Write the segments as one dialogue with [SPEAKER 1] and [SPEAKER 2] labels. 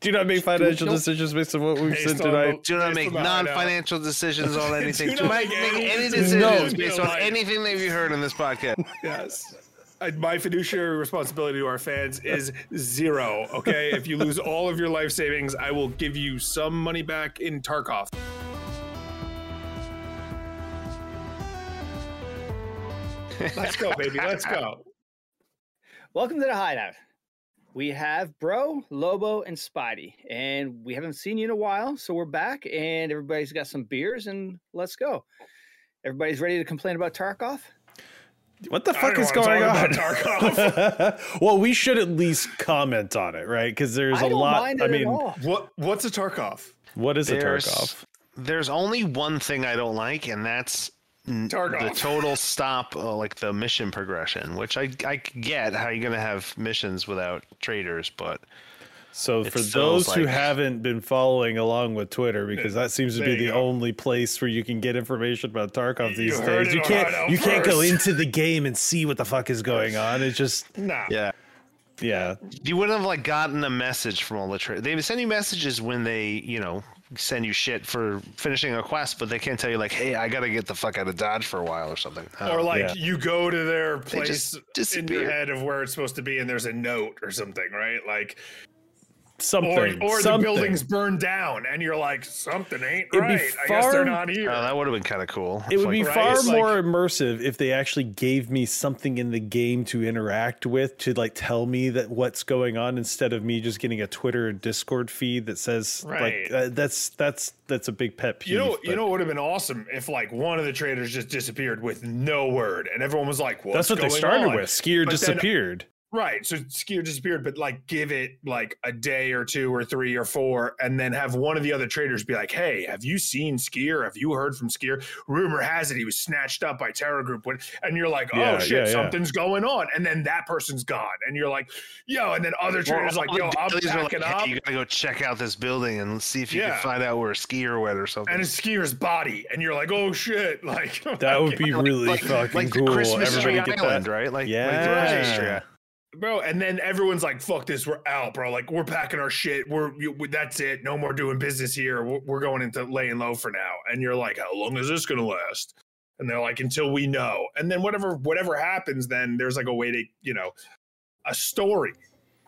[SPEAKER 1] Do not make financial decisions based on what we've
[SPEAKER 2] Based
[SPEAKER 1] said
[SPEAKER 2] on
[SPEAKER 1] tonight.
[SPEAKER 2] the-
[SPEAKER 3] Do not
[SPEAKER 2] based
[SPEAKER 3] make
[SPEAKER 2] on the hideout.
[SPEAKER 3] non-financial decisions on anything.
[SPEAKER 2] Do
[SPEAKER 3] Do
[SPEAKER 2] not
[SPEAKER 3] not make
[SPEAKER 2] make any
[SPEAKER 3] any
[SPEAKER 2] decisions
[SPEAKER 3] decisions
[SPEAKER 2] in
[SPEAKER 3] based
[SPEAKER 2] your
[SPEAKER 3] on
[SPEAKER 2] life.
[SPEAKER 3] anything that you heard on this podcast.
[SPEAKER 2] Yes. I- My fiduciary responsibility to our fans is zero. Okay. if you lose all of your life savings, I will give you some money back in Tarkov. Let's go, baby. Let's go.
[SPEAKER 4] Welcome to the Hideout. We have Bro, Lobo, and Spidey, and we haven't seen you in a while, so we're back, and everybody's got some beers, and let's go. Everybody's ready to complain about Tarkov.
[SPEAKER 1] What the
[SPEAKER 2] I
[SPEAKER 1] fuck
[SPEAKER 2] don't
[SPEAKER 1] is
[SPEAKER 2] know what
[SPEAKER 1] going on?
[SPEAKER 2] I'm talking about,
[SPEAKER 1] well, we should at least comment on it, right? Because there's
[SPEAKER 4] I
[SPEAKER 1] a
[SPEAKER 4] don't
[SPEAKER 1] lot.
[SPEAKER 4] mind
[SPEAKER 1] I
[SPEAKER 4] it at
[SPEAKER 1] mean,
[SPEAKER 4] all.
[SPEAKER 2] What? What's a Tarkov?
[SPEAKER 1] what is a
[SPEAKER 3] There's-
[SPEAKER 1] Tarkov?
[SPEAKER 3] There's only one thing I don't like, and that's n- the
[SPEAKER 2] Tarkov.
[SPEAKER 3] total stop, uh, like the mission progression. Which I I could get how you're gonna have missions without traders, but
[SPEAKER 1] So,
[SPEAKER 3] It
[SPEAKER 1] for
[SPEAKER 3] feels
[SPEAKER 1] those who
[SPEAKER 3] like-
[SPEAKER 1] haven't been following along with Twitter, because that seems to
[SPEAKER 2] There
[SPEAKER 1] be
[SPEAKER 2] you
[SPEAKER 1] the
[SPEAKER 2] go.
[SPEAKER 1] only place where you can get information about Tarkov these
[SPEAKER 2] heard
[SPEAKER 1] days,
[SPEAKER 2] it
[SPEAKER 1] you
[SPEAKER 2] on Hideout
[SPEAKER 1] can't you can't go
[SPEAKER 2] first.
[SPEAKER 1] into the game and see what the fuck is going on. It's just
[SPEAKER 2] Nah.
[SPEAKER 3] yeah,
[SPEAKER 1] yeah,
[SPEAKER 3] you wouldn't have like gotten a message from all the traders. They send you messages when they, you know, send you shit for finishing a quest, but they can't tell you like, hey, I gotta get the fuck out of Dodge for a while or something. Uh, I don't
[SPEAKER 2] Or
[SPEAKER 3] know.
[SPEAKER 2] like
[SPEAKER 1] yeah.
[SPEAKER 2] you go to their place
[SPEAKER 3] just
[SPEAKER 2] in your
[SPEAKER 3] disappear.
[SPEAKER 2] head of where it's supposed to be, and there's a note or something, right? Like, or,
[SPEAKER 1] something
[SPEAKER 2] or the
[SPEAKER 1] something.
[SPEAKER 2] building's burned down, and you're like, something ain't
[SPEAKER 1] be
[SPEAKER 2] right. I guess they're
[SPEAKER 1] far-
[SPEAKER 2] not here.
[SPEAKER 3] Oh, that would have been kind of cool.
[SPEAKER 1] It
[SPEAKER 3] if,
[SPEAKER 1] would
[SPEAKER 3] like,
[SPEAKER 1] be
[SPEAKER 2] right?
[SPEAKER 1] far
[SPEAKER 2] It's like-
[SPEAKER 1] more immersive if they actually gave me something in the game to interact with to like tell me that what's going on instead of me just getting a Twitter or Discord feed that says
[SPEAKER 2] Right.
[SPEAKER 1] like uh, that's that's that's a big pet peeve.
[SPEAKER 2] you know, you
[SPEAKER 1] but
[SPEAKER 2] know, it would have been awesome if like one of the traders just disappeared with no word, and everyone was like, What's
[SPEAKER 1] that's what they
[SPEAKER 2] going
[SPEAKER 1] started
[SPEAKER 2] on?"
[SPEAKER 1] with. Skier
[SPEAKER 2] But then-
[SPEAKER 1] disappeared.
[SPEAKER 2] right? So Skier disappeared, but like give it like a day or two or three or four, and then have one of the other traders be like, "Hey, have you seen Skier? Have you heard from Skier? Rumor has it he was snatched up by Terror Group." When- And you're like, "Oh
[SPEAKER 1] Yeah, yeah,
[SPEAKER 2] shit,
[SPEAKER 1] yeah.
[SPEAKER 2] something's going on," and then that person's gone, and you're like, "Yo," and then other traders
[SPEAKER 3] Well,
[SPEAKER 2] like,
[SPEAKER 3] all the
[SPEAKER 2] "Yo, I'm
[SPEAKER 3] dailies were like,
[SPEAKER 2] packing
[SPEAKER 3] "Hey,
[SPEAKER 2] up."
[SPEAKER 3] You gotta go check out this building and see if you
[SPEAKER 2] Yeah.
[SPEAKER 3] can find out where a skier went or something.
[SPEAKER 2] and it's Skier's body, and you're like, "Oh shit!" Like
[SPEAKER 1] That would be really
[SPEAKER 3] like,
[SPEAKER 1] fucking
[SPEAKER 3] like
[SPEAKER 1] cool.
[SPEAKER 3] the Christmas tree
[SPEAKER 1] Everybody get that.
[SPEAKER 3] island, right? Like, like the
[SPEAKER 1] Yeah.
[SPEAKER 3] Christmas tree. island.
[SPEAKER 2] bro and then everyone's like fuck this we're out bro like we're packing our shit we're you, we- that's it no more doing business here we're, we're going into laying low for now and you're like how long is this gonna last and they're like until we know and then whatever whatever happens then there's like a way to you know a story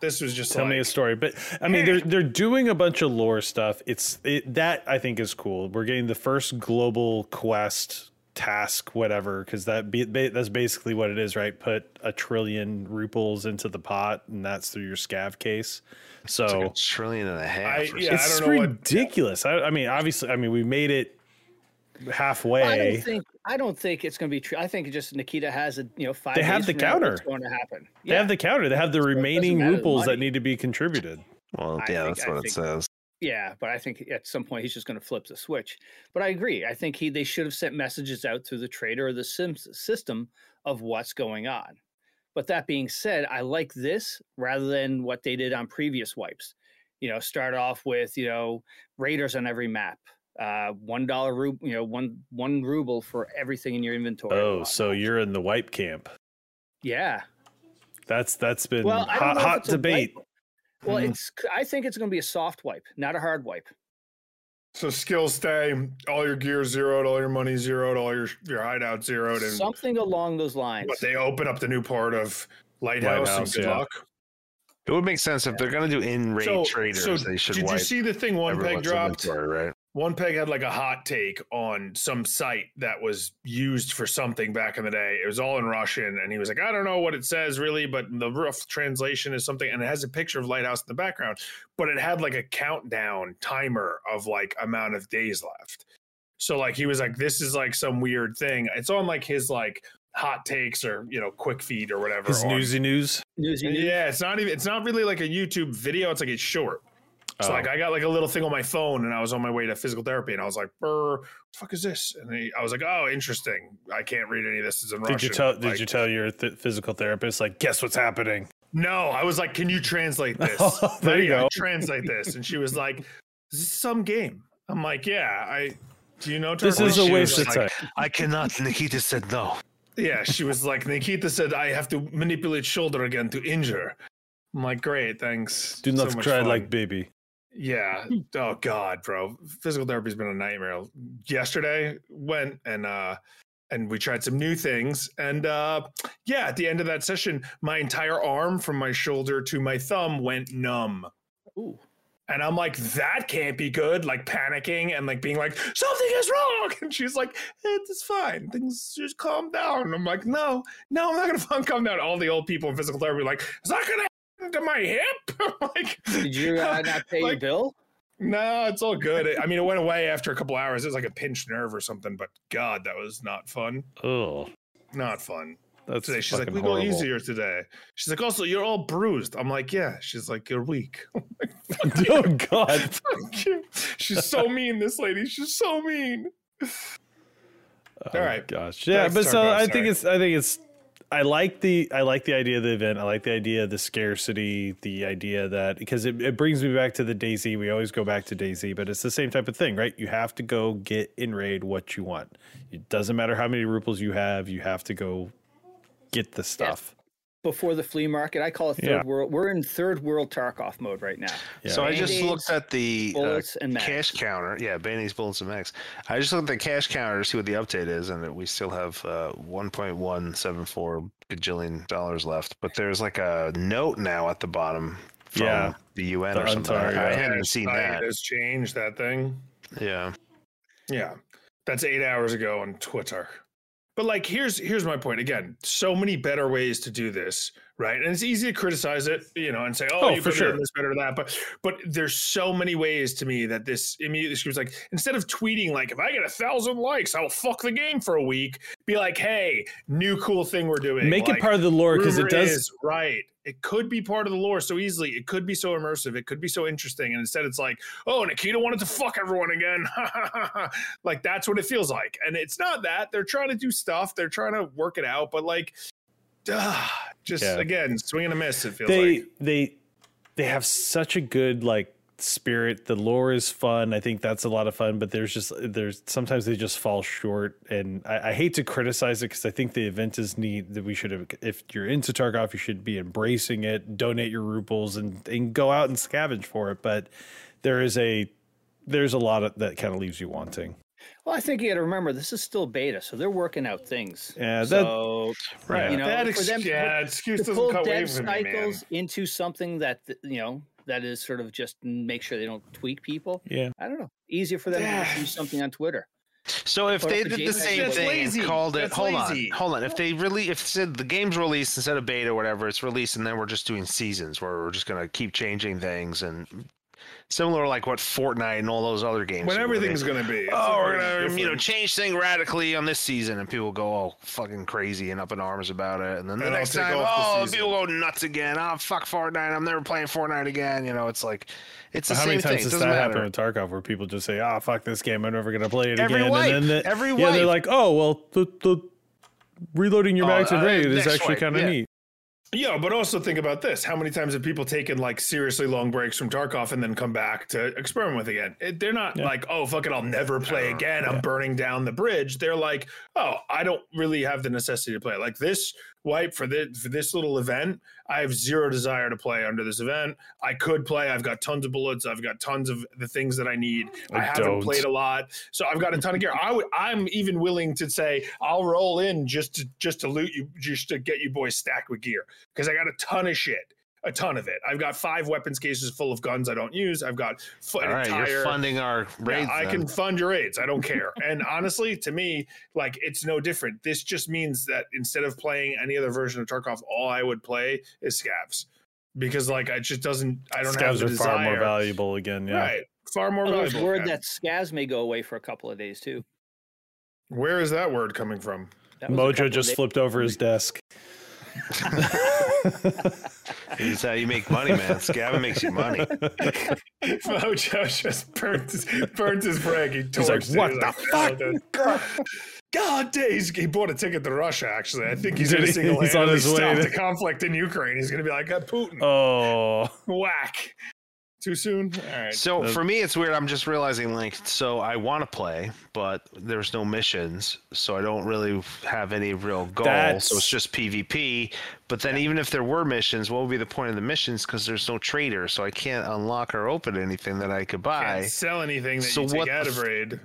[SPEAKER 2] this was just
[SPEAKER 1] tell me a
[SPEAKER 2] like-
[SPEAKER 1] story but i mean they're they're doing a bunch of lore stuff it's it, that i think is cool we're getting the first global quest task whatever because that be, ba- that's basically what it is right put a trillion ruples into the pot and that's through your scav case so
[SPEAKER 3] It's like a trillion and a half.
[SPEAKER 2] I-
[SPEAKER 3] or
[SPEAKER 2] yeah.
[SPEAKER 1] it's
[SPEAKER 2] don't know what-
[SPEAKER 1] ridiculous I, I mean obviously i mean we made it
[SPEAKER 4] I don't
[SPEAKER 1] halfway
[SPEAKER 4] think I don't think it's going to be true. I think just Nikita has a you know five.
[SPEAKER 1] They have
[SPEAKER 4] days
[SPEAKER 1] the
[SPEAKER 4] from now what's
[SPEAKER 1] counter.
[SPEAKER 4] going to happen.
[SPEAKER 1] they have the counter they have the
[SPEAKER 4] doesn't
[SPEAKER 1] remaining
[SPEAKER 4] matter the
[SPEAKER 1] ruples that
[SPEAKER 4] money.
[SPEAKER 1] need to be contributed
[SPEAKER 3] Well,
[SPEAKER 4] I
[SPEAKER 3] yeah,
[SPEAKER 4] think-
[SPEAKER 3] that's
[SPEAKER 4] I
[SPEAKER 3] what it
[SPEAKER 4] think-
[SPEAKER 3] says.
[SPEAKER 4] Yeah, but I think at some point he's just going to flip the switch. But I agree. I think he they should have sent messages out through the trader or the sim- system of what's going on. But that being said, I like this rather than what they did on previous wipes. You know, start off with you know raiders on every map, uh, one dollar rub you know one one ruble for everything in your inventory.
[SPEAKER 1] oh so you're in the wipe camp
[SPEAKER 4] yeah.
[SPEAKER 1] that's that's been
[SPEAKER 4] Well, I don't
[SPEAKER 1] hot,
[SPEAKER 4] know if
[SPEAKER 1] hot
[SPEAKER 4] it's a wipe.
[SPEAKER 1] debate Hmm.
[SPEAKER 4] Well, it's I think it's going to be a soft wipe, not a hard wipe.
[SPEAKER 2] so skills stay all your gear zeroed all your money zeroed all your your hideout zeroed and
[SPEAKER 4] Something along those lines.
[SPEAKER 2] but they open up the new part of lighthouse,
[SPEAKER 1] Lighthouse,
[SPEAKER 2] and good
[SPEAKER 1] yeah.
[SPEAKER 2] luck
[SPEAKER 3] It would make sense if they're gonna do in raid traders. they should
[SPEAKER 2] did
[SPEAKER 3] wipe
[SPEAKER 2] you see the thing one peg
[SPEAKER 3] everyone's
[SPEAKER 2] dropped
[SPEAKER 3] inventory, right?
[SPEAKER 2] One Peg had like a hot take on some site that was used for something back in the day. It was all in Russian, and he was like, "I don't know what it says really, but the rough translation is something." And it has a picture of lighthouse in the background, but it had like a countdown timer of like amount of days left. So like he was like, "This is like some weird thing." It's on like his like hot takes or you know quick feed or whatever.
[SPEAKER 1] His
[SPEAKER 2] on-
[SPEAKER 1] newsy news.
[SPEAKER 4] Newsy news.
[SPEAKER 2] Yeah, it's not even. It's not really like a YouTube video. It's like it's short. So
[SPEAKER 1] Oh.
[SPEAKER 2] like I got like a little thing on my phone, and I was on my way to physical therapy, and I was like, "Brr, what the fuck is this?" And he, I was like, "Oh, interesting. I can't read any of this. It's in Russian."
[SPEAKER 1] Did you tell? Did
[SPEAKER 2] Oh, Like,
[SPEAKER 1] you tell your th- physical therapist like, guess what's happening?
[SPEAKER 2] No, I was like, "Can you translate this?
[SPEAKER 1] Oh, there you
[SPEAKER 2] Maria,
[SPEAKER 1] go.
[SPEAKER 2] Translate this." And she was like, "This is some game." I'm like, "Yeah, I." Do you know?
[SPEAKER 1] This
[SPEAKER 2] Turkish?"
[SPEAKER 1] is a
[SPEAKER 2] She was
[SPEAKER 1] waste of
[SPEAKER 2] like-
[SPEAKER 1] time.
[SPEAKER 3] I cannot. Nikita said no.
[SPEAKER 2] Yeah, she was like, "Nikita said I have to manipulate shoulder again to injure." I'm like, "Great, thanks."
[SPEAKER 1] Do
[SPEAKER 2] So
[SPEAKER 1] not
[SPEAKER 2] much
[SPEAKER 1] cry
[SPEAKER 2] fun."
[SPEAKER 1] like baby.
[SPEAKER 2] Yeah. Oh God, bro. Physical therapy's been a nightmare. Yesterday went and uh and we tried some new things. And uh yeah, at the end of that session, my entire arm from my shoulder to my thumb went numb.
[SPEAKER 4] Ooh.
[SPEAKER 2] And I'm like, that can't be good. Like panicking and like being like, something is wrong. And she's like, it's fine. Things just calm down. And I'm like, no, no, I'm not gonna fucking calm down. All the old people in physical therapy are like, it's not gonna happen to my hip. I'm like,
[SPEAKER 4] Did you uh, not pay your
[SPEAKER 2] Like-
[SPEAKER 4] bill?
[SPEAKER 2] no, it's all good. I mean, it went away after a couple hours. It was like a pinched nerve or something, but God, that was not fun.
[SPEAKER 1] Oh,
[SPEAKER 2] Not fun.
[SPEAKER 1] that's
[SPEAKER 2] Today, she's like, we go easier today. She's like, also, you're all bruised. I'm like, yeah. She's like, you're weak.
[SPEAKER 1] oh God,
[SPEAKER 2] Fuck you. She's so mean, this lady. She's so mean.
[SPEAKER 1] Oh,
[SPEAKER 2] All right.
[SPEAKER 1] gosh, yeah,
[SPEAKER 2] Thanks,
[SPEAKER 1] but so
[SPEAKER 2] Tarkov,
[SPEAKER 1] I
[SPEAKER 2] sorry.
[SPEAKER 1] think it's I think it's I like the I like the idea of the event. I like the idea of the scarcity, the idea that because it, it brings me back to the Daisy. We always go back to Daisy, but it's the same type of thing, right? You have to go get in raid what you want. It doesn't matter how many ruples you have. You have to go get the stuff.
[SPEAKER 4] Before the flea market, I call it third
[SPEAKER 1] Yeah.
[SPEAKER 4] world. We're in third world Tarkov mode right now.
[SPEAKER 1] Yeah.
[SPEAKER 3] So I just
[SPEAKER 4] Band-Aids,
[SPEAKER 3] looked at the uh,
[SPEAKER 4] Bullets and max.
[SPEAKER 3] cash counter. Yeah, Band-Aids, bullets, and max. I just looked at the cash counter to see what the update is, and we still have uh, 1.174 gajillion dollars left. But there's like a note now at the bottom from
[SPEAKER 1] Yeah.
[SPEAKER 3] the UN
[SPEAKER 1] The
[SPEAKER 3] or something.
[SPEAKER 1] UNTAR,
[SPEAKER 3] I
[SPEAKER 1] yeah.
[SPEAKER 3] hadn't seen
[SPEAKER 2] Society
[SPEAKER 3] that.
[SPEAKER 2] Has changed that thing.
[SPEAKER 3] Yeah.
[SPEAKER 2] Yeah. That's eight hours ago on Twitter. But like here's here's my point. Again, so many better ways to do this, right? And it's easy to criticize it, you know, and say, Oh,
[SPEAKER 1] Oh,
[SPEAKER 2] you
[SPEAKER 1] for
[SPEAKER 2] could have
[SPEAKER 1] sure.
[SPEAKER 2] done this better than that. But but there's so many ways to me that this immediately screams like instead of tweeting like if I get a thousand likes, I'll fuck the game for a week, be like, hey, new cool thing we're doing.
[SPEAKER 1] Make
[SPEAKER 2] like,
[SPEAKER 1] it part of the lore because
[SPEAKER 2] rumor
[SPEAKER 1] it does.
[SPEAKER 2] is right. It could be part of the lore so easily. It could be so immersive. It could be so interesting. And instead, it's like, oh, Nikita wanted to fuck everyone again. like that's what it feels like. And it's not that they're trying to do stuff. They're trying to work it out. But like, duh, just
[SPEAKER 1] Yeah.
[SPEAKER 2] again, swing and a miss. It feels
[SPEAKER 1] they
[SPEAKER 2] like.
[SPEAKER 1] they they have such a good like spirit the lore is fun i think that's a lot of fun but there's just there's sometimes they just fall short and i, I hate to criticize it because i think the event is neat that we should have if you're into tarkov you should be embracing it donate your ruples and and go out and scavenge for it but there is a there's a lot of, that kind of leaves you wanting
[SPEAKER 4] Well, I think you got to remember this is still beta, so they're working out things.
[SPEAKER 1] Yeah, that-
[SPEAKER 4] so
[SPEAKER 1] Right.
[SPEAKER 4] you know,
[SPEAKER 2] that
[SPEAKER 4] for
[SPEAKER 2] ex-
[SPEAKER 4] them to put-
[SPEAKER 2] yeah, excuse
[SPEAKER 4] to
[SPEAKER 2] doesn't
[SPEAKER 4] pull
[SPEAKER 2] cut
[SPEAKER 4] dev
[SPEAKER 2] waves with me, man.
[SPEAKER 4] cycles into something that th- you know that is sort of just make sure they don't tweak people.
[SPEAKER 1] yeah
[SPEAKER 4] I don't know. Easier for them to just
[SPEAKER 2] Yeah.
[SPEAKER 4] do something on Twitter.
[SPEAKER 3] So if
[SPEAKER 4] Or
[SPEAKER 3] they
[SPEAKER 4] if the
[SPEAKER 3] did the
[SPEAKER 4] game-
[SPEAKER 3] same
[SPEAKER 4] That's
[SPEAKER 3] thing
[SPEAKER 2] lazy.
[SPEAKER 3] and called it,
[SPEAKER 2] That's
[SPEAKER 3] hold
[SPEAKER 2] lazy.
[SPEAKER 3] on, hold on. If they really, if it said the game's released instead of beta or whatever, it's released, and then we're just doing seasons where we're just gonna keep changing things and similar to like what Fortnite and all those other games.
[SPEAKER 2] When
[SPEAKER 3] do, where they-
[SPEAKER 2] everything's gonna be. it's
[SPEAKER 3] oh,
[SPEAKER 2] not
[SPEAKER 3] we're
[SPEAKER 2] be
[SPEAKER 3] gonna you know
[SPEAKER 2] different.
[SPEAKER 3] change thing radically on this season, and people go all fucking crazy and up in arms about it, and then the
[SPEAKER 2] And I'll
[SPEAKER 3] next
[SPEAKER 2] take
[SPEAKER 3] time,
[SPEAKER 2] off the
[SPEAKER 3] oh,
[SPEAKER 2] season.
[SPEAKER 3] people go nuts again. Oh, fuck Fortnite, I'm never playing Fortnite again. You know, it's like it's the
[SPEAKER 1] how
[SPEAKER 3] same
[SPEAKER 1] many times
[SPEAKER 3] thing. It
[SPEAKER 1] does that
[SPEAKER 3] doesn't matter.
[SPEAKER 1] happen with tarkov where people just say ah fuck this game i'm never gonna play it
[SPEAKER 3] Every
[SPEAKER 1] again
[SPEAKER 3] wipe,
[SPEAKER 1] and then the,
[SPEAKER 3] every
[SPEAKER 1] yeah they're like
[SPEAKER 3] wipe.
[SPEAKER 1] oh well the, the reloading your
[SPEAKER 3] Oh,
[SPEAKER 1] mags
[SPEAKER 3] uh,
[SPEAKER 1] and raid is
[SPEAKER 3] next
[SPEAKER 1] actually
[SPEAKER 3] wipe,
[SPEAKER 1] kind of
[SPEAKER 3] yeah.
[SPEAKER 1] neat
[SPEAKER 2] Yeah, but also think about this. How many times have people taken like seriously long breaks from Tarkov and then come back to experiment with again? It, they're not
[SPEAKER 1] Yeah.
[SPEAKER 2] like, oh, fuck it, I'll never play again. I'm burning down the bridge. They're like, oh, I don't really have the necessity to play. Like this wipe for this, for this little event, I have zero desire to play under this event. I could play. I've got tons of bullets. I've got tons of the things that I need. I,
[SPEAKER 1] I
[SPEAKER 2] haven't
[SPEAKER 1] don't.
[SPEAKER 2] played a lot, so I've got a ton of gear. I would. I'm even willing to say I'll roll in just to just to loot you, just to get you boys stacked with gear because I got a ton of shit. A ton of it. I've got five weapons cases full of guns I don't use. I've got fu-
[SPEAKER 3] All
[SPEAKER 2] an
[SPEAKER 3] right,
[SPEAKER 2] entire.
[SPEAKER 3] you're funding our
[SPEAKER 2] Yeah,
[SPEAKER 3] raids.
[SPEAKER 2] I
[SPEAKER 3] then.
[SPEAKER 2] can fund your aids. I don't care. and honestly, to me, like it's no different. This just means that instead of playing any other version of Tarkov, all I would play is scavs. Because like it just doesn't I don't have
[SPEAKER 1] scavs
[SPEAKER 2] the
[SPEAKER 1] are
[SPEAKER 2] desire.
[SPEAKER 1] far more valuable again yeah
[SPEAKER 2] Right. Far more
[SPEAKER 4] Well, there's
[SPEAKER 2] valuable.
[SPEAKER 4] word
[SPEAKER 2] again.
[SPEAKER 4] that Skaz may go away for a couple of days too.
[SPEAKER 2] Where is that word coming from?
[SPEAKER 4] That was a couple
[SPEAKER 1] mojo
[SPEAKER 4] of
[SPEAKER 1] just
[SPEAKER 4] days-
[SPEAKER 1] flipped over his desk
[SPEAKER 3] It's how you make money, man. Scavin makes you money.
[SPEAKER 2] Mojo just burnt his, burnt his rag. He
[SPEAKER 1] He's like,
[SPEAKER 2] torched it.
[SPEAKER 1] "What the
[SPEAKER 2] "Oh, that- God days. He bought a ticket to Russia, actually. I think he's
[SPEAKER 1] Did
[SPEAKER 2] going to
[SPEAKER 1] he?
[SPEAKER 2] single
[SPEAKER 1] He's on
[SPEAKER 2] handedly
[SPEAKER 1] his way
[SPEAKER 2] stop
[SPEAKER 1] to-
[SPEAKER 2] the conflict in Ukraine. He's going to be like, "Uh, Putin,
[SPEAKER 1] oh
[SPEAKER 2] whack. Too soon? All right.
[SPEAKER 3] So
[SPEAKER 1] The-
[SPEAKER 3] for me, it's weird. I'm just realizing, like, so I want to play, but there's no missions, so I don't really have any real goal. So
[SPEAKER 1] That's-
[SPEAKER 3] it's just PvP. But then, even if there were missions, what would be the point of the missions? Because there's no trader, so I can't unlock or open anything that I could
[SPEAKER 2] Can't
[SPEAKER 3] buy.
[SPEAKER 2] sell anything that
[SPEAKER 3] So
[SPEAKER 2] you take
[SPEAKER 3] what the
[SPEAKER 2] out of
[SPEAKER 3] f-
[SPEAKER 2] raid.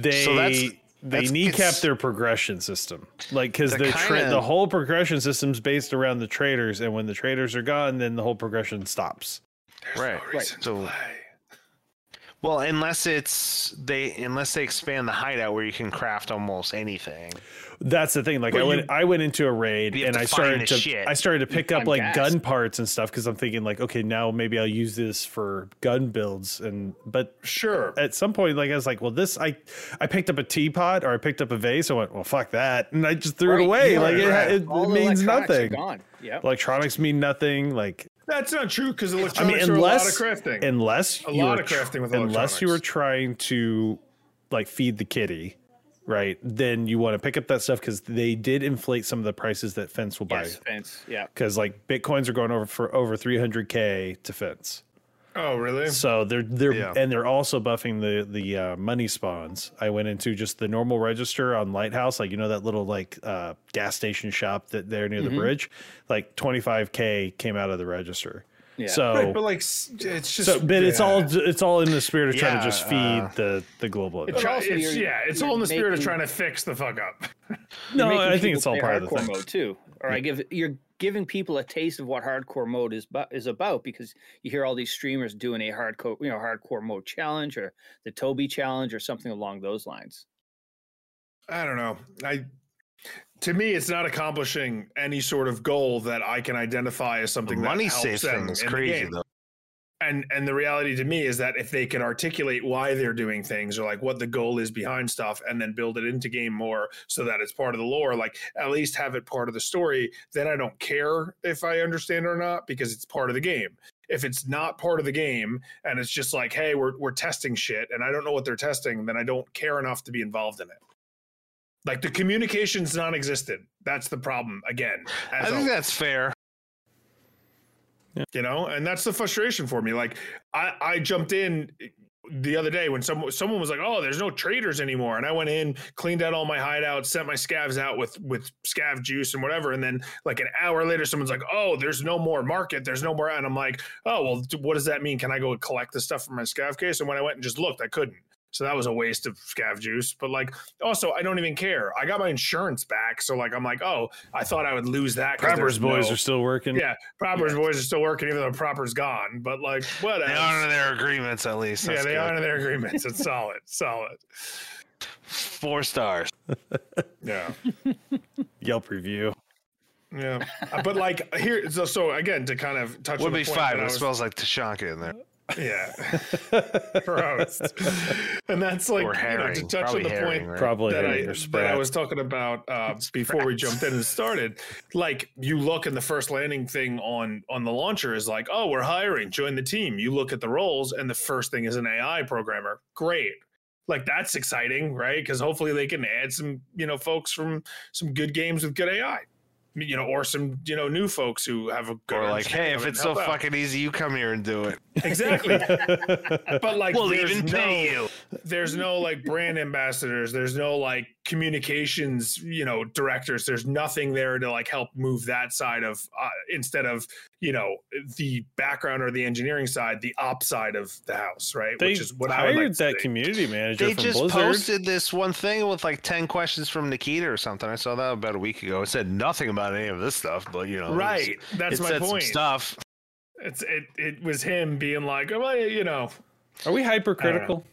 [SPEAKER 1] They
[SPEAKER 3] So that's-
[SPEAKER 1] they
[SPEAKER 3] that's-
[SPEAKER 1] kneecap
[SPEAKER 3] it's-
[SPEAKER 1] their progression system, like because
[SPEAKER 3] The
[SPEAKER 1] the tra-
[SPEAKER 3] kinda-
[SPEAKER 1] the whole progression system's based around the traders, and when the traders are gone, then the whole progression stops.
[SPEAKER 2] No
[SPEAKER 3] Right.
[SPEAKER 4] Right.
[SPEAKER 2] reason to
[SPEAKER 3] So-
[SPEAKER 2] play.
[SPEAKER 3] Well, unless it's they, unless they expand the hideout where you can craft almost anything.
[SPEAKER 1] That's the thing. Like
[SPEAKER 2] But
[SPEAKER 1] I
[SPEAKER 2] you-
[SPEAKER 1] went, I went into a raid
[SPEAKER 3] You have
[SPEAKER 1] and I
[SPEAKER 3] to find
[SPEAKER 1] started
[SPEAKER 3] the
[SPEAKER 1] to,
[SPEAKER 3] shit.
[SPEAKER 1] I started to pick
[SPEAKER 4] You
[SPEAKER 1] up
[SPEAKER 4] find
[SPEAKER 1] like
[SPEAKER 4] gas.
[SPEAKER 1] gun parts and stuff because I'm thinking like, okay, now maybe I'll use this for gun builds. And but
[SPEAKER 2] Sure.
[SPEAKER 1] at some point, like I was like, well, this I, I picked up a teapot or I picked up a vase. I went, well, fuck that, and I just threw it
[SPEAKER 4] Right,
[SPEAKER 1] away.
[SPEAKER 4] yeah,
[SPEAKER 1] like it,
[SPEAKER 2] right.
[SPEAKER 1] it, it
[SPEAKER 4] All the
[SPEAKER 1] means
[SPEAKER 4] electronics are
[SPEAKER 1] nothing.
[SPEAKER 4] Gone. Yep.
[SPEAKER 1] Electronics mean nothing. Like
[SPEAKER 2] That's not true because
[SPEAKER 1] I mean,
[SPEAKER 2] electronics
[SPEAKER 1] unless
[SPEAKER 2] are a lot of crafting.
[SPEAKER 1] unless
[SPEAKER 2] A
[SPEAKER 1] you
[SPEAKER 2] lot
[SPEAKER 1] were
[SPEAKER 2] of
[SPEAKER 1] tr-
[SPEAKER 2] crafting with
[SPEAKER 1] unless you were
[SPEAKER 2] electronics.
[SPEAKER 1] trying to like feed the kitty, right? Then you want to pick up that stuff because they did inflate some of the prices that Fence will buy.
[SPEAKER 4] Yes, fence. Yeah.
[SPEAKER 1] Because like bitcoins are going over for over 300k to Fence,
[SPEAKER 2] oh, really?
[SPEAKER 1] so they're they're
[SPEAKER 3] Yeah.
[SPEAKER 1] and they're also buffing the the uh, money spawns. I went into just the normal register on Lighthouse, like you know that little like uh, gas station shop that there near
[SPEAKER 2] Mm-hmm.
[SPEAKER 1] the bridge, like 25k came out of the register.
[SPEAKER 4] Yeah.
[SPEAKER 1] So
[SPEAKER 2] Right, but like, s- it's just.
[SPEAKER 1] so, but it's
[SPEAKER 2] yeah.
[SPEAKER 1] all it's all in the spirit of trying to
[SPEAKER 3] Yeah,
[SPEAKER 1] just feed
[SPEAKER 3] uh,
[SPEAKER 1] the the global.
[SPEAKER 4] It
[SPEAKER 1] economy.
[SPEAKER 4] try-
[SPEAKER 2] Try-
[SPEAKER 4] also
[SPEAKER 2] it's-
[SPEAKER 4] you're-
[SPEAKER 2] yeah, it's
[SPEAKER 4] you're
[SPEAKER 2] all in the spirit of
[SPEAKER 4] making-
[SPEAKER 2] trying to fix the fuck up.
[SPEAKER 1] no,
[SPEAKER 4] making
[SPEAKER 1] I think
[SPEAKER 4] people
[SPEAKER 1] it's all
[SPEAKER 4] play
[SPEAKER 1] part of the
[SPEAKER 4] hardcore
[SPEAKER 1] thing.
[SPEAKER 4] mode too. Or I give you're giving people a taste of what hardcore mode is bu- is about because you hear all these streamers doing a hardcore you know hardcore mode challenge or the Toby challenge or something along those lines.
[SPEAKER 2] I don't know. I to me, it's not accomplishing any sort of goal that I can identify as
[SPEAKER 3] The
[SPEAKER 2] something that
[SPEAKER 3] money
[SPEAKER 2] helps
[SPEAKER 3] safe
[SPEAKER 2] them
[SPEAKER 3] thing is
[SPEAKER 2] in the
[SPEAKER 3] crazy
[SPEAKER 2] game.
[SPEAKER 3] though.
[SPEAKER 2] And and the reality to me is that if they can articulate why they're doing things or like what the goal is behind stuff, and then build it into game more so that it's part of the lore, like at least have it part of the story, then I don't care if I understand or not because it's part of the game. If it's not part of the game and it's just like, hey, we're we're testing shit and I don't know what they're testing, then I don't care enough to be involved in it. Like the communication's non-existent. That's the problem again.
[SPEAKER 3] I
[SPEAKER 2] As
[SPEAKER 3] think
[SPEAKER 2] always,
[SPEAKER 3] that's fair.
[SPEAKER 2] you know, and that's the frustration for me. Like I, I jumped in eh, the other day when someone someone was like, "Oh, there's no traders anymore," and I went in, cleaned out all my hideouts, sent my scavs out with with scav juice and whatever, and then like an hour later, someone's like, "Oh, there's no more market. There's no more," and I'm like, "Oh, well, d- what does that mean? Can I go collect the stuff from my scav case?" And when I went and just looked, I couldn't. So that was a waste of scav juice. But like, also, I don't even care. I got my insurance back, so like, I'm like, "Oh, I thought I would lose that." 'cause
[SPEAKER 1] Proper's
[SPEAKER 2] there's
[SPEAKER 1] boys
[SPEAKER 2] no-
[SPEAKER 1] are still working.
[SPEAKER 2] yeah, Proper's boys are still working, even though Proper's gone. But like, whatever.
[SPEAKER 3] They honor their agreements at least.
[SPEAKER 2] yeah,
[SPEAKER 3] That's
[SPEAKER 2] they
[SPEAKER 3] good.
[SPEAKER 2] honor their agreements. It's solid, solid.
[SPEAKER 3] Four stars.
[SPEAKER 2] Yeah,
[SPEAKER 1] Yelp review.
[SPEAKER 2] yeah. Uh, But like here, so, so again, to kind of touch
[SPEAKER 3] Would
[SPEAKER 2] on the
[SPEAKER 3] be
[SPEAKER 2] point
[SPEAKER 3] five.
[SPEAKER 2] that
[SPEAKER 3] It
[SPEAKER 2] I was-
[SPEAKER 3] smells like Tashanka in there.
[SPEAKER 2] yeah, gross. And that's like
[SPEAKER 3] Or
[SPEAKER 2] you know,
[SPEAKER 3] herring.
[SPEAKER 2] to touch on
[SPEAKER 3] Probably
[SPEAKER 2] the
[SPEAKER 3] herring,
[SPEAKER 2] point
[SPEAKER 3] right?
[SPEAKER 1] Probably
[SPEAKER 2] that I,
[SPEAKER 1] or
[SPEAKER 2] that I
[SPEAKER 1] spread.
[SPEAKER 2] was talking about uh, before we jumped in and started. Like you look and the first landing thing on on the launcher is like, oh, we're hiring, join the team. You look at the roles and the first thing is an AI programmer. Great. Like that's exciting, right? Because hopefully they can add some, you know, folks from some good games with good AI, you know, or some, you know, new folks who have a good.
[SPEAKER 3] Or like, hey,
[SPEAKER 2] understanding of
[SPEAKER 3] if
[SPEAKER 2] it,
[SPEAKER 3] it's so
[SPEAKER 2] help out."
[SPEAKER 3] fucking easy, you come here and do it.
[SPEAKER 2] exactly. But like,
[SPEAKER 3] we'll
[SPEAKER 2] there's
[SPEAKER 3] even pay
[SPEAKER 2] no-
[SPEAKER 3] you.
[SPEAKER 2] there's no like brand ambassadors there's no like communications you know directors there's nothing there to like help move that side of uh, instead of you know the background or the engineering side the op side of the house right
[SPEAKER 1] they
[SPEAKER 2] which is what i
[SPEAKER 1] hired
[SPEAKER 2] would like to
[SPEAKER 1] that
[SPEAKER 2] see.
[SPEAKER 1] community manager
[SPEAKER 3] They
[SPEAKER 1] from
[SPEAKER 3] just
[SPEAKER 1] Blizzard.
[SPEAKER 3] posted this one thing with like ten questions from Nikita or something. I saw that about a week ago. It said nothing about any of this stuff, but you know, it was-
[SPEAKER 2] right that's
[SPEAKER 3] it
[SPEAKER 2] my
[SPEAKER 3] said some
[SPEAKER 2] point
[SPEAKER 3] stuff.
[SPEAKER 2] it's it, it was him being like "Oh, well you know
[SPEAKER 1] Are we hypercritical?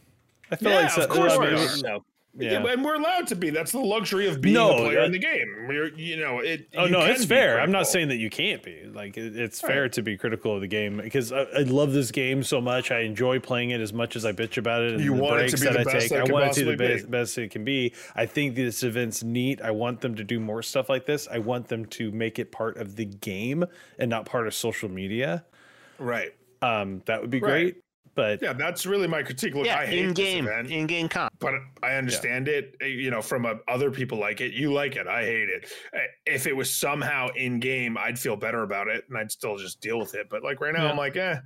[SPEAKER 1] I feel
[SPEAKER 2] Uh, Yeah,
[SPEAKER 1] like so,
[SPEAKER 2] of course
[SPEAKER 1] I
[SPEAKER 2] we
[SPEAKER 1] mean,
[SPEAKER 2] are.
[SPEAKER 1] it's-
[SPEAKER 4] So
[SPEAKER 1] Yeah.
[SPEAKER 2] and we're allowed to be that's the luxury of being
[SPEAKER 1] No,
[SPEAKER 2] a player
[SPEAKER 1] that-
[SPEAKER 2] in the game we're you know it
[SPEAKER 1] Oh
[SPEAKER 2] you
[SPEAKER 1] no,
[SPEAKER 2] can
[SPEAKER 1] it's
[SPEAKER 2] be
[SPEAKER 1] fair. I'm not
[SPEAKER 2] critical.
[SPEAKER 1] saying that you can't be. Like it, it's fair to be critical of the game because I, I love this game so much. I enjoy playing it as much as I bitch about it. And
[SPEAKER 2] You
[SPEAKER 1] the
[SPEAKER 2] want it to
[SPEAKER 1] breaks
[SPEAKER 2] be
[SPEAKER 1] that
[SPEAKER 2] the
[SPEAKER 1] I
[SPEAKER 2] best
[SPEAKER 1] take.
[SPEAKER 2] that it
[SPEAKER 1] I
[SPEAKER 2] can
[SPEAKER 1] want it to be the
[SPEAKER 2] possibly be.
[SPEAKER 1] best, best it can be. I think this event's neat. I want them to do more stuff like this. I want them to make it part of the game and not part of social media.
[SPEAKER 2] right
[SPEAKER 1] Um, that would be
[SPEAKER 2] Right.
[SPEAKER 1] great. But
[SPEAKER 2] yeah that's really my critique look i
[SPEAKER 3] yeah,
[SPEAKER 2] hate
[SPEAKER 3] in game,
[SPEAKER 2] this event.
[SPEAKER 3] in game comp.
[SPEAKER 2] but I understand it. uh, You know, from uh, other people like it, you like it. I hate it. Uh, If it was somehow in game, I'd feel better about it, and I'd still just deal with it. But like right now,
[SPEAKER 1] Yeah.
[SPEAKER 2] I'm like, eh.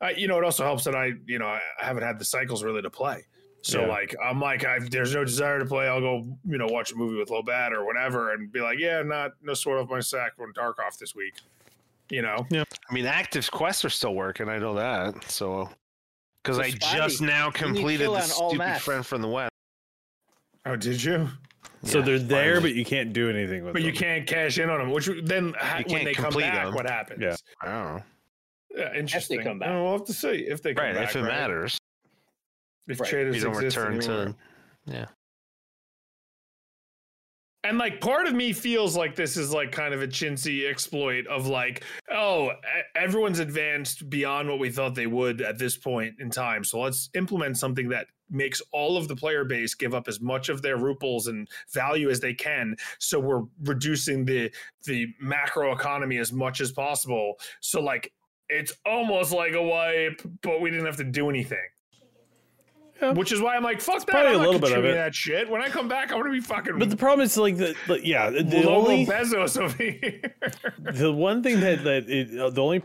[SPEAKER 2] I, you know, it also helps that I, you know, I haven't had the cycles really to play. So
[SPEAKER 1] Yeah.
[SPEAKER 2] like, I'm like, I, there's no desire to play. I'll go, you know, watch a movie with Lobat or whatever, and be like, yeah, not no sword off my sack when Tarkov this week. You know,
[SPEAKER 3] I mean, active quests are still working. I know that. So, because
[SPEAKER 4] So
[SPEAKER 3] I
[SPEAKER 4] Spidey,
[SPEAKER 3] just now completed
[SPEAKER 4] kill
[SPEAKER 3] the
[SPEAKER 4] on all
[SPEAKER 3] stupid
[SPEAKER 4] maps.
[SPEAKER 3] friend from the west.
[SPEAKER 2] oh, did you?
[SPEAKER 1] So
[SPEAKER 3] Yeah,
[SPEAKER 1] they're there,
[SPEAKER 3] finally.
[SPEAKER 1] but you can't do anything with
[SPEAKER 2] But
[SPEAKER 1] them.
[SPEAKER 2] you can't cash in on them. Which then ha- when
[SPEAKER 3] You can't
[SPEAKER 2] they come
[SPEAKER 3] complete
[SPEAKER 2] back,
[SPEAKER 3] them.
[SPEAKER 2] what happens?
[SPEAKER 1] Yeah.
[SPEAKER 3] I don't know.
[SPEAKER 2] Yeah, interesting.
[SPEAKER 4] come back.
[SPEAKER 2] Yeah, we'll have to see if they come
[SPEAKER 3] Right,
[SPEAKER 2] back.
[SPEAKER 3] if it
[SPEAKER 2] right?
[SPEAKER 3] matters,
[SPEAKER 2] if
[SPEAKER 4] Right.
[SPEAKER 2] traders
[SPEAKER 3] you don't
[SPEAKER 2] exist
[SPEAKER 3] return
[SPEAKER 2] anymore.
[SPEAKER 3] to.
[SPEAKER 2] And like part of me feels like this is like kind of a chintzy exploit of like, oh, e- everyone's advanced beyond what we thought they would at this point in time. So let's implement something that makes all of the player base give up as much of their ruples and value as they can. So we're reducing the the macro economy as much as possible. So like it's almost like a wipe, but we didn't have to do anything.
[SPEAKER 1] Yeah.
[SPEAKER 2] Which is why I'm like, fuck that.
[SPEAKER 1] probably
[SPEAKER 2] I'm
[SPEAKER 1] a
[SPEAKER 2] not
[SPEAKER 1] little bit of
[SPEAKER 2] contributing
[SPEAKER 1] it.
[SPEAKER 2] that shit. When I come back, I'm gonna be fucking
[SPEAKER 1] But the problem is like the, the yeah the
[SPEAKER 2] the
[SPEAKER 1] only
[SPEAKER 2] Bezos over here.
[SPEAKER 1] the one thing that that it, uh, the only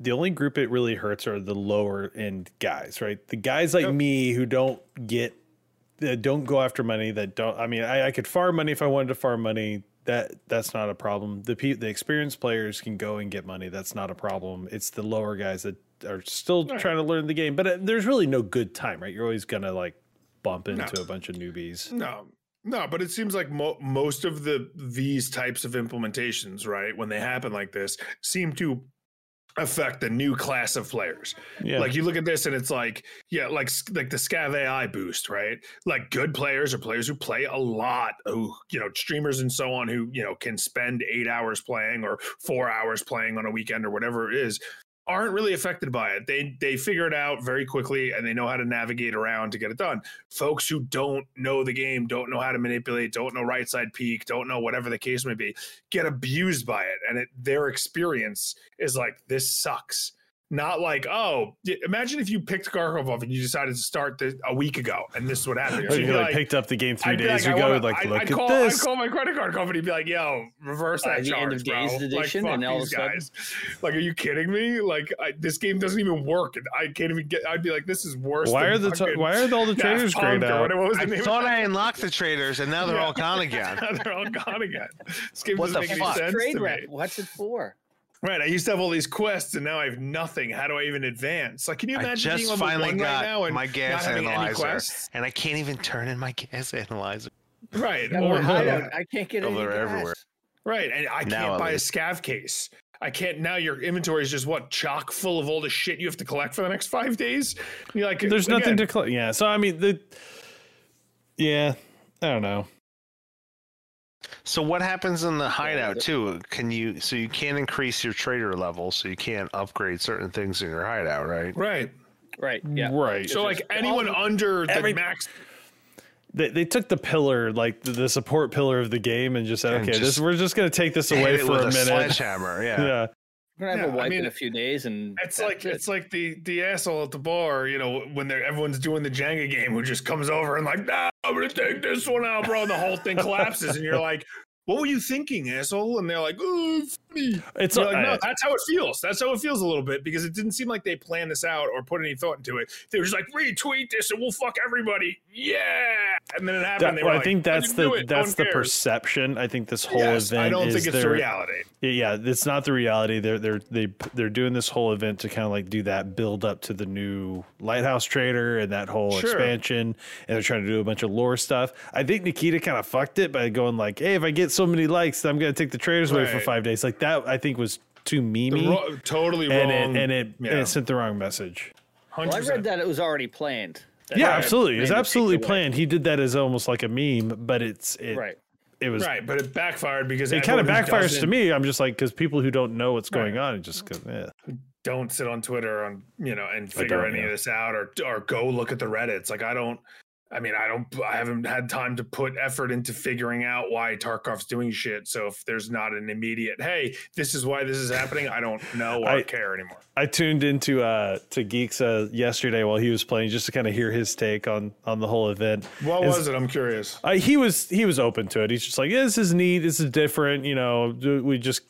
[SPEAKER 1] the only group it really hurts are the lower end guys, right? The guys like
[SPEAKER 2] Yep.
[SPEAKER 1] me who don't get that don't go after money that don't I mean I, I could farm money if I wanted to farm money that that's not a problem. The pe- the experienced players can go and get money. That's not a problem. It's the lower guys that are still
[SPEAKER 2] Right.
[SPEAKER 1] trying to learn the game. But uh, there's really no good time, right? You're always gonna like bump into a bunch of newbies.
[SPEAKER 2] no, no, but it seems like mo- most of the these types of implementations, right, when they happen like this, seem to affect the new class of players.
[SPEAKER 1] Yeah.
[SPEAKER 2] Like you look at this and it's like, yeah, like s- like the Scav AI boost, right? Like good players or players who play a lot, who you know, streamers and so on, who you know can spend eight hours playing or four hours playing on a weekend or whatever it is, aren't really affected by it. They they figure it out very quickly and they know how to navigate around to get it done. Folks who don't know the game, don't know how to manipulate, don't know right side peak, don't know whatever the case may be, get abused by it, and it, their experience is like this sucks not like oh y- imagine if you picked Garkov up and you decided to start this a week ago and this would happen
[SPEAKER 1] Or you like, picked up the game 3 days ago like
[SPEAKER 2] I,
[SPEAKER 1] look
[SPEAKER 2] I'd
[SPEAKER 1] at
[SPEAKER 2] call,
[SPEAKER 1] this.
[SPEAKER 2] I'd call my credit card company and be like, yo, reverse
[SPEAKER 4] By
[SPEAKER 2] that
[SPEAKER 4] the
[SPEAKER 2] charge,
[SPEAKER 4] end of
[SPEAKER 2] bro.
[SPEAKER 4] day's edition,
[SPEAKER 2] like, fuck
[SPEAKER 4] and all of a
[SPEAKER 2] these
[SPEAKER 4] sudden-
[SPEAKER 2] guys. Like, are you kidding me? Like, I, this game doesn't even work. And I can't even get. I'd be like, this is worse.
[SPEAKER 1] Why
[SPEAKER 2] than
[SPEAKER 1] are the
[SPEAKER 2] fucking
[SPEAKER 1] t- why are all the
[SPEAKER 2] Daft
[SPEAKER 1] traders grayed
[SPEAKER 2] Punk or
[SPEAKER 1] out?
[SPEAKER 2] whatever- What was the
[SPEAKER 3] I
[SPEAKER 2] name of
[SPEAKER 3] thought
[SPEAKER 2] that?
[SPEAKER 3] I unlocked the traders, and now they're
[SPEAKER 2] Yeah.
[SPEAKER 3] all gone again.
[SPEAKER 2] They're all gone again. This game
[SPEAKER 3] What
[SPEAKER 2] doesn't
[SPEAKER 3] the
[SPEAKER 2] make
[SPEAKER 3] fuck?
[SPEAKER 2] any sense
[SPEAKER 4] Trade
[SPEAKER 2] to
[SPEAKER 4] rep.
[SPEAKER 2] me.
[SPEAKER 4] What's it for?
[SPEAKER 2] Right. I used to have all these quests, and now I have nothing. How do I even advance? Like, can you imagine
[SPEAKER 3] I just
[SPEAKER 2] being on
[SPEAKER 3] finally
[SPEAKER 2] the one
[SPEAKER 3] got
[SPEAKER 2] right now and
[SPEAKER 3] my
[SPEAKER 2] not
[SPEAKER 3] gas
[SPEAKER 2] having any
[SPEAKER 3] analyzer,
[SPEAKER 2] quests?
[SPEAKER 3] and I can't even turn in my gas analyzer.
[SPEAKER 2] Right.
[SPEAKER 4] Yeah,
[SPEAKER 2] Or
[SPEAKER 4] well, I, don't, I can't get
[SPEAKER 3] Oh,
[SPEAKER 4] any
[SPEAKER 3] they're
[SPEAKER 4] gas.
[SPEAKER 3] everywhere.
[SPEAKER 2] right. And I
[SPEAKER 3] Now
[SPEAKER 2] can't
[SPEAKER 3] at
[SPEAKER 2] buy a
[SPEAKER 3] least.
[SPEAKER 2] scav case. I can't now your inventory is just what chock full of all the shit you have to collect for the next five days. You're like
[SPEAKER 1] There's nothing
[SPEAKER 2] again,
[SPEAKER 1] to collect. Yeah. So I mean the yeah, I don't know.
[SPEAKER 3] So what happens in the hideout
[SPEAKER 4] but-
[SPEAKER 3] too? Can you so you can't increase your trader level, so you can't upgrade certain things in your hideout, right?
[SPEAKER 2] Right.
[SPEAKER 4] Right. Yeah.
[SPEAKER 2] Mm,
[SPEAKER 1] Right.
[SPEAKER 2] So like anyone under the
[SPEAKER 1] every-
[SPEAKER 2] max
[SPEAKER 1] They, they took the pillar like the, the support pillar of the game and just said,
[SPEAKER 3] And
[SPEAKER 1] "Okay, this
[SPEAKER 3] just
[SPEAKER 1] we're just going to take this away
[SPEAKER 3] Hit it
[SPEAKER 1] for
[SPEAKER 3] with
[SPEAKER 1] a minute."
[SPEAKER 3] sledgehammer, yeah.
[SPEAKER 1] Yeah.
[SPEAKER 4] We're gonna have
[SPEAKER 2] Yeah, I
[SPEAKER 4] a wipe
[SPEAKER 2] mean,
[SPEAKER 4] in a few days, and
[SPEAKER 2] It's
[SPEAKER 4] that's
[SPEAKER 2] like
[SPEAKER 4] it.
[SPEAKER 2] it's like the the asshole at the bar, you know, when they're everyone's doing the Jenga game, who just comes over and like, nah, I'm gonna take this one out, bro, and the whole thing collapses, and you're like, what were you thinking, asshole? And they're like, ooh, funny.
[SPEAKER 1] It's
[SPEAKER 2] You're like,
[SPEAKER 1] I-
[SPEAKER 2] no, that's how it feels. That's how it feels a little bit because it didn't seem like they planned this out or put any thought into it. They were just like, retweet this and we'll fuck everybody, yeah. And then it happened.
[SPEAKER 1] that-
[SPEAKER 2] they were
[SPEAKER 1] well, I
[SPEAKER 2] like,
[SPEAKER 1] think
[SPEAKER 2] "I
[SPEAKER 1] that's
[SPEAKER 2] didn't do
[SPEAKER 1] the
[SPEAKER 2] it. No
[SPEAKER 1] that's
[SPEAKER 2] one
[SPEAKER 1] the
[SPEAKER 2] cares."
[SPEAKER 1] perception. I think this whole
[SPEAKER 2] Yes,
[SPEAKER 1] event
[SPEAKER 2] I don't
[SPEAKER 1] is
[SPEAKER 2] think it's the
[SPEAKER 1] their-
[SPEAKER 2] reality.
[SPEAKER 1] Yeah, it's not the reality. They're they're they they're doing this whole event to kind of like do that build up to the new lighthouse trader and that whole
[SPEAKER 2] Sure.
[SPEAKER 1] expansion, and they're trying to do a bunch of lore stuff. I think Nikita kind of fucked it by going like, "Hey, if I get so many likes, then I'm gonna take the traders away for
[SPEAKER 2] Right.
[SPEAKER 1] five days." Like that, I think was too
[SPEAKER 2] The
[SPEAKER 1] memey,
[SPEAKER 2] wro- totally
[SPEAKER 1] and
[SPEAKER 2] wrong.
[SPEAKER 1] it and it, and
[SPEAKER 2] yeah,
[SPEAKER 1] it sent the wrong message.
[SPEAKER 2] 100%.
[SPEAKER 4] well, I read that it was already planned. That
[SPEAKER 1] yeah,
[SPEAKER 4] they
[SPEAKER 1] absolutely, it's
[SPEAKER 4] made the
[SPEAKER 1] absolutely
[SPEAKER 4] takeaway.
[SPEAKER 1] planned. He did that as almost like a meme, but it's it
[SPEAKER 4] Right.
[SPEAKER 1] it was.
[SPEAKER 2] Right, but it backfired because
[SPEAKER 1] It kind of
[SPEAKER 2] everyone who
[SPEAKER 1] backfires to
[SPEAKER 2] doesn't-
[SPEAKER 1] me. I'm just like because people who don't know what's going
[SPEAKER 2] Right.
[SPEAKER 1] on, it just goes, eh.
[SPEAKER 2] don't sit on Twitter on you know and figure
[SPEAKER 1] don't,
[SPEAKER 2] any
[SPEAKER 1] yeah.
[SPEAKER 2] of this out or or go look at the Reddits. Like I don't I mean I don't I haven't had time to put effort into figuring out why Tarkov's doing shit. So if there's not an immediate hey, this is why this is happening, I don't know or
[SPEAKER 1] I-
[SPEAKER 2] care anymore.
[SPEAKER 1] I tuned into uh to Geeks uh, yesterday while he was playing just to kind of hear his take on on the whole event.
[SPEAKER 2] What
[SPEAKER 1] Is-
[SPEAKER 2] was it? I'm curious.
[SPEAKER 1] Uh, he was he was open to it. He's just like, yeah, this is neat, this is different. You know, d- we just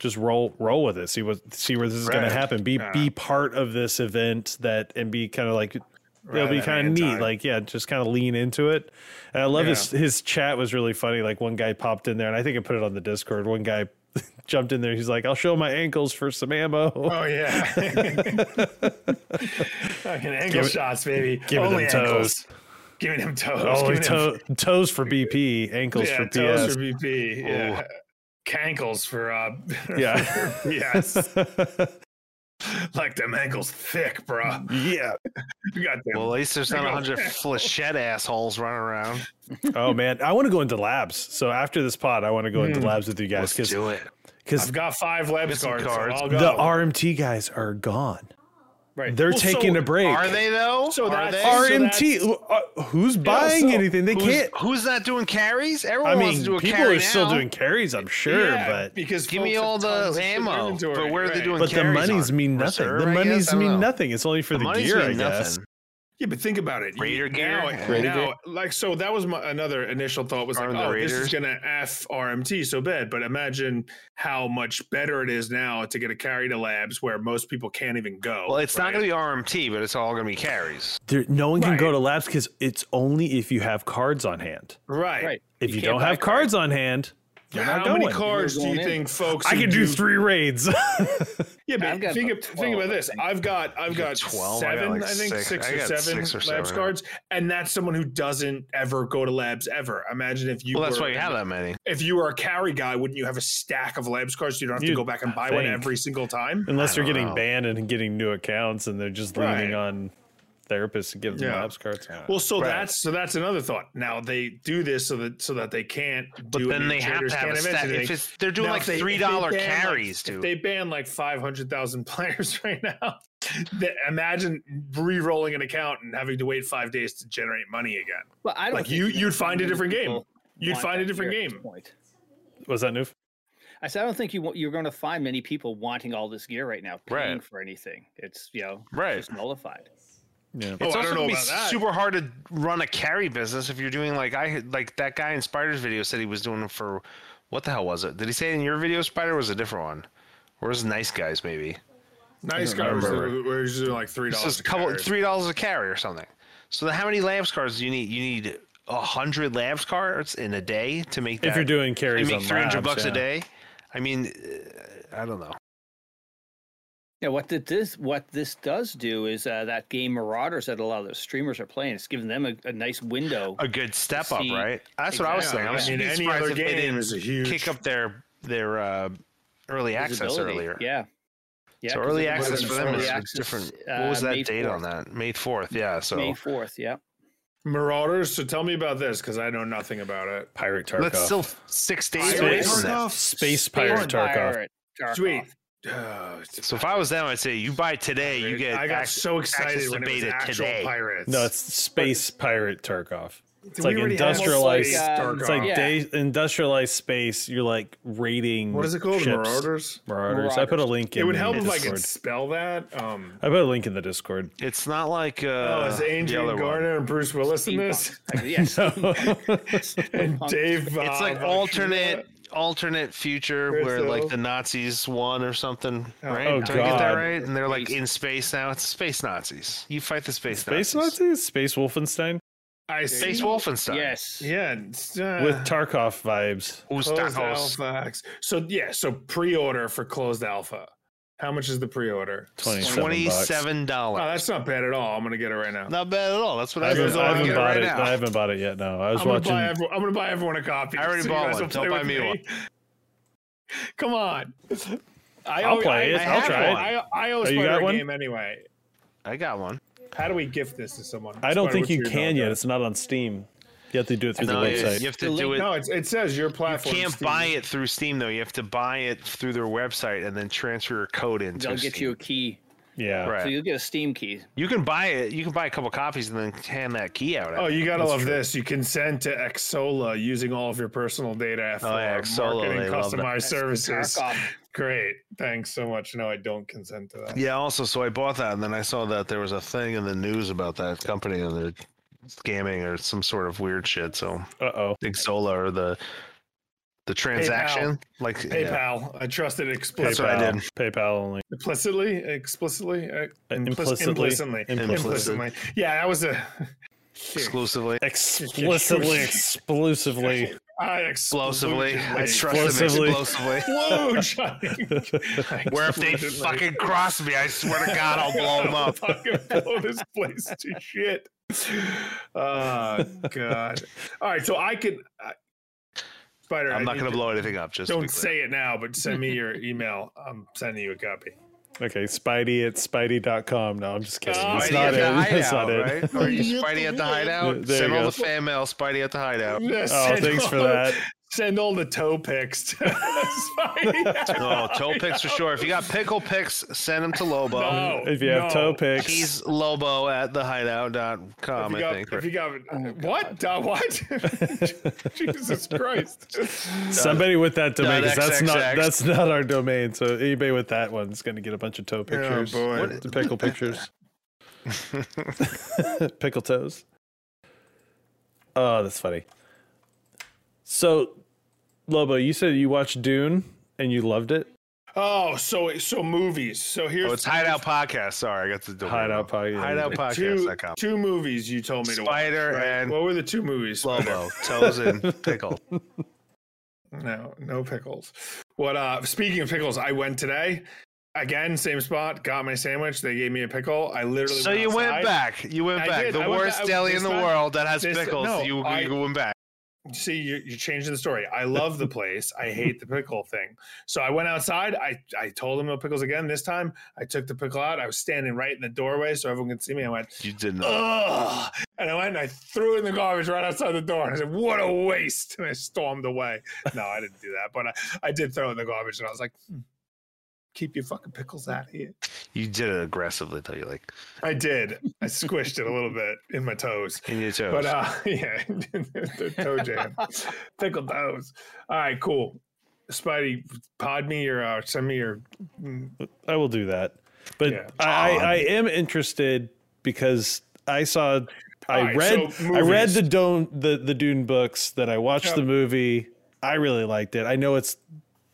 [SPEAKER 1] just roll roll with it. See what see where this is going
[SPEAKER 2] Right.
[SPEAKER 1] to happen. Be
[SPEAKER 2] Yeah.
[SPEAKER 1] be part of this event that and be kind of like
[SPEAKER 2] Rather
[SPEAKER 1] it'll be
[SPEAKER 2] than
[SPEAKER 1] kind of neat.
[SPEAKER 2] anti.
[SPEAKER 1] Like yeah, just kind of lean into it. And I love
[SPEAKER 2] Yeah.
[SPEAKER 1] his his chat was really funny. Like one guy popped in there and I think I put it on the Discord. One guy jumped in there. He's like, "I'll show my ankles for some ammo."
[SPEAKER 2] Oh yeah, Oh. fucking ankle
[SPEAKER 1] Give it-
[SPEAKER 2] shots, baby.
[SPEAKER 1] give it
[SPEAKER 2] Only
[SPEAKER 1] them toes.
[SPEAKER 2] ankles. Give me them toes.
[SPEAKER 1] Only
[SPEAKER 2] Give me
[SPEAKER 1] toe,
[SPEAKER 2] them-
[SPEAKER 1] Oh, toes for BP, ankles
[SPEAKER 2] yeah,
[SPEAKER 1] for PS.
[SPEAKER 2] toes for BP. Yeah. Cankles for uh,
[SPEAKER 1] Yeah.
[SPEAKER 2] yes, like them ankles thick, bro.
[SPEAKER 1] yeah.
[SPEAKER 2] You got them.
[SPEAKER 3] Well, at least there's not
[SPEAKER 2] There
[SPEAKER 3] a
[SPEAKER 2] you
[SPEAKER 3] hundred
[SPEAKER 2] go.
[SPEAKER 3] flechette assholes running around.
[SPEAKER 1] Oh man, I want to go into labs. So after this pod, I want to go into
[SPEAKER 2] Hmm.
[SPEAKER 1] labs with you guys
[SPEAKER 3] Let's
[SPEAKER 1] because
[SPEAKER 3] do it.
[SPEAKER 1] because
[SPEAKER 2] I've got five
[SPEAKER 3] Get
[SPEAKER 2] labs
[SPEAKER 3] some
[SPEAKER 2] cards.
[SPEAKER 3] cards.
[SPEAKER 2] So I'll
[SPEAKER 1] the
[SPEAKER 2] go.
[SPEAKER 1] RMT guys are gone.
[SPEAKER 4] Right.
[SPEAKER 1] They're
[SPEAKER 2] Well,
[SPEAKER 1] taking
[SPEAKER 2] so
[SPEAKER 1] a break.
[SPEAKER 3] Are they though?
[SPEAKER 2] So
[SPEAKER 3] Are
[SPEAKER 2] that's-
[SPEAKER 3] they?
[SPEAKER 2] Are-
[SPEAKER 1] RMT?
[SPEAKER 2] so
[SPEAKER 1] uh, who's buying
[SPEAKER 2] so
[SPEAKER 1] anything? They
[SPEAKER 3] who's,
[SPEAKER 1] can't.
[SPEAKER 3] who's not doing carries? Everyone
[SPEAKER 1] I
[SPEAKER 3] wants to
[SPEAKER 1] mean,
[SPEAKER 3] do a
[SPEAKER 1] people
[SPEAKER 3] carry
[SPEAKER 1] are still
[SPEAKER 3] now.
[SPEAKER 1] doing carries, I'm sure,
[SPEAKER 2] Yeah,
[SPEAKER 1] but
[SPEAKER 2] because
[SPEAKER 3] Give me
[SPEAKER 2] folks have
[SPEAKER 3] all the
[SPEAKER 2] tons of
[SPEAKER 3] ammo.
[SPEAKER 2] inventory,
[SPEAKER 3] But where are they
[SPEAKER 2] right.
[SPEAKER 3] doing
[SPEAKER 1] but the
[SPEAKER 3] carries
[SPEAKER 1] monies
[SPEAKER 3] on
[SPEAKER 1] mean nothing.
[SPEAKER 3] Reserve,
[SPEAKER 1] the
[SPEAKER 3] I guess?
[SPEAKER 1] monies
[SPEAKER 3] I don't
[SPEAKER 1] mean
[SPEAKER 3] know.
[SPEAKER 1] nothing. It's only for
[SPEAKER 3] The
[SPEAKER 1] the,
[SPEAKER 3] monies
[SPEAKER 1] gear, I
[SPEAKER 3] mean
[SPEAKER 1] guess.
[SPEAKER 3] nothing.
[SPEAKER 2] Yeah, but think about it. You-
[SPEAKER 3] Raider gear?
[SPEAKER 2] Now,
[SPEAKER 3] Raider
[SPEAKER 2] now like, so that was my another initial thought was like,
[SPEAKER 3] Arm the
[SPEAKER 2] oh, this
[SPEAKER 3] Raiders.
[SPEAKER 2] is going to F RMT so bad. But imagine how much better it is now to get a carry to labs where most people can't even go.
[SPEAKER 3] Well, it's not
[SPEAKER 2] right?
[SPEAKER 3] going to be RMT, but it's all going to be carries.
[SPEAKER 1] There, no one can go
[SPEAKER 2] Right.
[SPEAKER 1] to labs because it's only if you have cards on hand.
[SPEAKER 2] Right.
[SPEAKER 4] Right.
[SPEAKER 1] If you,
[SPEAKER 4] can't
[SPEAKER 1] don't
[SPEAKER 4] buy
[SPEAKER 1] have cards on hand, you're
[SPEAKER 2] How
[SPEAKER 1] not
[SPEAKER 2] many
[SPEAKER 1] going.
[SPEAKER 2] cards do
[SPEAKER 4] You're
[SPEAKER 2] you
[SPEAKER 4] going in.
[SPEAKER 2] think folks?
[SPEAKER 1] I
[SPEAKER 2] who
[SPEAKER 1] can do three raids.
[SPEAKER 2] Yeah,
[SPEAKER 4] I've
[SPEAKER 2] but
[SPEAKER 4] got
[SPEAKER 2] think, ab-
[SPEAKER 4] about
[SPEAKER 2] think
[SPEAKER 4] 12,
[SPEAKER 2] about
[SPEAKER 4] I
[SPEAKER 2] this.
[SPEAKER 4] think.
[SPEAKER 2] I've got I've got
[SPEAKER 3] got 12, I got
[SPEAKER 2] seven, I,
[SPEAKER 3] like
[SPEAKER 2] think
[SPEAKER 3] six.
[SPEAKER 2] six,
[SPEAKER 3] I
[SPEAKER 2] or
[SPEAKER 3] got
[SPEAKER 2] seven
[SPEAKER 3] six or
[SPEAKER 2] labs
[SPEAKER 3] seven.
[SPEAKER 2] cards, and that's someone who doesn't ever go to labs ever. Imagine if you
[SPEAKER 3] Well, that's
[SPEAKER 2] were
[SPEAKER 3] why you
[SPEAKER 2] in
[SPEAKER 3] have that many.
[SPEAKER 2] if you were a carry guy, wouldn't you have a stack of labs cards? So you don't have
[SPEAKER 1] You'd
[SPEAKER 2] to go back and buy one
[SPEAKER 1] think.
[SPEAKER 2] every single time.
[SPEAKER 1] Unless you're
[SPEAKER 3] don't
[SPEAKER 1] getting
[SPEAKER 3] know.
[SPEAKER 1] banned and getting new accounts, and they're just leaning
[SPEAKER 2] Right.
[SPEAKER 1] on therapists to give them
[SPEAKER 2] Yeah.
[SPEAKER 1] labs cards.
[SPEAKER 2] Well, so
[SPEAKER 3] Right.
[SPEAKER 2] that's so that's another thought. Now they do this so that so that they can't.
[SPEAKER 3] But
[SPEAKER 2] do it
[SPEAKER 3] then
[SPEAKER 2] and
[SPEAKER 3] they have
[SPEAKER 2] traders
[SPEAKER 3] to have a
[SPEAKER 2] can't event
[SPEAKER 3] stat. If
[SPEAKER 2] anything.
[SPEAKER 3] it's, they're doing
[SPEAKER 2] Now,
[SPEAKER 3] like
[SPEAKER 2] if they- if they
[SPEAKER 3] three dollar
[SPEAKER 2] ban, like-
[SPEAKER 3] carries,
[SPEAKER 2] If
[SPEAKER 3] dude.
[SPEAKER 2] they ban like five hundred thousand players right now, that, imagine re-rolling an account and having to wait five days to generate money again.
[SPEAKER 4] But I don't
[SPEAKER 2] Like,
[SPEAKER 4] think
[SPEAKER 2] you-
[SPEAKER 4] you're gonna
[SPEAKER 2] you'd
[SPEAKER 4] see
[SPEAKER 2] find a
[SPEAKER 4] many
[SPEAKER 2] different game.
[SPEAKER 4] people
[SPEAKER 2] You'd
[SPEAKER 4] want
[SPEAKER 2] find a
[SPEAKER 4] that
[SPEAKER 2] different
[SPEAKER 4] gear at this
[SPEAKER 2] game.
[SPEAKER 4] point.
[SPEAKER 1] was that new?
[SPEAKER 4] I said I don't think you wa- you're going to find many people wanting all this gear right now,
[SPEAKER 3] Right.
[SPEAKER 4] paying for anything. It's you know
[SPEAKER 3] Right.
[SPEAKER 4] just nullified.
[SPEAKER 1] Yeah.
[SPEAKER 3] It's
[SPEAKER 2] Oh, I
[SPEAKER 3] also
[SPEAKER 2] don't know
[SPEAKER 3] gonna be
[SPEAKER 2] about that.
[SPEAKER 3] super hard to run a carry business if you're doing like I like that guy in Spider's video said he was doing it for what the hell was it? Did he say it in your video Spider or was it a different one? Or was it nice guys maybe?
[SPEAKER 2] Nice cards
[SPEAKER 3] remember.
[SPEAKER 2] where where you're doing like three
[SPEAKER 3] This
[SPEAKER 2] dollars.
[SPEAKER 3] was a couple three dollars a carry or something. So then how many labs cards do you need? You need a hundred labs cards in a day to make that
[SPEAKER 1] If you're doing
[SPEAKER 3] to
[SPEAKER 1] carries
[SPEAKER 3] make
[SPEAKER 1] on
[SPEAKER 3] three
[SPEAKER 1] labs,
[SPEAKER 3] hundred bucks
[SPEAKER 1] yeah.
[SPEAKER 3] a day. I mean uh, I don't know.
[SPEAKER 4] Yeah, what did this what this does do is uh, that game Marauders that a lot of the streamers are playing. It's giving them a, a nice window.
[SPEAKER 3] A good step up,
[SPEAKER 4] See,
[SPEAKER 3] right? That's what I was
[SPEAKER 4] exactly.
[SPEAKER 3] saying. I was
[SPEAKER 2] I mean,
[SPEAKER 3] surprised
[SPEAKER 2] any other
[SPEAKER 3] if they
[SPEAKER 2] game
[SPEAKER 3] didn't
[SPEAKER 2] is a huge
[SPEAKER 3] kick up their their uh, early access
[SPEAKER 4] visibility.
[SPEAKER 3] earlier.
[SPEAKER 4] Yeah. Yeah,
[SPEAKER 3] so
[SPEAKER 4] 'cause
[SPEAKER 3] early
[SPEAKER 4] it was
[SPEAKER 3] access
[SPEAKER 2] in
[SPEAKER 3] for them
[SPEAKER 2] early
[SPEAKER 3] is
[SPEAKER 4] access,
[SPEAKER 3] different. What was
[SPEAKER 4] uh,
[SPEAKER 3] that
[SPEAKER 4] May
[SPEAKER 3] date on
[SPEAKER 4] 4th.
[SPEAKER 3] that? May fourth. Yeah. So
[SPEAKER 4] May fourth, yeah.
[SPEAKER 2] Marauders. So tell me about this because I know nothing about it.
[SPEAKER 1] Pirate Tarkov.
[SPEAKER 3] that's still six days
[SPEAKER 1] Space,
[SPEAKER 3] away
[SPEAKER 1] Pirate
[SPEAKER 3] from that.
[SPEAKER 1] Space Pirate Tarkov.
[SPEAKER 4] Pirate Tarkov.
[SPEAKER 2] Sweet. Oh,
[SPEAKER 3] So if I was them, I'd say you buy today, you get.
[SPEAKER 2] I got
[SPEAKER 3] ac-
[SPEAKER 2] so excited
[SPEAKER 3] access
[SPEAKER 2] when
[SPEAKER 3] to
[SPEAKER 2] it was
[SPEAKER 3] beta
[SPEAKER 2] actual
[SPEAKER 3] today.
[SPEAKER 2] pirates.
[SPEAKER 1] No, it's Space Pirate Tarkov. It's
[SPEAKER 2] We
[SPEAKER 1] like
[SPEAKER 2] already had
[SPEAKER 1] industrialized.
[SPEAKER 4] Space Tarkov.
[SPEAKER 1] It's like
[SPEAKER 4] Yeah.
[SPEAKER 1] day, industrialized space. You're like raiding.
[SPEAKER 2] What is it called?
[SPEAKER 1] ships.
[SPEAKER 2] Marauders.
[SPEAKER 1] Marauders. I put a link in.
[SPEAKER 2] It would
[SPEAKER 1] the
[SPEAKER 2] help if I
[SPEAKER 1] Discord.
[SPEAKER 2] could spell that. Um,
[SPEAKER 1] I put a link in the Discord.
[SPEAKER 3] It's not like. Uh,
[SPEAKER 2] oh, is
[SPEAKER 3] the
[SPEAKER 2] Andrew
[SPEAKER 3] other one.
[SPEAKER 2] Garner and Bruce Willis in this?
[SPEAKER 4] Steampunk. Yes.
[SPEAKER 2] And Dave.
[SPEAKER 3] It's like alternate, alternate future
[SPEAKER 2] Where's
[SPEAKER 3] where
[SPEAKER 2] the-
[SPEAKER 3] like the Nazis won or something, right?
[SPEAKER 1] Oh,
[SPEAKER 3] Did I get that
[SPEAKER 1] God.
[SPEAKER 3] right? And they're like in space now. It's space Nazis. You fight the space,
[SPEAKER 1] Space
[SPEAKER 3] Nazis.
[SPEAKER 1] Nazis. Space Wolfenstein
[SPEAKER 2] I
[SPEAKER 3] Space
[SPEAKER 2] see.
[SPEAKER 3] Wolfenstein.
[SPEAKER 4] yes.
[SPEAKER 2] Yeah. it's, uh,
[SPEAKER 1] with Tarkov vibes.
[SPEAKER 3] Who's
[SPEAKER 2] closed
[SPEAKER 3] Thanos?
[SPEAKER 2] alpha. So yeah. So pre-order for closed alpha. How much is the pre-order?
[SPEAKER 1] Twenty-seven. bucks.
[SPEAKER 3] Twenty-seven
[SPEAKER 2] Oh,
[SPEAKER 3] dollars.
[SPEAKER 2] that's not bad at all. I'm gonna get it right now.
[SPEAKER 3] Not bad at all. That's what
[SPEAKER 1] I
[SPEAKER 3] I,
[SPEAKER 1] haven't,
[SPEAKER 3] was
[SPEAKER 1] I
[SPEAKER 2] Amazon.
[SPEAKER 3] I
[SPEAKER 1] haven't
[SPEAKER 3] get
[SPEAKER 1] bought
[SPEAKER 3] right
[SPEAKER 1] it.
[SPEAKER 3] now.
[SPEAKER 1] I haven't bought it yet. No, I was
[SPEAKER 2] I'm gonna,
[SPEAKER 1] watching.
[SPEAKER 2] buy everyone, I'm gonna buy everyone a copy.
[SPEAKER 3] I already
[SPEAKER 2] you
[SPEAKER 3] bought
[SPEAKER 2] guys
[SPEAKER 3] one.
[SPEAKER 2] will
[SPEAKER 3] Don't
[SPEAKER 2] play
[SPEAKER 3] buy
[SPEAKER 2] with
[SPEAKER 3] me one.
[SPEAKER 2] Come on. I
[SPEAKER 1] I'll
[SPEAKER 2] owe-
[SPEAKER 1] play
[SPEAKER 2] I-
[SPEAKER 1] it.
[SPEAKER 2] I
[SPEAKER 1] I'll
[SPEAKER 2] have
[SPEAKER 1] try
[SPEAKER 2] one.
[SPEAKER 1] it.
[SPEAKER 2] I, I owe
[SPEAKER 1] Oh, you
[SPEAKER 2] Spider
[SPEAKER 1] got
[SPEAKER 2] a
[SPEAKER 1] one?
[SPEAKER 2] game anyway.
[SPEAKER 3] I got one.
[SPEAKER 2] How do we gift this to someone?
[SPEAKER 1] I don't
[SPEAKER 2] Spider,
[SPEAKER 1] think
[SPEAKER 2] what's
[SPEAKER 1] you
[SPEAKER 2] your
[SPEAKER 1] can yet.
[SPEAKER 2] number?
[SPEAKER 1] It's not on Steam. You have to do it through
[SPEAKER 3] No,
[SPEAKER 1] the
[SPEAKER 3] you,
[SPEAKER 1] website.
[SPEAKER 3] you have to
[SPEAKER 4] The
[SPEAKER 3] do
[SPEAKER 4] link-
[SPEAKER 3] it.
[SPEAKER 2] No, it's, it says your
[SPEAKER 3] you
[SPEAKER 2] platform.
[SPEAKER 3] can't
[SPEAKER 2] Steam.
[SPEAKER 3] buy it through Steam though. You have to buy it through their website and then transfer your code into.
[SPEAKER 4] They'll get
[SPEAKER 3] Steam.
[SPEAKER 4] you a key.
[SPEAKER 1] yeah.
[SPEAKER 3] Right.
[SPEAKER 4] So you'll get a Steam key.
[SPEAKER 3] You can buy it. You can buy a couple copies and then hand that key out.
[SPEAKER 2] Oh,
[SPEAKER 3] after.
[SPEAKER 2] you gotta love this. You consent to Exola using all of your personal data for
[SPEAKER 3] Oh, yeah, Xsola,
[SPEAKER 2] marketing
[SPEAKER 3] they love that.
[SPEAKER 2] customized services.
[SPEAKER 4] Tarkov.
[SPEAKER 2] Great. Thanks so much. No, I don't consent to that.
[SPEAKER 3] Yeah. Also, so I bought that, and then I saw that there was a thing in the news about that company and they're scamming or some sort of weird shit. So
[SPEAKER 1] Uh oh.
[SPEAKER 3] Exola or the The transaction, like yeah.
[SPEAKER 2] PayPal. I trusted it explicitly.
[SPEAKER 3] That's what I did.
[SPEAKER 1] PayPal only.
[SPEAKER 2] implicitly explicitly uh, implicitly
[SPEAKER 1] Implicitly.
[SPEAKER 2] implicitly
[SPEAKER 1] Implicit.
[SPEAKER 2] implicitly yeah that was a
[SPEAKER 3] exclusively.
[SPEAKER 1] Explicitly, exclusively.
[SPEAKER 2] I
[SPEAKER 3] Explosively, I
[SPEAKER 2] exploded.
[SPEAKER 3] trust them
[SPEAKER 1] Explosively.
[SPEAKER 3] explosively.
[SPEAKER 2] Whoa, Johnny.
[SPEAKER 3] Where if they
[SPEAKER 2] Exploded, like,
[SPEAKER 3] fucking cross me, I swear to God, I'll blow them
[SPEAKER 2] I'll
[SPEAKER 3] up.
[SPEAKER 2] Fucking blow this place to shit. Oh god. All right, so I can. I Spider,
[SPEAKER 3] I'm
[SPEAKER 2] I
[SPEAKER 3] not
[SPEAKER 2] need
[SPEAKER 3] gonna
[SPEAKER 2] to-
[SPEAKER 3] blow anything up. Just to be
[SPEAKER 2] Don't
[SPEAKER 3] clear.
[SPEAKER 2] say it now, but send me your email. I'm sending you a copy.
[SPEAKER 1] Okay, Spidey at Spidey.com. No, I'm just kidding.
[SPEAKER 2] Oh,
[SPEAKER 1] That's
[SPEAKER 3] Spidey
[SPEAKER 1] not
[SPEAKER 3] at
[SPEAKER 1] it.
[SPEAKER 3] the
[SPEAKER 1] That's
[SPEAKER 3] hideout,
[SPEAKER 1] not it.
[SPEAKER 3] right? Or you Spidey at the hideout.
[SPEAKER 1] There you
[SPEAKER 3] Send
[SPEAKER 1] go.
[SPEAKER 3] all the fan mail. Spidey at the hideout.
[SPEAKER 2] Yeah,
[SPEAKER 1] Oh,
[SPEAKER 2] send
[SPEAKER 1] thanks for
[SPEAKER 2] all-
[SPEAKER 1] that.
[SPEAKER 2] Send all the toe pics. To Spidey.
[SPEAKER 3] Oh, toe picks for sure. If you got pickle picks, send them to Lobo.
[SPEAKER 2] No,
[SPEAKER 1] If you have
[SPEAKER 2] no.
[SPEAKER 1] toe picks,
[SPEAKER 3] He's Lobo at the hideout.com,
[SPEAKER 2] If
[SPEAKER 3] I
[SPEAKER 2] you got,
[SPEAKER 3] think.
[SPEAKER 2] if you got what? Uh, what? Jesus Christ!
[SPEAKER 1] somebody with that domain,
[SPEAKER 3] dot
[SPEAKER 1] 'cause that's not
[SPEAKER 3] XXX.
[SPEAKER 1] that's not our domain. So anybody with that one's going to get a bunch of toe pictures,
[SPEAKER 2] boy.
[SPEAKER 1] What- the pickle pictures, pickle toes. Oh, that's funny. So, Lobo, you said you watched Dune and you loved it.
[SPEAKER 2] Oh, so so movies. So here's
[SPEAKER 3] Oh, it's Hideout Podcast. Sorry, I got the domain
[SPEAKER 1] Hideout
[SPEAKER 3] wrong.
[SPEAKER 1] Podcast.
[SPEAKER 3] Hideout
[SPEAKER 2] two,
[SPEAKER 3] Podcast.com.
[SPEAKER 2] two movies you told me to watch.
[SPEAKER 3] Spider
[SPEAKER 2] right?
[SPEAKER 3] and
[SPEAKER 2] What were the two movies?
[SPEAKER 3] Lobo, toes and pickle.
[SPEAKER 2] No, no pickles. What? uh Speaking of pickles, I went today. Again, same spot. Got my sandwich. They gave me a pickle. I literally.
[SPEAKER 3] So you went
[SPEAKER 2] outside.
[SPEAKER 3] back. You went
[SPEAKER 2] I
[SPEAKER 3] back.
[SPEAKER 2] did.
[SPEAKER 3] The
[SPEAKER 2] I went
[SPEAKER 3] worst
[SPEAKER 2] back-
[SPEAKER 3] deli in
[SPEAKER 2] this
[SPEAKER 3] the
[SPEAKER 2] time-
[SPEAKER 3] world that has
[SPEAKER 2] this-
[SPEAKER 3] pickles.
[SPEAKER 2] no,
[SPEAKER 3] you,
[SPEAKER 2] I-
[SPEAKER 3] you went back.
[SPEAKER 2] see you're, you're changing the story i love the place i hate the pickle thing so i went outside i i told them no pickles again this time i took the pickle out i was standing right in the doorway so everyone could see me i went
[SPEAKER 3] You did not.
[SPEAKER 2] Ugh! And I went and I threw it in the garbage right outside the door. And I said, What a waste. And I stormed away. No, I didn't do that. But I, I did throw it in the garbage. And I was like, "Hmm, Keep your fucking pickles out of here.
[SPEAKER 3] You did it aggressively, though. You like
[SPEAKER 2] I did. I squished it a little bit in my toes.
[SPEAKER 3] in your toes.
[SPEAKER 2] But uh, yeah, the toe jam, pickle toes. All right, cool. Spidey, pod me your uh, send me your. mm,
[SPEAKER 1] I will do that. But
[SPEAKER 2] Yeah.
[SPEAKER 1] I,
[SPEAKER 3] Odd.
[SPEAKER 1] I, I am interested because I saw I
[SPEAKER 2] All right,
[SPEAKER 1] read
[SPEAKER 2] so
[SPEAKER 1] I read
[SPEAKER 2] movies.
[SPEAKER 1] the Dune the, the Dune books that I watched
[SPEAKER 2] Yeah.
[SPEAKER 1] the movie. I really liked it. I know it's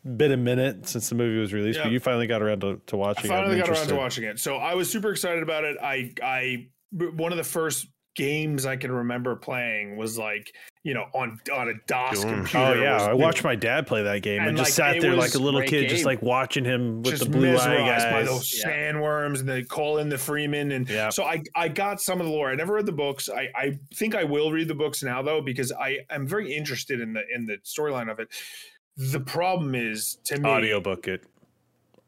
[SPEAKER 1] been a minute since the movie was released,
[SPEAKER 2] Yeah.
[SPEAKER 1] but you finally got around to, to watching it. I'm
[SPEAKER 2] Finally got around to
[SPEAKER 1] interested.
[SPEAKER 2] watching it, so I was super excited about it. I I one of the first games I can remember playing was like you know on on a DOS
[SPEAKER 3] Doom.
[SPEAKER 2] computer.
[SPEAKER 1] Oh yeah,
[SPEAKER 2] was
[SPEAKER 1] I
[SPEAKER 2] the-
[SPEAKER 1] watched my dad play that game and,
[SPEAKER 2] And,
[SPEAKER 1] just
[SPEAKER 2] like,
[SPEAKER 1] sat
[SPEAKER 2] it
[SPEAKER 1] there like
[SPEAKER 2] was
[SPEAKER 1] a little
[SPEAKER 4] great
[SPEAKER 1] kid, just
[SPEAKER 4] game.
[SPEAKER 1] like watching him with
[SPEAKER 2] just
[SPEAKER 1] the blue eye
[SPEAKER 2] mesmerized by
[SPEAKER 1] guys.
[SPEAKER 2] those
[SPEAKER 4] Yeah.
[SPEAKER 2] sandworms and they call in the Freeman and
[SPEAKER 1] Yeah.
[SPEAKER 2] so I I got some of the lore. I never read the books. I I think I will read the books now though because I I'm very interested in the in the storyline of it. The problem is to me
[SPEAKER 1] Audiobook it.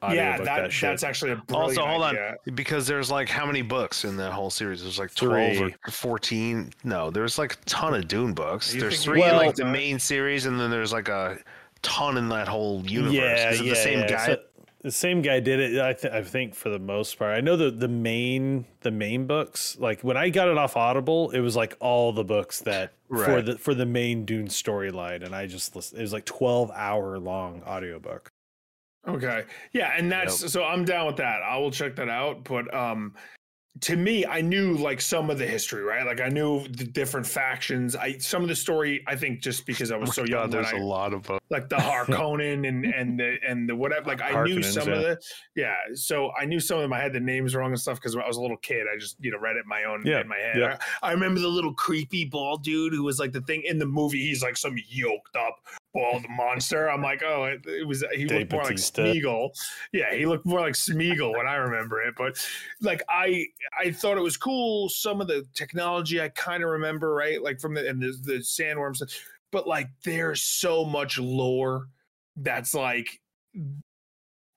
[SPEAKER 2] yeah
[SPEAKER 1] Audiobook
[SPEAKER 2] that, that's actually a brilliant
[SPEAKER 3] also, hold on,
[SPEAKER 2] idea.
[SPEAKER 3] because there's like how many books in that whole series? There's like twelve
[SPEAKER 1] Three.
[SPEAKER 3] or fourteen. No, there's like a ton of Dune books.
[SPEAKER 2] You think-
[SPEAKER 3] There's three in
[SPEAKER 1] Well-
[SPEAKER 3] like the main series, and then there's like a ton in that whole universe. Is it the same guy?
[SPEAKER 1] So the same guy did it. I, th- I think for the most part. I know the the main the main books. Like when I got it off Audible, it was like all the books that for
[SPEAKER 3] Right.
[SPEAKER 1] the for the main Dune storyline, and I just listened. It was like twelve hour long audiobook.
[SPEAKER 2] Okay. Yeah, and that's so I'm down with that. I will check that out, but um to me, I knew like some of the history, right? Like I knew the different factions. I some of the story, I think, just because I was Oh so
[SPEAKER 3] Oh God,
[SPEAKER 2] young. when
[SPEAKER 3] there's
[SPEAKER 2] I,
[SPEAKER 3] a lot of books.
[SPEAKER 2] like the Harkonnen and and the and the whatever. Like I knew
[SPEAKER 1] Harkonnens,
[SPEAKER 2] some of
[SPEAKER 1] yeah.
[SPEAKER 2] the yeah. So I knew some of them. I had the names wrong and stuff because when I was a little kid, I just you know read it my own
[SPEAKER 1] Yeah,
[SPEAKER 2] in my head.
[SPEAKER 1] yeah.
[SPEAKER 2] I, I remember the little creepy bald dude who was like the thing in the movie. He's like some yoked up bald monster. I'm like, oh, it, it was he
[SPEAKER 1] Dave
[SPEAKER 2] looked more
[SPEAKER 1] Bautista.
[SPEAKER 2] like Smeagol. Yeah, he looked more like Smeagol when I remember it. But like I I thought it was cool. Some of the technology I kind of remember, right? Like from the and the, the sandworms, but like there's so much lore that's like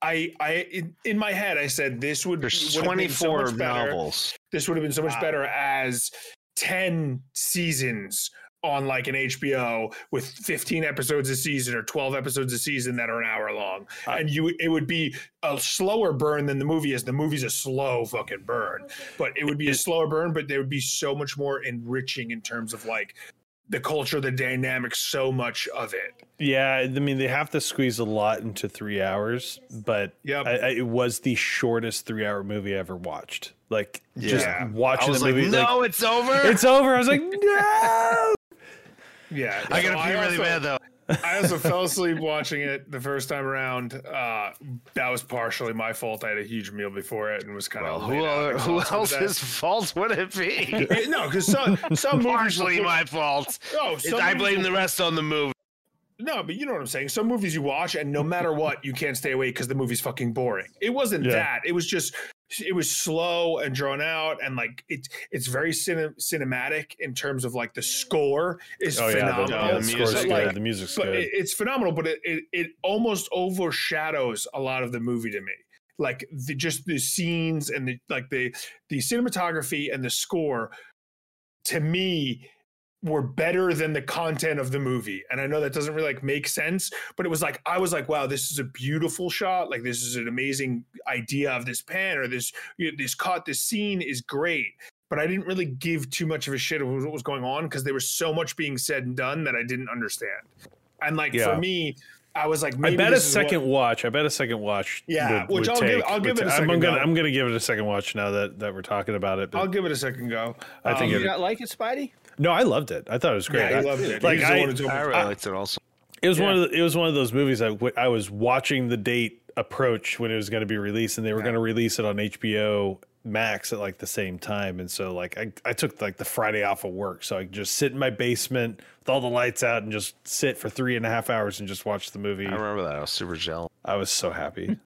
[SPEAKER 2] I I in, in my head I said this would
[SPEAKER 3] There's
[SPEAKER 2] would have been so
[SPEAKER 3] 24
[SPEAKER 2] much better-
[SPEAKER 3] novels.
[SPEAKER 2] This would have been so much
[SPEAKER 4] Wow.
[SPEAKER 2] better as ten seasons on like an HBO with 15 episodes a season or 12 episodes a season that are an hour long.
[SPEAKER 1] I-
[SPEAKER 2] and you it would be a slower burn than the movie is. The movie's a slow fucking burn. But it would be a slower burn, but there would be so much more enriching in terms of like the culture, the dynamic, so much of it.
[SPEAKER 1] Yeah, I mean they have to squeeze a lot into three hours, but
[SPEAKER 2] Yep.
[SPEAKER 1] I, I, it was the shortest three hour movie I ever watched. Like just
[SPEAKER 2] Yeah.
[SPEAKER 3] I
[SPEAKER 1] watching the
[SPEAKER 3] was like,
[SPEAKER 1] movie, like,
[SPEAKER 3] no, it's over.
[SPEAKER 1] it's over. I was like, no.
[SPEAKER 2] yeah.
[SPEAKER 3] I
[SPEAKER 2] So
[SPEAKER 3] gotta pee really
[SPEAKER 2] also-
[SPEAKER 3] bad though.
[SPEAKER 2] I also fell asleep watching it the first time around. Uh, that was partially my fault. I had a huge meal before it and was kind
[SPEAKER 3] Well,
[SPEAKER 2] of
[SPEAKER 3] who, other, who else's fault would it be?
[SPEAKER 2] no, because some some movies
[SPEAKER 3] Partially
[SPEAKER 2] before-
[SPEAKER 3] my fault.
[SPEAKER 2] No,
[SPEAKER 3] It's-
[SPEAKER 2] some
[SPEAKER 3] I
[SPEAKER 2] movies
[SPEAKER 3] blame the rest on the movie.
[SPEAKER 2] No, but you know what I'm saying. Some movies you watch, and no matter what, you can't stay away because the movie's fucking boring. It wasn't
[SPEAKER 1] Yeah.
[SPEAKER 2] that. It was just it was slow and drawn out, and like it's it's very cine- cinematic in terms of like the score is
[SPEAKER 1] Oh yeah, the,
[SPEAKER 2] phenomenal.
[SPEAKER 1] yeah, the
[SPEAKER 3] Phenomenal.
[SPEAKER 1] score's
[SPEAKER 3] But,
[SPEAKER 1] good.
[SPEAKER 2] like-
[SPEAKER 1] the music's
[SPEAKER 2] but
[SPEAKER 1] good.
[SPEAKER 2] it, it's phenomenal. But it, it it almost overshadows a lot of the movie to me. Like the, just the scenes and the like the the cinematography and the score to me were better than the content of the movie. And I know that doesn't really like make sense, but it was like I was like, wow, this is a beautiful shot. Like this is an amazing idea of this pan or this you know, this caught this scene is great. But I didn't really give too much of a shit of what was going on because there was so much being said and done that I didn't understand. And like
[SPEAKER 1] Yeah.
[SPEAKER 2] for me, I was like,
[SPEAKER 1] I
[SPEAKER 2] maybe
[SPEAKER 1] bet a
[SPEAKER 2] this is what-
[SPEAKER 1] second watch. I bet a second watch.
[SPEAKER 2] Yeah, which I'll give- I'll
[SPEAKER 1] would
[SPEAKER 2] give it a
[SPEAKER 1] ta- I'm
[SPEAKER 2] second
[SPEAKER 1] gonna
[SPEAKER 2] go.
[SPEAKER 1] I'm gonna give it a second watch now that that we're talking about it. but-
[SPEAKER 2] I'll give it a second go. Um,
[SPEAKER 1] I think
[SPEAKER 4] you
[SPEAKER 1] it-
[SPEAKER 4] not like it, Spidey?
[SPEAKER 1] no, I loved it. I thought it was great.
[SPEAKER 2] yeah,
[SPEAKER 1] I-
[SPEAKER 2] I loved it.
[SPEAKER 1] like,
[SPEAKER 2] He's the
[SPEAKER 1] I-
[SPEAKER 2] one who told me-
[SPEAKER 3] I really liked it also.
[SPEAKER 1] It was one
[SPEAKER 2] Yeah.
[SPEAKER 1] of the, it was one of those movies that w- I was watching the date approach when it was going to be released, and they were going to release it on HBO Max at like the same time. And so like I, I took like the Friday off of work, so I could just sit in my basement with all the lights out and just sit for three and a half hours and just watch the movie.
[SPEAKER 3] I remember that. I was super jealous.
[SPEAKER 1] I was so happy.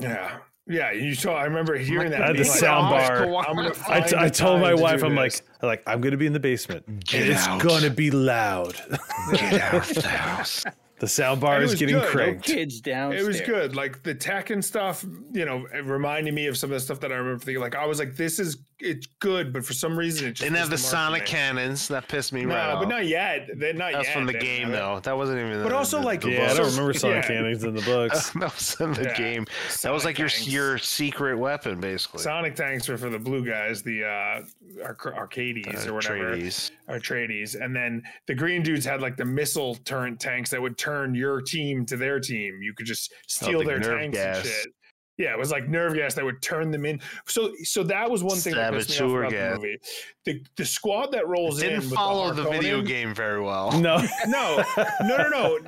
[SPEAKER 2] yeah. Yeah, you saw. I remember hearing that.
[SPEAKER 1] I had the
[SPEAKER 2] being like,
[SPEAKER 1] sound
[SPEAKER 2] "Oh,
[SPEAKER 1] bar.
[SPEAKER 2] I'm gonna
[SPEAKER 1] I, t-
[SPEAKER 2] find
[SPEAKER 1] I
[SPEAKER 2] the
[SPEAKER 1] told my
[SPEAKER 2] time to
[SPEAKER 1] wife,
[SPEAKER 2] do
[SPEAKER 1] I'm
[SPEAKER 2] this."
[SPEAKER 1] like, I'm like I'm going to be in the basement.
[SPEAKER 3] Get
[SPEAKER 1] and it's
[SPEAKER 3] out.
[SPEAKER 1] going to be loud.
[SPEAKER 3] Get out of the house.
[SPEAKER 1] the sound bar
[SPEAKER 2] And it
[SPEAKER 1] is
[SPEAKER 2] was
[SPEAKER 1] getting
[SPEAKER 2] good, no
[SPEAKER 1] cranked.
[SPEAKER 4] Kids downstairs.
[SPEAKER 2] It was good. Like the tech and stuff, you know, it reminded me of some of the stuff that I remember thinking. Like I was like, this is it's good, but for some reason it just
[SPEAKER 3] Didn't have the
[SPEAKER 2] missed mark
[SPEAKER 3] sonic
[SPEAKER 2] for me.
[SPEAKER 3] cannons. That pissed me
[SPEAKER 2] No,
[SPEAKER 3] right off.
[SPEAKER 2] but not yet. They're not
[SPEAKER 3] That's
[SPEAKER 2] yet.
[SPEAKER 3] from the
[SPEAKER 2] They didn't
[SPEAKER 3] game,
[SPEAKER 2] have it.
[SPEAKER 3] though. That wasn't even.
[SPEAKER 2] But
[SPEAKER 3] the-
[SPEAKER 2] also,
[SPEAKER 3] the-
[SPEAKER 2] like,
[SPEAKER 3] the
[SPEAKER 1] Yeah, I
[SPEAKER 3] book.
[SPEAKER 1] don't remember
[SPEAKER 2] Yeah.
[SPEAKER 1] Sonic Cannons in the books.
[SPEAKER 3] that was in the
[SPEAKER 2] Yeah.
[SPEAKER 3] game. That was
[SPEAKER 2] Sonic
[SPEAKER 3] like your
[SPEAKER 2] Tanks.
[SPEAKER 3] your secret weapon, basically.
[SPEAKER 2] Sonic tanks were for the blue guys, the uh, Arc- Arcades
[SPEAKER 3] Uh,
[SPEAKER 2] or whatever,
[SPEAKER 3] Atreides.
[SPEAKER 2] Arcades, and then the green dudes had like the missile turret tanks that would turn your team to their team. You could just steal
[SPEAKER 3] the
[SPEAKER 2] their
[SPEAKER 3] nerve
[SPEAKER 2] tanks
[SPEAKER 3] gas.
[SPEAKER 2] and shit. Yeah, it was like nerve gas that would turn them in. So, so that was one thing that pissed me off
[SPEAKER 3] Saboteur
[SPEAKER 2] about
[SPEAKER 3] gas.
[SPEAKER 2] the movie. The the squad that rolls in
[SPEAKER 3] Didn't
[SPEAKER 2] with
[SPEAKER 3] follow the, video
[SPEAKER 2] Harkonnen-
[SPEAKER 3] game very well.
[SPEAKER 1] no.
[SPEAKER 2] No, no, no, no.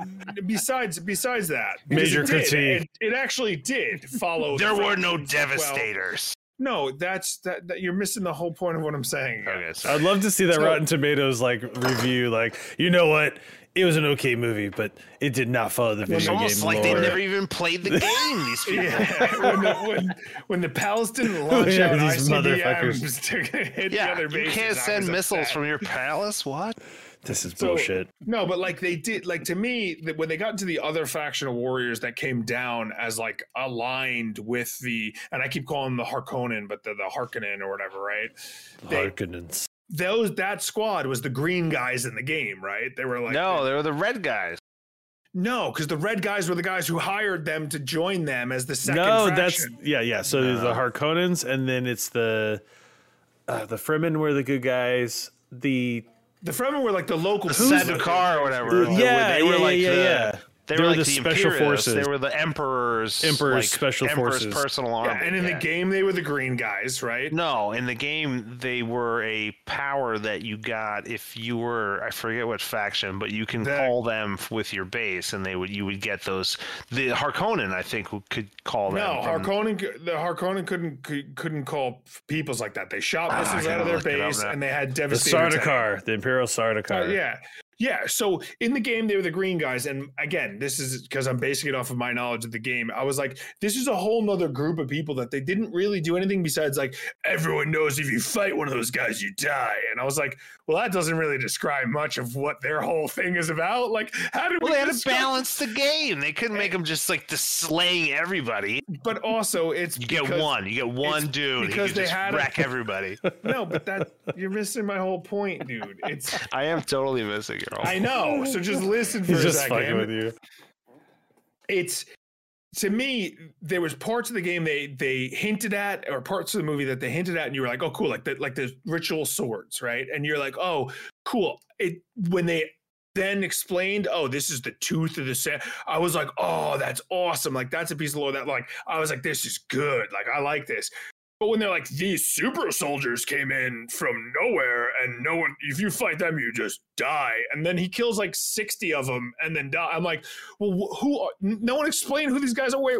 [SPEAKER 2] Besides, besides that, because
[SPEAKER 1] Major
[SPEAKER 2] it did.
[SPEAKER 1] critique.
[SPEAKER 2] It, it actually did follow.
[SPEAKER 3] There
[SPEAKER 2] the
[SPEAKER 3] were
[SPEAKER 2] fucking-
[SPEAKER 3] no
[SPEAKER 2] well,
[SPEAKER 3] devastators.
[SPEAKER 2] no, that's that, that. You're missing the whole point of what I'm saying.
[SPEAKER 3] okay, so
[SPEAKER 1] I'd love to see that
[SPEAKER 2] So-
[SPEAKER 1] Rotten Tomatoes like review. Like, you know what? It was an okay movie, but it did not follow the video
[SPEAKER 3] it's
[SPEAKER 1] game
[SPEAKER 3] almost like they
[SPEAKER 1] lore.
[SPEAKER 3] never even played the game. These people.
[SPEAKER 2] Yeah, when the, when, when the pals didn't launch
[SPEAKER 1] Yeah,
[SPEAKER 2] out
[SPEAKER 1] these
[SPEAKER 2] ICBMs to hit the
[SPEAKER 3] Yeah,
[SPEAKER 2] other
[SPEAKER 3] you
[SPEAKER 2] bases,
[SPEAKER 3] can't
[SPEAKER 2] I
[SPEAKER 3] send
[SPEAKER 2] was
[SPEAKER 3] missiles
[SPEAKER 2] upset.
[SPEAKER 3] from your palace. What?
[SPEAKER 1] This is
[SPEAKER 2] So-
[SPEAKER 1] bullshit.
[SPEAKER 2] No, but like they did, like to me, that when they got into the other faction of warriors that came down as like aligned with the, and I keep calling them the Harkonnen, but the, the Harkonnen or whatever, right? They,
[SPEAKER 1] Harkonnens.
[SPEAKER 2] those that squad was the green guys in the game, right? They were like
[SPEAKER 3] no, they were the red guys.
[SPEAKER 2] no, because the red guys were the guys who hired them to join them as the second.
[SPEAKER 1] No, that's
[SPEAKER 2] faction.
[SPEAKER 1] yeah, yeah. So there's the Harkonnens, and then it's the uh, the Fremen were the good guys. The
[SPEAKER 2] the Fremen were like the local.
[SPEAKER 3] The
[SPEAKER 2] people.
[SPEAKER 3] Sadukar or whatever.
[SPEAKER 1] Uh, yeah,
[SPEAKER 3] they were
[SPEAKER 1] yeah,
[SPEAKER 3] like
[SPEAKER 1] yeah,
[SPEAKER 3] the,
[SPEAKER 1] yeah.
[SPEAKER 3] They
[SPEAKER 1] They
[SPEAKER 3] were
[SPEAKER 1] were
[SPEAKER 3] like
[SPEAKER 1] the
[SPEAKER 3] the,
[SPEAKER 1] special
[SPEAKER 3] special
[SPEAKER 1] forces.
[SPEAKER 3] forces. They were the emperor's
[SPEAKER 1] Emperor's
[SPEAKER 3] like,
[SPEAKER 1] special
[SPEAKER 3] emperor's
[SPEAKER 1] forces.
[SPEAKER 3] personal army.
[SPEAKER 2] Yeah, and in
[SPEAKER 3] Um, yeah.
[SPEAKER 2] the game they were the green guys, right?
[SPEAKER 3] No, in the game they were a power that you got if you were I forget what faction, but you can
[SPEAKER 2] The-
[SPEAKER 3] call them f- with your base, and they would you would get those. The Harkonnen, I think, who could call them.
[SPEAKER 2] No,
[SPEAKER 3] from-
[SPEAKER 2] Harkonnen, c- the Harkonnen couldn't c- couldn't call peoples like that. They shot
[SPEAKER 3] Ah, I
[SPEAKER 2] missiles out of
[SPEAKER 3] gotta
[SPEAKER 2] their
[SPEAKER 3] look it up
[SPEAKER 2] base,
[SPEAKER 3] now.
[SPEAKER 2] and they had
[SPEAKER 1] the
[SPEAKER 2] devastating.
[SPEAKER 1] Sardaukar, the Imperial Sardaukar.
[SPEAKER 2] yeah, yeah. So in the game, they were the green guys, and again, this is because I'm basing it off of my knowledge of the game. I was like, this is a whole nother group of people that they didn't really do anything besides like everyone knows if you fight one of those guys, you die. And I was like, well, that doesn't really describe much of what their whole thing is about. Like, how did
[SPEAKER 3] Well,
[SPEAKER 2] we
[SPEAKER 3] they had to
[SPEAKER 2] describe-
[SPEAKER 3] balance the game. They couldn't make them just like the slaying everybody.
[SPEAKER 2] But also, it's
[SPEAKER 3] You get
[SPEAKER 2] because-
[SPEAKER 3] one. You get one dude.
[SPEAKER 2] because
[SPEAKER 3] he could
[SPEAKER 2] they
[SPEAKER 3] just
[SPEAKER 2] had a-
[SPEAKER 3] wreck everybody.
[SPEAKER 2] No, but that you're missing my whole point, dude. It's
[SPEAKER 3] I am totally missing it. all.
[SPEAKER 2] I know. So just listen for
[SPEAKER 1] He's
[SPEAKER 2] a
[SPEAKER 1] just fucking with
[SPEAKER 2] second.
[SPEAKER 1] you.
[SPEAKER 2] It's to me, there was parts of the game they they hinted at, or parts of the movie that they hinted at, and you were like, "Oh, cool!" Like the like the ritual swords, right? And you're like, "Oh, cool!" It when they then explained, "Oh, this is the tooth of the set." I was like, "Oh, that's awesome!" Like that's a piece of lore that, like, I was like, "This is good!" Like I like this. But when they're like these super soldiers came in from nowhere and no one, if you fight them, you just die. And then he kills like sixty of them and then die. I'm like, well, wh- who? Are, no one explained who these guys are. Wait,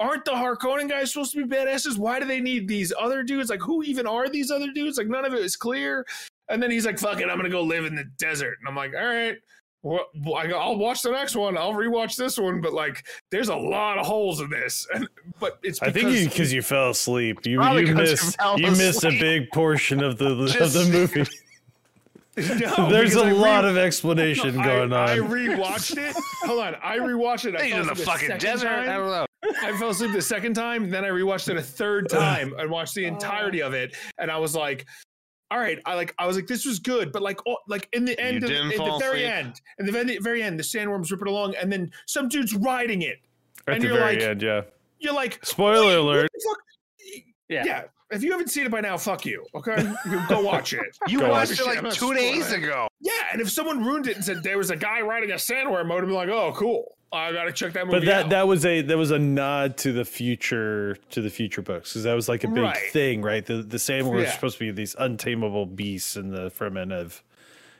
[SPEAKER 2] aren't the Harkonnen guys supposed to be badasses? Why do they need these other dudes? Like, who even are these other dudes? Like, none of it was clear. And then he's like, fuck it, I'm gonna go live in the desert. And I'm like, all right. Well, I- I'll watch the next one. I'll rewatch this one, but like, there's a lot of holes in this, and but it's
[SPEAKER 1] I
[SPEAKER 2] because
[SPEAKER 1] think you because you fell asleep. You
[SPEAKER 3] Probably
[SPEAKER 1] you
[SPEAKER 3] 'cause you
[SPEAKER 1] missed
[SPEAKER 3] fell
[SPEAKER 1] you missed a
[SPEAKER 3] asleep.
[SPEAKER 1] big portion of the of
[SPEAKER 3] Just-
[SPEAKER 1] the movie.
[SPEAKER 2] No,
[SPEAKER 1] There's
[SPEAKER 2] because
[SPEAKER 1] a
[SPEAKER 2] I re-
[SPEAKER 1] lot of explanation
[SPEAKER 2] I-
[SPEAKER 1] going on.
[SPEAKER 2] I rewatched it. Hold on, I rewatched it. I
[SPEAKER 3] He's
[SPEAKER 2] fell
[SPEAKER 3] in the
[SPEAKER 2] asleep a
[SPEAKER 3] fucking
[SPEAKER 2] second
[SPEAKER 3] desert. I
[SPEAKER 2] time.
[SPEAKER 3] don't know.
[SPEAKER 2] I fell asleep the second time, then I rewatched it a third time and watched the entirety of it, and I was like, "All right," I like, I was like, "This was good," but like, all, like in the end, of,
[SPEAKER 3] didn't
[SPEAKER 2] at the
[SPEAKER 3] fall
[SPEAKER 2] very
[SPEAKER 3] asleep.
[SPEAKER 2] end, and the very, very end, the sandworm's ripping along, and then some dude's riding it.
[SPEAKER 1] At
[SPEAKER 2] and
[SPEAKER 1] the
[SPEAKER 2] you're
[SPEAKER 1] very
[SPEAKER 2] like-
[SPEAKER 1] end, yeah.
[SPEAKER 2] You're like,
[SPEAKER 1] Spoiler
[SPEAKER 2] "What
[SPEAKER 1] alert.
[SPEAKER 2] the fuck?"
[SPEAKER 4] Yeah.
[SPEAKER 2] Yeah. if you haven't seen it by now, fuck you. Okay, You go watch it.
[SPEAKER 3] You
[SPEAKER 1] Go
[SPEAKER 3] watched
[SPEAKER 2] on.
[SPEAKER 3] it
[SPEAKER 2] I'm
[SPEAKER 3] like
[SPEAKER 2] not
[SPEAKER 3] two
[SPEAKER 2] spoiling
[SPEAKER 3] days
[SPEAKER 2] it.
[SPEAKER 3] ago.
[SPEAKER 2] Yeah, and if someone ruined it and said there was a guy riding a sandworm, I would have been like, "Oh, cool, I gotta check that movie."
[SPEAKER 1] But that
[SPEAKER 2] out.
[SPEAKER 1] that was a that was a nod to the future to the future books because that was like a big
[SPEAKER 2] Right.
[SPEAKER 1] thing, right? The the same were
[SPEAKER 2] Yeah.
[SPEAKER 1] supposed to be these untamable beasts, and the Fremen have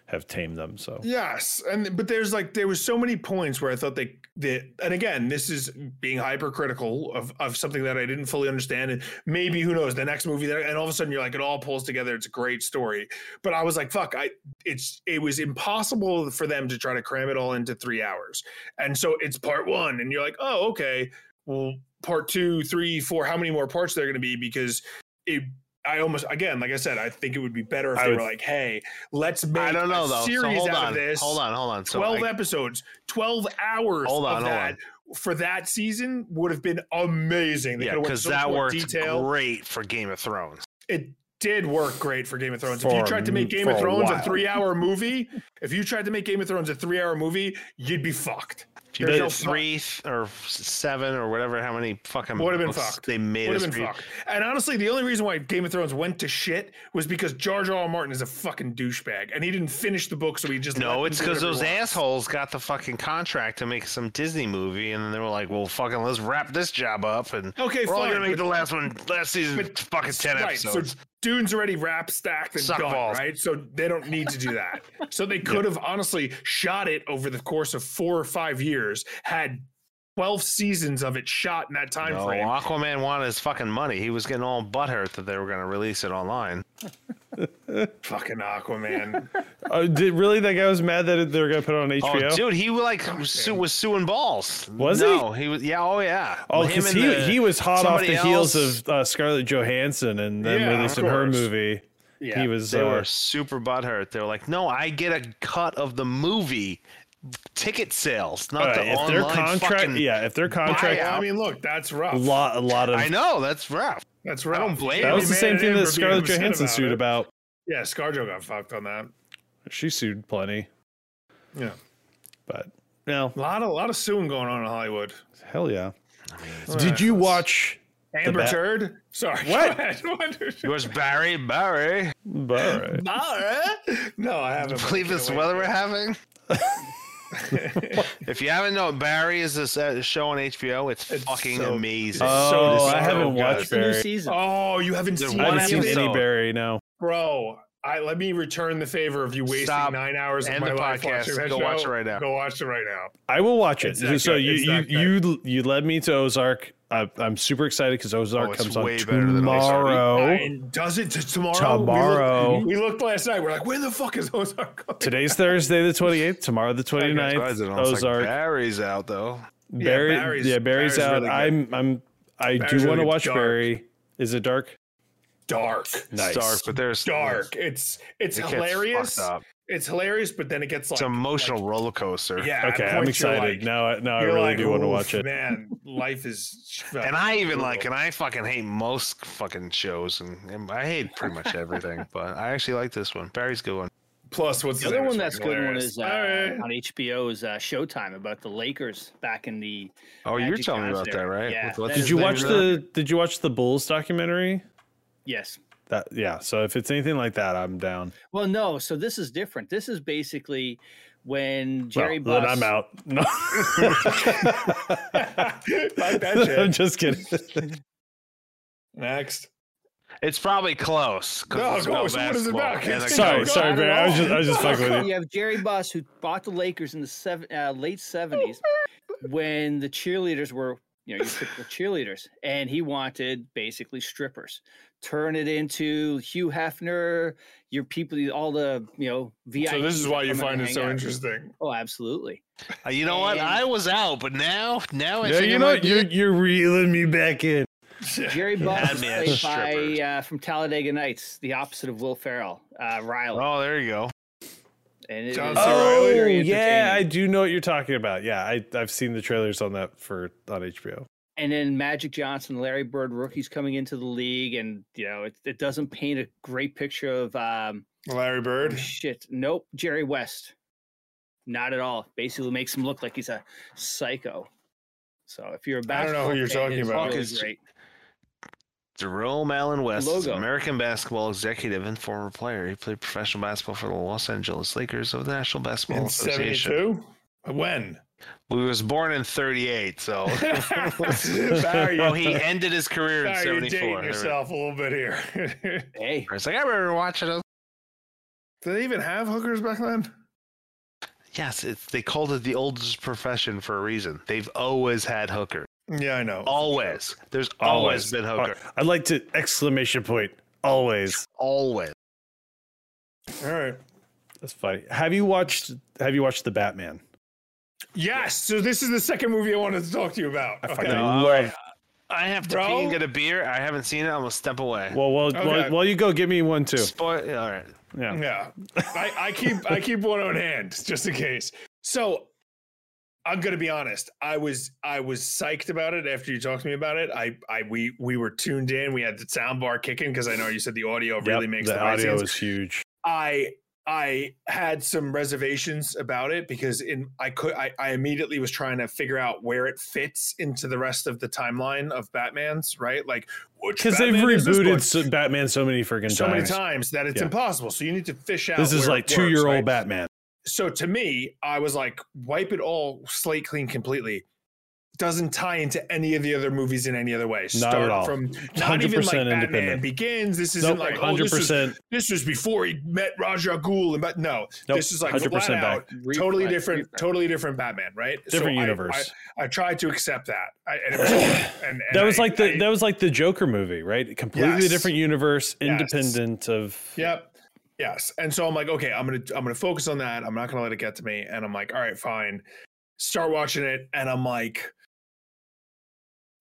[SPEAKER 1] have tamed them. So
[SPEAKER 2] Yes, and but there's like there was so many points where I thought they that and again this is being hypercritical of of something that I didn't fully understand and maybe who knows the next movie that and all of a sudden you're like it all pulls together it's a great story but I was like fuck I it's it was impossible for them to try to cram it all into three hours and so it's part one and you're like oh okay well part two three four how many more parts are there going to be because it. I almost again, like I said, I think it would be better if
[SPEAKER 1] I
[SPEAKER 2] they
[SPEAKER 1] would-
[SPEAKER 2] were like, "Hey, let's make
[SPEAKER 3] I don't know
[SPEAKER 2] a
[SPEAKER 3] though.
[SPEAKER 2] series
[SPEAKER 3] So hold
[SPEAKER 2] out
[SPEAKER 3] on.
[SPEAKER 2] of this.
[SPEAKER 3] Hold on. Hold on. So
[SPEAKER 2] 12
[SPEAKER 3] I,
[SPEAKER 2] episodes, 12 hours
[SPEAKER 3] Hold on,
[SPEAKER 2] of
[SPEAKER 3] hold
[SPEAKER 2] that for that season would have been amazing. They
[SPEAKER 3] yeah,
[SPEAKER 2] could have went
[SPEAKER 3] because
[SPEAKER 2] so much
[SPEAKER 3] that
[SPEAKER 2] more
[SPEAKER 3] worked
[SPEAKER 2] detail.
[SPEAKER 3] great for Game of Thrones.
[SPEAKER 2] It did work great for Game of Thrones. if
[SPEAKER 1] For
[SPEAKER 2] you
[SPEAKER 1] a
[SPEAKER 2] tried to make
[SPEAKER 1] m-
[SPEAKER 2] Game of
[SPEAKER 1] for a
[SPEAKER 2] Thrones a
[SPEAKER 1] while.
[SPEAKER 2] three hour movie, if you tried to make Game of Thrones a three hour movie, you'd be fucked.
[SPEAKER 3] If you
[SPEAKER 2] There's
[SPEAKER 3] did
[SPEAKER 2] no fun.
[SPEAKER 3] three th- or f- seven or whatever, how many fucking
[SPEAKER 2] Would've been
[SPEAKER 3] books
[SPEAKER 2] fucked.
[SPEAKER 3] They made
[SPEAKER 2] Would
[SPEAKER 3] us
[SPEAKER 2] have been
[SPEAKER 3] read.
[SPEAKER 2] fucked. And honestly, the only reason why Game of Thrones went to shit was because Jar Jar R. Martin is a fucking douchebag and he didn't finish the book, so he just
[SPEAKER 3] No,
[SPEAKER 2] let
[SPEAKER 3] it's
[SPEAKER 2] them do
[SPEAKER 3] because
[SPEAKER 2] whatever
[SPEAKER 3] those
[SPEAKER 2] he wants.
[SPEAKER 3] assholes got the fucking contract to make some Disney movie, and then they were like, "Well, fucking, let's wrap this job up, and
[SPEAKER 2] Okay,
[SPEAKER 3] we're only
[SPEAKER 2] fine,
[SPEAKER 3] gonna make
[SPEAKER 2] but-
[SPEAKER 3] the last one, last season,
[SPEAKER 2] but-
[SPEAKER 3] fucking ten episodes."
[SPEAKER 2] So Dune's already wrapped, stacked, and
[SPEAKER 3] Suck
[SPEAKER 2] done,
[SPEAKER 3] balls.
[SPEAKER 2] right? So they don't need to do that. so they could have honestly shot it over the course of four or five years, had twelve seasons of it shot in that time
[SPEAKER 3] no,
[SPEAKER 2] frame.
[SPEAKER 3] Aquaman wanted his fucking money. He was getting all butthurt that they were gonna release it online.
[SPEAKER 2] Fucking Aquaman.
[SPEAKER 1] uh, did really that guy was mad that they were gonna put it on HBO?
[SPEAKER 3] Oh, dude, he like was, su- was suing balls.
[SPEAKER 1] Was he?
[SPEAKER 3] no, he? was. Yeah, oh yeah.
[SPEAKER 1] Oh,
[SPEAKER 3] Him
[SPEAKER 1] because
[SPEAKER 3] and
[SPEAKER 1] he,
[SPEAKER 3] the-
[SPEAKER 1] he was hot off
[SPEAKER 3] somebody
[SPEAKER 1] the heels
[SPEAKER 3] else-
[SPEAKER 1] of uh, Scarlett Johansson, and then
[SPEAKER 2] Yeah,
[SPEAKER 1] released
[SPEAKER 2] of
[SPEAKER 1] in her
[SPEAKER 2] course.
[SPEAKER 1] movie.
[SPEAKER 4] Yeah.
[SPEAKER 1] He was
[SPEAKER 3] They
[SPEAKER 1] uh,
[SPEAKER 3] were super butthurt. They were like, "No, I get a cut of the movie ticket sales, not
[SPEAKER 1] uh,
[SPEAKER 3] the
[SPEAKER 1] if their
[SPEAKER 3] online
[SPEAKER 1] contract,
[SPEAKER 3] fucking."
[SPEAKER 1] yeah, if their
[SPEAKER 2] I,
[SPEAKER 1] contract,
[SPEAKER 2] I mean, look, that's rough.
[SPEAKER 1] a lot, a lot of
[SPEAKER 3] I know that's rough.
[SPEAKER 2] That's rough.
[SPEAKER 3] don't blame
[SPEAKER 1] that
[SPEAKER 3] Every
[SPEAKER 1] was the
[SPEAKER 2] man
[SPEAKER 1] same
[SPEAKER 2] and
[SPEAKER 1] thing
[SPEAKER 2] him
[SPEAKER 1] that
[SPEAKER 2] for being
[SPEAKER 1] Scarlett
[SPEAKER 2] upset
[SPEAKER 1] Johansson
[SPEAKER 2] about
[SPEAKER 1] sued
[SPEAKER 2] it.
[SPEAKER 1] about.
[SPEAKER 2] Yeah, ScarJo got fucked on that.
[SPEAKER 1] She sued plenty,
[SPEAKER 2] Yeah,
[SPEAKER 1] but no,
[SPEAKER 2] a lot, of, a lot of suing going on in Hollywood.
[SPEAKER 1] hell yeah. Did you watch?
[SPEAKER 2] Amber
[SPEAKER 1] Bat-
[SPEAKER 2] Turd? Sorry.
[SPEAKER 1] What?
[SPEAKER 2] Go ahead. What?
[SPEAKER 3] Yours, Barry. Barry.
[SPEAKER 1] Barry?
[SPEAKER 2] no, I haven't. but I
[SPEAKER 3] Believe
[SPEAKER 2] can't
[SPEAKER 3] this
[SPEAKER 2] wait.
[SPEAKER 3] weather we're having. if you haven't known, Barry is this uh, show on HBO. It's,
[SPEAKER 2] It's
[SPEAKER 3] fucking
[SPEAKER 2] so-
[SPEAKER 3] amazing.
[SPEAKER 1] Oh, I
[SPEAKER 2] disturbing,
[SPEAKER 1] haven't
[SPEAKER 2] guys.
[SPEAKER 1] watched
[SPEAKER 4] It's a new
[SPEAKER 1] Barry.
[SPEAKER 4] season.
[SPEAKER 2] Oh, you haven't
[SPEAKER 3] There's
[SPEAKER 2] seen
[SPEAKER 1] I
[SPEAKER 3] one
[SPEAKER 2] it?
[SPEAKER 1] haven't seen
[SPEAKER 3] episode.
[SPEAKER 1] any Barry. No,
[SPEAKER 2] Bro, I let me return the favor of you wasting
[SPEAKER 3] Stop.
[SPEAKER 2] nine hours of
[SPEAKER 3] End
[SPEAKER 2] my
[SPEAKER 3] the
[SPEAKER 2] life
[SPEAKER 3] podcast.
[SPEAKER 2] watching that
[SPEAKER 3] Go
[SPEAKER 2] show.
[SPEAKER 3] watch it right now.
[SPEAKER 2] Go watch it right now.
[SPEAKER 1] I will watch it.
[SPEAKER 2] It's that
[SPEAKER 1] so
[SPEAKER 2] good.
[SPEAKER 1] you
[SPEAKER 2] It's
[SPEAKER 1] you,
[SPEAKER 2] that
[SPEAKER 1] you you led me to Ozark. I, I'm super excited because Ozark
[SPEAKER 3] Oh, it's
[SPEAKER 1] comes on
[SPEAKER 3] way better than Ozark.
[SPEAKER 1] tomorrow.
[SPEAKER 2] And does it t- tomorrow?
[SPEAKER 1] Tomorrow.
[SPEAKER 2] We looked, we looked last night. We're like, where the fuck is Ozark going?
[SPEAKER 1] Today's Thursday the 28th. Tomorrow the
[SPEAKER 3] I
[SPEAKER 1] 29th.
[SPEAKER 3] was like,
[SPEAKER 1] Ozark.
[SPEAKER 3] Barry's out though.
[SPEAKER 1] Barry. Yeah, Barry's,
[SPEAKER 2] Barry's- Barry's
[SPEAKER 1] out.
[SPEAKER 2] really good.
[SPEAKER 1] I'm I'm I
[SPEAKER 2] Barry's
[SPEAKER 1] do want to
[SPEAKER 2] really
[SPEAKER 1] watch
[SPEAKER 2] dark.
[SPEAKER 1] Barry. Is it dark?
[SPEAKER 2] Dark.
[SPEAKER 1] Nice.
[SPEAKER 3] It's dark, but there's
[SPEAKER 2] Dark. It's it's
[SPEAKER 3] it gets
[SPEAKER 2] hilarious.
[SPEAKER 3] fucked up.
[SPEAKER 2] It's hilarious, but then it gets like
[SPEAKER 3] It's an emotional roller coaster.
[SPEAKER 2] Yeah. at
[SPEAKER 1] Okay,
[SPEAKER 2] points
[SPEAKER 1] I'm
[SPEAKER 2] you're
[SPEAKER 1] excited.
[SPEAKER 2] like-
[SPEAKER 1] now I now I
[SPEAKER 2] you're
[SPEAKER 1] really
[SPEAKER 2] like,
[SPEAKER 1] do want to
[SPEAKER 2] "Oof,
[SPEAKER 1] watch it.
[SPEAKER 2] Man, life is
[SPEAKER 3] And I even like,
[SPEAKER 2] brutal."
[SPEAKER 3] and I fucking hate most fucking shows, and, and I hate pretty much everything. but I actually like this one. Barry's a good one.
[SPEAKER 2] plus what's
[SPEAKER 4] The
[SPEAKER 2] his
[SPEAKER 4] other
[SPEAKER 2] name
[SPEAKER 4] one
[SPEAKER 2] is
[SPEAKER 4] that's
[SPEAKER 2] fucking
[SPEAKER 4] good one
[SPEAKER 2] hilarious.
[SPEAKER 4] is uh,
[SPEAKER 2] All right.
[SPEAKER 4] on HBO is uh, Showtime about the Lakers back in the
[SPEAKER 3] Oh, you're
[SPEAKER 4] Magic
[SPEAKER 3] telling me about
[SPEAKER 4] Johnson.
[SPEAKER 3] that, right?
[SPEAKER 4] Yeah,
[SPEAKER 3] what's
[SPEAKER 4] that
[SPEAKER 3] his
[SPEAKER 1] Did you
[SPEAKER 3] name?
[SPEAKER 1] watch the Did you watch the Bulls documentary?
[SPEAKER 4] yes.
[SPEAKER 1] That yeah. So if it's anything like that, I'm down.
[SPEAKER 4] Well, no. So this is different. This is basically when
[SPEAKER 1] Well,
[SPEAKER 4] Jerry
[SPEAKER 1] then
[SPEAKER 4] Buss.
[SPEAKER 1] I'm out. No,
[SPEAKER 2] Fuck
[SPEAKER 1] I'm
[SPEAKER 2] that shit.
[SPEAKER 1] just kidding.
[SPEAKER 2] Next.
[SPEAKER 3] It's probably close. 'cause
[SPEAKER 2] No,
[SPEAKER 3] it's about
[SPEAKER 2] close. What is it
[SPEAKER 3] basketball
[SPEAKER 2] about?
[SPEAKER 3] and
[SPEAKER 2] It's
[SPEAKER 3] the
[SPEAKER 1] Sorry,
[SPEAKER 3] coach.
[SPEAKER 1] sorry, Grant. I was just, I was just fucking with
[SPEAKER 4] You
[SPEAKER 1] you.
[SPEAKER 4] have Jerry Buss, who bought the Lakers in the seven, uh, late seventies, when the cheerleaders were, you know, you pick the cheerleaders, and he wanted basically strippers. Turn it into Hugh Hefner, your people, all the you know VIP.
[SPEAKER 2] So this is why you
[SPEAKER 4] come out
[SPEAKER 2] find
[SPEAKER 4] and
[SPEAKER 2] it
[SPEAKER 4] hang
[SPEAKER 2] so
[SPEAKER 4] out.
[SPEAKER 2] interesting.
[SPEAKER 4] Oh, absolutely.
[SPEAKER 3] Uh, You know what?
[SPEAKER 4] And-
[SPEAKER 3] I was out, but now, now I
[SPEAKER 1] Yeah,
[SPEAKER 3] think
[SPEAKER 1] you
[SPEAKER 3] it
[SPEAKER 1] know,
[SPEAKER 3] might be
[SPEAKER 1] you're you're reeling me back in.
[SPEAKER 4] Jerry Buss was
[SPEAKER 3] Madman
[SPEAKER 4] played
[SPEAKER 3] strippers.
[SPEAKER 4] by uh, from Talladega Nights, the opposite of Will Ferrell, uh, Riley.
[SPEAKER 3] Oh, there you go.
[SPEAKER 4] and it
[SPEAKER 2] John
[SPEAKER 4] was
[SPEAKER 2] Cena. Oh,
[SPEAKER 4] very
[SPEAKER 1] yeah, I
[SPEAKER 4] entertaining.
[SPEAKER 1] do know what you're talking about. Yeah, I I've seen the trailers on that for on HBO.
[SPEAKER 4] and then Magic Johnson, Larry Bird, rookies coming into the league, and you know it, it doesn't paint a great picture of um,
[SPEAKER 2] Larry
[SPEAKER 4] oh,
[SPEAKER 2] Bird.
[SPEAKER 4] shit. Nope, Jerry West, not at all. Basically, makes him look like he's a psycho. So if you're a
[SPEAKER 2] I don't know who
[SPEAKER 4] basketball
[SPEAKER 2] you're
[SPEAKER 4] fan,
[SPEAKER 2] talking
[SPEAKER 4] it's
[SPEAKER 2] about.
[SPEAKER 4] really
[SPEAKER 3] Hawkins-
[SPEAKER 4] great.
[SPEAKER 3] Jerome Allen West is an
[SPEAKER 4] Logo.
[SPEAKER 3] American basketball executive and former player. He played professional basketball for the Los Angeles Lakers of the National Basketball
[SPEAKER 2] In
[SPEAKER 3] Association.
[SPEAKER 2] 72? When?
[SPEAKER 3] Well, He was born in 38, so.
[SPEAKER 2] Oh, Barry,
[SPEAKER 3] oh, he ended his career in
[SPEAKER 2] Barry, you're
[SPEAKER 3] 74.
[SPEAKER 2] dating
[SPEAKER 3] There we-
[SPEAKER 2] yourself a little bit here.
[SPEAKER 4] Hey,
[SPEAKER 3] It's like, I remember watching it.
[SPEAKER 2] Did they even have hookers back then?
[SPEAKER 3] Yes, it's, they called it the oldest profession for a reason. They've always had hookers.
[SPEAKER 2] Yeah, I know.
[SPEAKER 3] Always. There's always, been hooker.
[SPEAKER 1] I'd like to exclamation point. Always.
[SPEAKER 3] Always.
[SPEAKER 2] All right.
[SPEAKER 1] That's funny. Have you watched Have you watched the Batman?
[SPEAKER 2] Yes. So this is the second movie I wanted to talk to you about.
[SPEAKER 1] I
[SPEAKER 2] Okay.
[SPEAKER 1] fucking
[SPEAKER 3] No, I-
[SPEAKER 1] love.
[SPEAKER 3] I have to
[SPEAKER 2] Bro?
[SPEAKER 3] pee and get a beer. I haven't seen it. I'm gonna step away.
[SPEAKER 1] Well, well,
[SPEAKER 2] Okay.
[SPEAKER 1] well, well, you go give me one too.
[SPEAKER 3] Spoil- all right.
[SPEAKER 1] Yeah.
[SPEAKER 2] Yeah. I, I keep I keep one on hand just in case. So I'm gonna be honest. I was I was psyched about it after you talked to me about it. I I we we were tuned in. We had the sound bar kicking because I know you said the audio really
[SPEAKER 1] Yep,
[SPEAKER 2] makes
[SPEAKER 1] the,
[SPEAKER 2] the, right
[SPEAKER 1] audio
[SPEAKER 2] scenes.
[SPEAKER 1] is huge.
[SPEAKER 2] I I had some reservations about it because in I could I, I immediately was trying to figure out where it fits into the rest of the timeline of Batman's right like
[SPEAKER 1] Because they've rebooted so, Batman so many freaking
[SPEAKER 2] so many
[SPEAKER 1] times.
[SPEAKER 2] times that it's
[SPEAKER 1] Yeah.
[SPEAKER 2] impossible. So you need to fish out.
[SPEAKER 1] This is
[SPEAKER 2] where
[SPEAKER 1] like
[SPEAKER 2] it works,
[SPEAKER 1] two year
[SPEAKER 2] right?
[SPEAKER 1] old Batman.
[SPEAKER 2] So to me, I was like, wipe it all slate clean completely. Doesn't tie into any of the other movies in any other way.
[SPEAKER 1] Not at all.
[SPEAKER 2] from not even
[SPEAKER 1] 100%
[SPEAKER 2] like Batman
[SPEAKER 1] independent.
[SPEAKER 2] Begins. This isn't
[SPEAKER 1] Nope,
[SPEAKER 2] like oh,
[SPEAKER 1] hundred
[SPEAKER 2] this was
[SPEAKER 1] percent.
[SPEAKER 2] this was before he met Raja Ghul, and but no,
[SPEAKER 1] Nope,
[SPEAKER 2] this is like
[SPEAKER 1] 100%
[SPEAKER 2] flat out, totally
[SPEAKER 4] refresh,
[SPEAKER 2] different,
[SPEAKER 4] refresh.
[SPEAKER 2] totally different Batman, right? So
[SPEAKER 1] Different
[SPEAKER 2] I-
[SPEAKER 1] universe.
[SPEAKER 2] I, I, tried to accept that, I, and it was hard. and, and
[SPEAKER 1] that was
[SPEAKER 2] I-
[SPEAKER 1] like the
[SPEAKER 2] I-
[SPEAKER 1] that was like the Joker movie, right? Completely
[SPEAKER 2] Yes.
[SPEAKER 1] different universe,
[SPEAKER 2] Yes.
[SPEAKER 1] independent of.
[SPEAKER 2] Yep. Yes. And so I'm like, okay, I'm gonna I'm gonna focus on that. I'm not gonna let it get to me. And I'm like, all right, fine. Start watching it, and I'm like,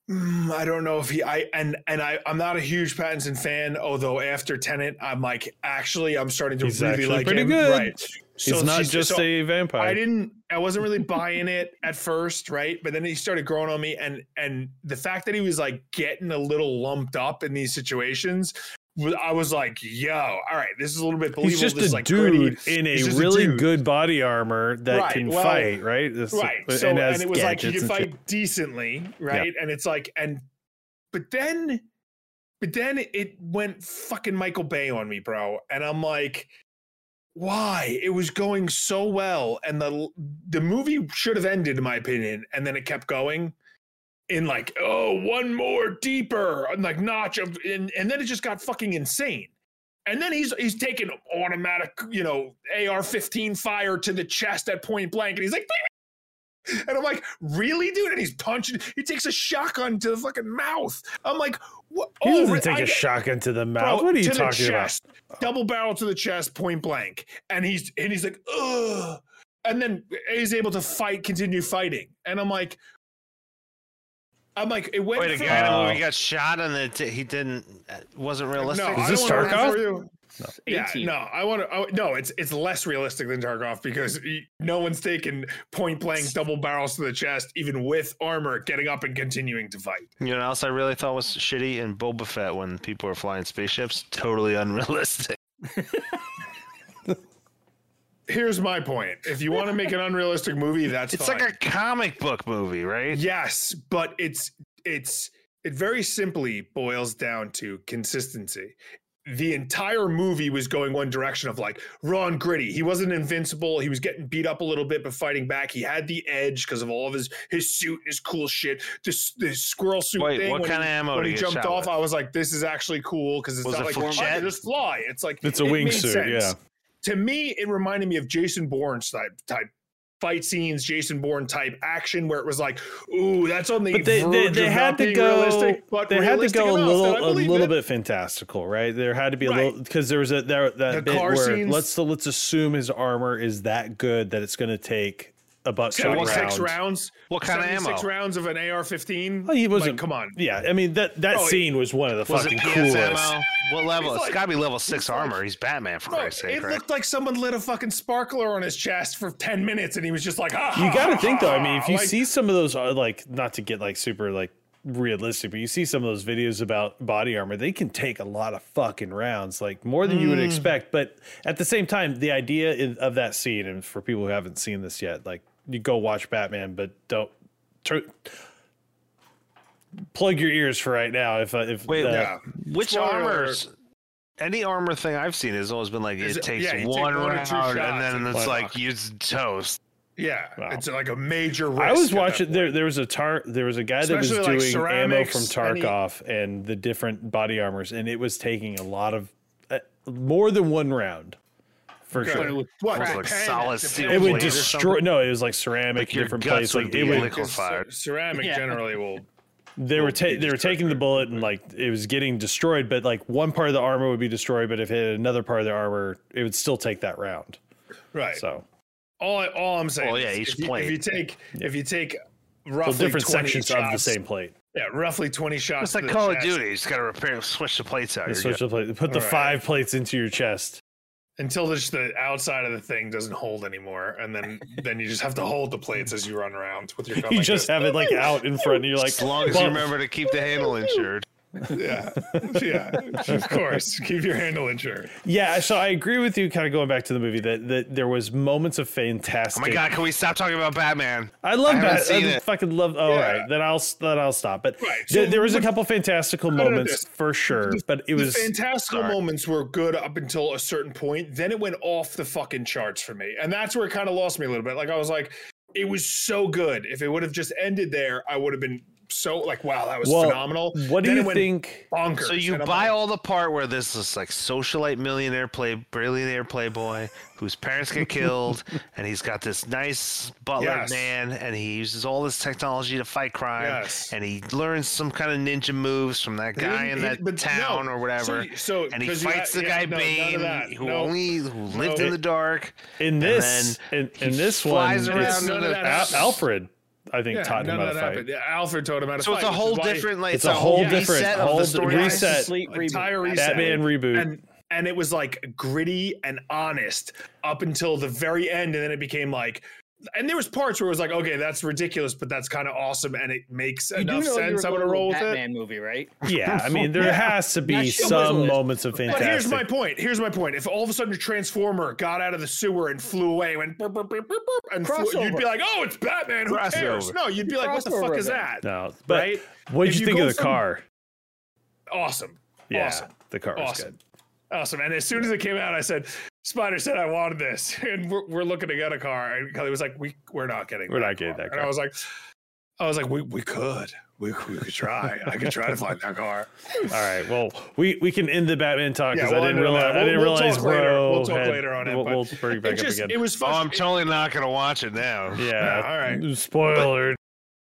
[SPEAKER 2] "Mm, I don't know if he I and and I I'm not a huge Pattinson fan, although after Tenant, I'm like, actually, I'm starting to
[SPEAKER 1] He's
[SPEAKER 2] really
[SPEAKER 1] actually
[SPEAKER 2] like
[SPEAKER 1] pretty
[SPEAKER 2] him.
[SPEAKER 1] good.
[SPEAKER 2] Right.
[SPEAKER 1] He's not
[SPEAKER 2] she's-
[SPEAKER 1] just
[SPEAKER 2] so
[SPEAKER 1] a vampire.
[SPEAKER 2] I didn't I wasn't really buying it at first, right? But then he started growing on me and and the fact that he was like getting a little lumped up in these situations wa- I was like, yo, all right, this is a little bit believable.
[SPEAKER 1] He's just
[SPEAKER 2] this is
[SPEAKER 1] a
[SPEAKER 2] like
[SPEAKER 1] dude
[SPEAKER 2] gritty.
[SPEAKER 1] in
[SPEAKER 2] He's
[SPEAKER 1] a
[SPEAKER 2] just a
[SPEAKER 1] really
[SPEAKER 2] dude.
[SPEAKER 1] good body armor that
[SPEAKER 2] Right,
[SPEAKER 1] can
[SPEAKER 2] well,
[SPEAKER 1] fight, right? This-
[SPEAKER 2] Right. So and,
[SPEAKER 1] has
[SPEAKER 2] it was like you
[SPEAKER 1] gadgets
[SPEAKER 2] could
[SPEAKER 1] and shit.
[SPEAKER 2] fight decently, right? And it's like and but then but then it went fucking Michael Bay on me, bro. And I'm like, why? It was going so well. And the the movie should have ended, in my opinion. And then it kept going in like, oh, one more deeper. and like notch of and, and then it just got fucking insane. And then he's he's taking automatic, you know, AR-15 fire to the chest at point blank, and he's like, and I'm like, really, dude? And he's punching. He takes a shotgun to the fucking mouth. I'm like, what?
[SPEAKER 1] He doesn't
[SPEAKER 2] Oh, re-
[SPEAKER 1] take a
[SPEAKER 2] I-
[SPEAKER 1] shotgun to the
[SPEAKER 2] bro,
[SPEAKER 1] mouth. what are you
[SPEAKER 2] to the
[SPEAKER 1] talking about?
[SPEAKER 2] chest, Double barrel to the chest, point blank. And he's and he's like, ugh. And then he's able to fight, continue fighting. And I'm like, I'm like, it went.
[SPEAKER 3] Wait, a
[SPEAKER 2] from-
[SPEAKER 3] guy in
[SPEAKER 1] Uh,
[SPEAKER 3] the movie got shot and it, he didn't. it Wasn't realistic.
[SPEAKER 2] no,
[SPEAKER 1] Is
[SPEAKER 2] I
[SPEAKER 1] this
[SPEAKER 2] don't wanna ruin it
[SPEAKER 1] Tarkov?
[SPEAKER 2] for you. Yeah,
[SPEAKER 4] 18.
[SPEAKER 2] no, I want to. No, it's it's less realistic than Tarkov because y- no one's taking point blank double barrels to the chest, even with armor, getting up and continuing to fight.
[SPEAKER 3] You know what else I really thought was shitty in Boba Fett when people are flying spaceships? Totally unrealistic.
[SPEAKER 2] Here's my point: if you want to make an unrealistic movie, that's
[SPEAKER 3] It's
[SPEAKER 2] fine.
[SPEAKER 3] like a comic book movie, right?
[SPEAKER 2] yes, but it's it's it very simply boils down to consistency. the entire movie was going one direction of like raw and gritty. He wasn't invincible. He was getting beat up a little bit, but fighting back. He had the edge because of all of his his suit and his cool shit. This this squirrel suit
[SPEAKER 3] Wait,
[SPEAKER 2] thing.
[SPEAKER 3] what
[SPEAKER 2] when
[SPEAKER 3] kind
[SPEAKER 2] he,
[SPEAKER 3] of ammo
[SPEAKER 2] when
[SPEAKER 3] did
[SPEAKER 2] he
[SPEAKER 3] he get
[SPEAKER 2] jumped
[SPEAKER 3] shot
[SPEAKER 2] off,
[SPEAKER 3] with?
[SPEAKER 2] I was like, "This is actually cool" because it's
[SPEAKER 3] Was
[SPEAKER 2] not
[SPEAKER 3] it
[SPEAKER 2] like
[SPEAKER 3] for
[SPEAKER 2] well, I
[SPEAKER 3] jet?
[SPEAKER 2] can just fly. It's like
[SPEAKER 1] It's a
[SPEAKER 2] it made
[SPEAKER 1] wingsuit,
[SPEAKER 2] sense.
[SPEAKER 1] yeah.
[SPEAKER 2] To me, it reminded me of Jason Bourne type type fight scenes, Jason Bourne type action, where it was like, "Ooh, that's on the
[SPEAKER 1] But they, they,
[SPEAKER 2] verge
[SPEAKER 1] they
[SPEAKER 2] of
[SPEAKER 1] had
[SPEAKER 2] not
[SPEAKER 1] to
[SPEAKER 2] being
[SPEAKER 1] go.
[SPEAKER 2] realistic, but
[SPEAKER 1] they had to
[SPEAKER 2] realistic
[SPEAKER 1] go a
[SPEAKER 2] enough that I
[SPEAKER 1] little a
[SPEAKER 2] believed
[SPEAKER 1] little
[SPEAKER 2] it.
[SPEAKER 1] bit fantastical, right? There had to be a
[SPEAKER 2] Right.
[SPEAKER 1] little because there was a there that
[SPEAKER 2] The
[SPEAKER 1] bit
[SPEAKER 2] car
[SPEAKER 1] where
[SPEAKER 2] scenes-
[SPEAKER 1] let's let's assume his armor is that good that it's going to take a buckshot round.
[SPEAKER 2] 76 rounds.
[SPEAKER 3] What kind of ammo?
[SPEAKER 2] Six rounds of an AR-15.
[SPEAKER 1] Well, he wasn't.
[SPEAKER 2] Like, come on.
[SPEAKER 1] Yeah, I mean that that
[SPEAKER 2] Oh, it-
[SPEAKER 1] scene was one of the
[SPEAKER 3] Was
[SPEAKER 1] fucking
[SPEAKER 3] it PS
[SPEAKER 1] coolest.
[SPEAKER 3] ammo? What level?
[SPEAKER 2] He's
[SPEAKER 3] it's
[SPEAKER 2] like-
[SPEAKER 3] got to be level six
[SPEAKER 2] like-
[SPEAKER 3] armor. He's Batman for
[SPEAKER 2] Bro,
[SPEAKER 3] Christ's sake,
[SPEAKER 2] it
[SPEAKER 3] right?
[SPEAKER 2] looked like someone lit a fucking sparkler on his chest for 10 minutes and he was just like, ah.
[SPEAKER 1] You got to think though. I mean, if you
[SPEAKER 2] like,
[SPEAKER 1] see some of those, uh, like not to get like super like realistic, but you see some of those videos about body armor, they can take a lot of fucking rounds, like more than you would expect. But at the same time, the idea is, of that scene, and for people who haven't seen this yet, like you go watch Batman, but don't. tur- Plug your ears for right now. If uh, if
[SPEAKER 3] Wait,
[SPEAKER 1] uh,
[SPEAKER 2] yeah.
[SPEAKER 3] Which
[SPEAKER 2] Spoiler
[SPEAKER 3] armors? Any armor thing I've seen has always been like
[SPEAKER 2] Is
[SPEAKER 3] it,
[SPEAKER 2] it-
[SPEAKER 3] takes
[SPEAKER 2] yeah, you take one
[SPEAKER 3] one
[SPEAKER 2] or
[SPEAKER 3] round
[SPEAKER 2] two
[SPEAKER 3] and
[SPEAKER 2] shots
[SPEAKER 3] then
[SPEAKER 2] and
[SPEAKER 3] it's
[SPEAKER 2] fuck.
[SPEAKER 3] like you toast.
[SPEAKER 2] Yeah.
[SPEAKER 1] Wow.
[SPEAKER 2] It's like a major risk.
[SPEAKER 1] I was
[SPEAKER 2] at that
[SPEAKER 1] watching.
[SPEAKER 2] point.
[SPEAKER 1] There, there was a tar. There was a guy that was
[SPEAKER 2] Especially, like,
[SPEAKER 1] doing ammo from
[SPEAKER 2] ceramics, any-
[SPEAKER 1] Tarkov and the different body armors, and it was taking a lot of uh, more than one round for
[SPEAKER 2] Okay.
[SPEAKER 1] sure.
[SPEAKER 4] it would
[SPEAKER 2] What?
[SPEAKER 3] Almost like
[SPEAKER 2] pen?
[SPEAKER 3] solid
[SPEAKER 2] It's a
[SPEAKER 3] steel
[SPEAKER 2] pen.
[SPEAKER 1] It would
[SPEAKER 3] blade or
[SPEAKER 1] destroy.
[SPEAKER 3] something?
[SPEAKER 1] No, it was like ceramic,
[SPEAKER 3] Like, your
[SPEAKER 1] different
[SPEAKER 3] guts
[SPEAKER 1] place. Like
[SPEAKER 3] would
[SPEAKER 1] it
[SPEAKER 3] be
[SPEAKER 1] would.
[SPEAKER 3] like- liquefied.
[SPEAKER 2] Cer- Ceramic
[SPEAKER 4] Yeah.
[SPEAKER 2] generally will.
[SPEAKER 1] They were
[SPEAKER 2] would be
[SPEAKER 1] ta- they were
[SPEAKER 2] destroyed
[SPEAKER 1] taking the
[SPEAKER 2] very
[SPEAKER 1] bullet and like it was getting destroyed, but like one part of the armor would be destroyed, but if it hit another part of the armor, it would still take that round.
[SPEAKER 2] Right.
[SPEAKER 1] So
[SPEAKER 2] all, I- all I'm saying.
[SPEAKER 3] Well, yeah,
[SPEAKER 2] is
[SPEAKER 3] each
[SPEAKER 2] if you-
[SPEAKER 3] plate.
[SPEAKER 2] If you take, if you take
[SPEAKER 1] well,
[SPEAKER 2] roughly
[SPEAKER 1] different
[SPEAKER 2] 20
[SPEAKER 1] sections
[SPEAKER 2] shots,
[SPEAKER 1] of the same plate.
[SPEAKER 2] Yeah, roughly 20 shots.
[SPEAKER 3] It's
[SPEAKER 2] to
[SPEAKER 3] like
[SPEAKER 2] the
[SPEAKER 3] Call of
[SPEAKER 2] chest.
[SPEAKER 3] Duty. You just got to repair, switch the plates out.
[SPEAKER 1] You
[SPEAKER 3] you're
[SPEAKER 1] switch
[SPEAKER 3] good.
[SPEAKER 1] the plate. Put the
[SPEAKER 2] All right.
[SPEAKER 1] five plates into your chest.
[SPEAKER 2] until just the outside of the thing doesn't hold anymore, and then then you just have to hold the plates as you run around with your. Gun
[SPEAKER 1] You
[SPEAKER 2] like
[SPEAKER 1] just
[SPEAKER 2] this.
[SPEAKER 1] have it like out in front, and you're like,
[SPEAKER 3] As long as you
[SPEAKER 1] "Well,
[SPEAKER 3] remember to keep the handle insured.
[SPEAKER 2] yeah, yeah, of course. Keep your handle insured.
[SPEAKER 1] Yeah, so I agree with you. Kind of going back to the movie that, that there was moments of
[SPEAKER 3] Oh
[SPEAKER 1] fantastic.
[SPEAKER 3] my god, can we stop talking about Batman?
[SPEAKER 1] I love
[SPEAKER 3] I haven't
[SPEAKER 1] that. I
[SPEAKER 3] seen it.
[SPEAKER 1] fucking love. Oh,
[SPEAKER 2] Yeah.
[SPEAKER 1] all right, then I'll then I'll stop. But
[SPEAKER 2] Right,
[SPEAKER 1] there,
[SPEAKER 2] so
[SPEAKER 1] there was a
[SPEAKER 2] what-
[SPEAKER 1] couple fantastical
[SPEAKER 2] no, no,
[SPEAKER 1] moments
[SPEAKER 2] this-
[SPEAKER 1] for sure. But it was
[SPEAKER 2] the fantastical
[SPEAKER 3] Sorry.
[SPEAKER 2] moments were good up until a certain point. Then it went off the fucking charts for me, and that's where it kind of lost me a little bit. Like I was like, it was so good. If it would have just ended there, I would have been so like, wow, that was
[SPEAKER 1] Well,
[SPEAKER 2] phenomenal.
[SPEAKER 1] what do
[SPEAKER 2] Then it
[SPEAKER 1] you
[SPEAKER 2] went
[SPEAKER 1] think?
[SPEAKER 2] Bonkers.
[SPEAKER 3] So you
[SPEAKER 2] and I'm
[SPEAKER 3] buy
[SPEAKER 2] like,
[SPEAKER 3] all the part where this is like socialite millionaire play billionaire playboy whose parents get killed, and he's got this nice butler
[SPEAKER 2] Yes.
[SPEAKER 3] man, and he uses all this technology to fight crime,
[SPEAKER 2] Yes.
[SPEAKER 3] and he learns some kind of ninja moves from that
[SPEAKER 2] They
[SPEAKER 3] guy
[SPEAKER 2] didn't-
[SPEAKER 3] in
[SPEAKER 2] it-
[SPEAKER 3] that
[SPEAKER 2] but no,
[SPEAKER 3] town or whatever.
[SPEAKER 2] So, so
[SPEAKER 3] and he
[SPEAKER 2] 'cause you
[SPEAKER 3] fights
[SPEAKER 2] ha-
[SPEAKER 3] the
[SPEAKER 2] yeah,
[SPEAKER 3] guy
[SPEAKER 2] no, none of
[SPEAKER 3] Bane,
[SPEAKER 2] that.
[SPEAKER 3] who
[SPEAKER 2] No.
[SPEAKER 3] only who lived
[SPEAKER 2] No.
[SPEAKER 3] in the dark.
[SPEAKER 1] In this, in,
[SPEAKER 3] he
[SPEAKER 1] in this one,
[SPEAKER 3] flies
[SPEAKER 1] it's
[SPEAKER 3] around
[SPEAKER 2] None of
[SPEAKER 3] in the-
[SPEAKER 2] that
[SPEAKER 1] Al-
[SPEAKER 2] happened.
[SPEAKER 1] Alfred. I think taught him
[SPEAKER 2] none
[SPEAKER 1] how
[SPEAKER 2] of
[SPEAKER 1] to
[SPEAKER 2] that
[SPEAKER 1] fight.
[SPEAKER 2] happened. Yeah, Alfred taught him how to
[SPEAKER 3] So
[SPEAKER 2] fight.
[SPEAKER 3] it's a
[SPEAKER 2] which is
[SPEAKER 3] whole
[SPEAKER 2] why
[SPEAKER 3] different, like
[SPEAKER 1] It's a whole different-
[SPEAKER 3] reset
[SPEAKER 1] whole
[SPEAKER 3] of the
[SPEAKER 1] d-
[SPEAKER 3] story.
[SPEAKER 1] reset.
[SPEAKER 4] Complete reboot.
[SPEAKER 2] entire reset.
[SPEAKER 1] Batman reboot.
[SPEAKER 2] And, and it was like gritty and honest up until the very end, and then it became like. And there was parts where it was like, okay, that's ridiculous, but that's kind of awesome, and it makes
[SPEAKER 4] You do
[SPEAKER 2] enough
[SPEAKER 4] know you
[SPEAKER 2] sense.
[SPEAKER 4] were
[SPEAKER 2] I'm
[SPEAKER 4] going
[SPEAKER 2] gonna
[SPEAKER 4] to a
[SPEAKER 2] roll with it.
[SPEAKER 4] Batman movie, right?
[SPEAKER 1] yeah, I mean, there has to be
[SPEAKER 4] Not sure
[SPEAKER 1] some
[SPEAKER 4] what-
[SPEAKER 1] moments of
[SPEAKER 2] But
[SPEAKER 1] fantastic.
[SPEAKER 2] here's my point. Here's my point. If all of a sudden a transformer got out of the sewer and flew away, went burp, burp, burp, burp, burp, and flew, you'd
[SPEAKER 4] Crossover.
[SPEAKER 2] be like, "Oh, it's Batman." Who cares?
[SPEAKER 3] Crossover.
[SPEAKER 2] No, you'd be like, "What the
[SPEAKER 4] Crossover
[SPEAKER 2] fuck is
[SPEAKER 4] event.
[SPEAKER 2] that?"
[SPEAKER 1] no, but
[SPEAKER 2] right?
[SPEAKER 1] what did
[SPEAKER 2] If
[SPEAKER 1] you,
[SPEAKER 2] you
[SPEAKER 1] think
[SPEAKER 2] go
[SPEAKER 1] of the
[SPEAKER 2] from-
[SPEAKER 1] car?
[SPEAKER 2] Awesome,
[SPEAKER 1] Yeah,
[SPEAKER 2] awesome.
[SPEAKER 1] the car was
[SPEAKER 2] Awesome.
[SPEAKER 1] good.
[SPEAKER 2] Awesome. And as soon as it came out, I said, Spider said I wanted this. And we're, we're looking to get a car. And Kelly was like, we, We're not getting
[SPEAKER 1] We're not getting that
[SPEAKER 2] And I
[SPEAKER 1] car.
[SPEAKER 2] was like, I was like, we, we could. We, we could try. I could try to find that car.
[SPEAKER 1] All right. Well, we, we can end the Batman talk because
[SPEAKER 2] we'll
[SPEAKER 1] I didn't
[SPEAKER 2] end it on
[SPEAKER 1] realize I
[SPEAKER 2] that. We'll-
[SPEAKER 1] didn't
[SPEAKER 2] we'll
[SPEAKER 1] realize
[SPEAKER 2] talk later.
[SPEAKER 1] Ro
[SPEAKER 2] We'll talk
[SPEAKER 1] had-
[SPEAKER 2] later on it,
[SPEAKER 1] We'll,
[SPEAKER 2] but
[SPEAKER 1] we'll bring it back
[SPEAKER 2] It, just,
[SPEAKER 1] up again. Um,
[SPEAKER 2] it was
[SPEAKER 3] Oh,
[SPEAKER 2] fun.
[SPEAKER 3] I'm totally not gonna watch it now.
[SPEAKER 1] yeah.
[SPEAKER 2] all right.
[SPEAKER 1] Spoiler.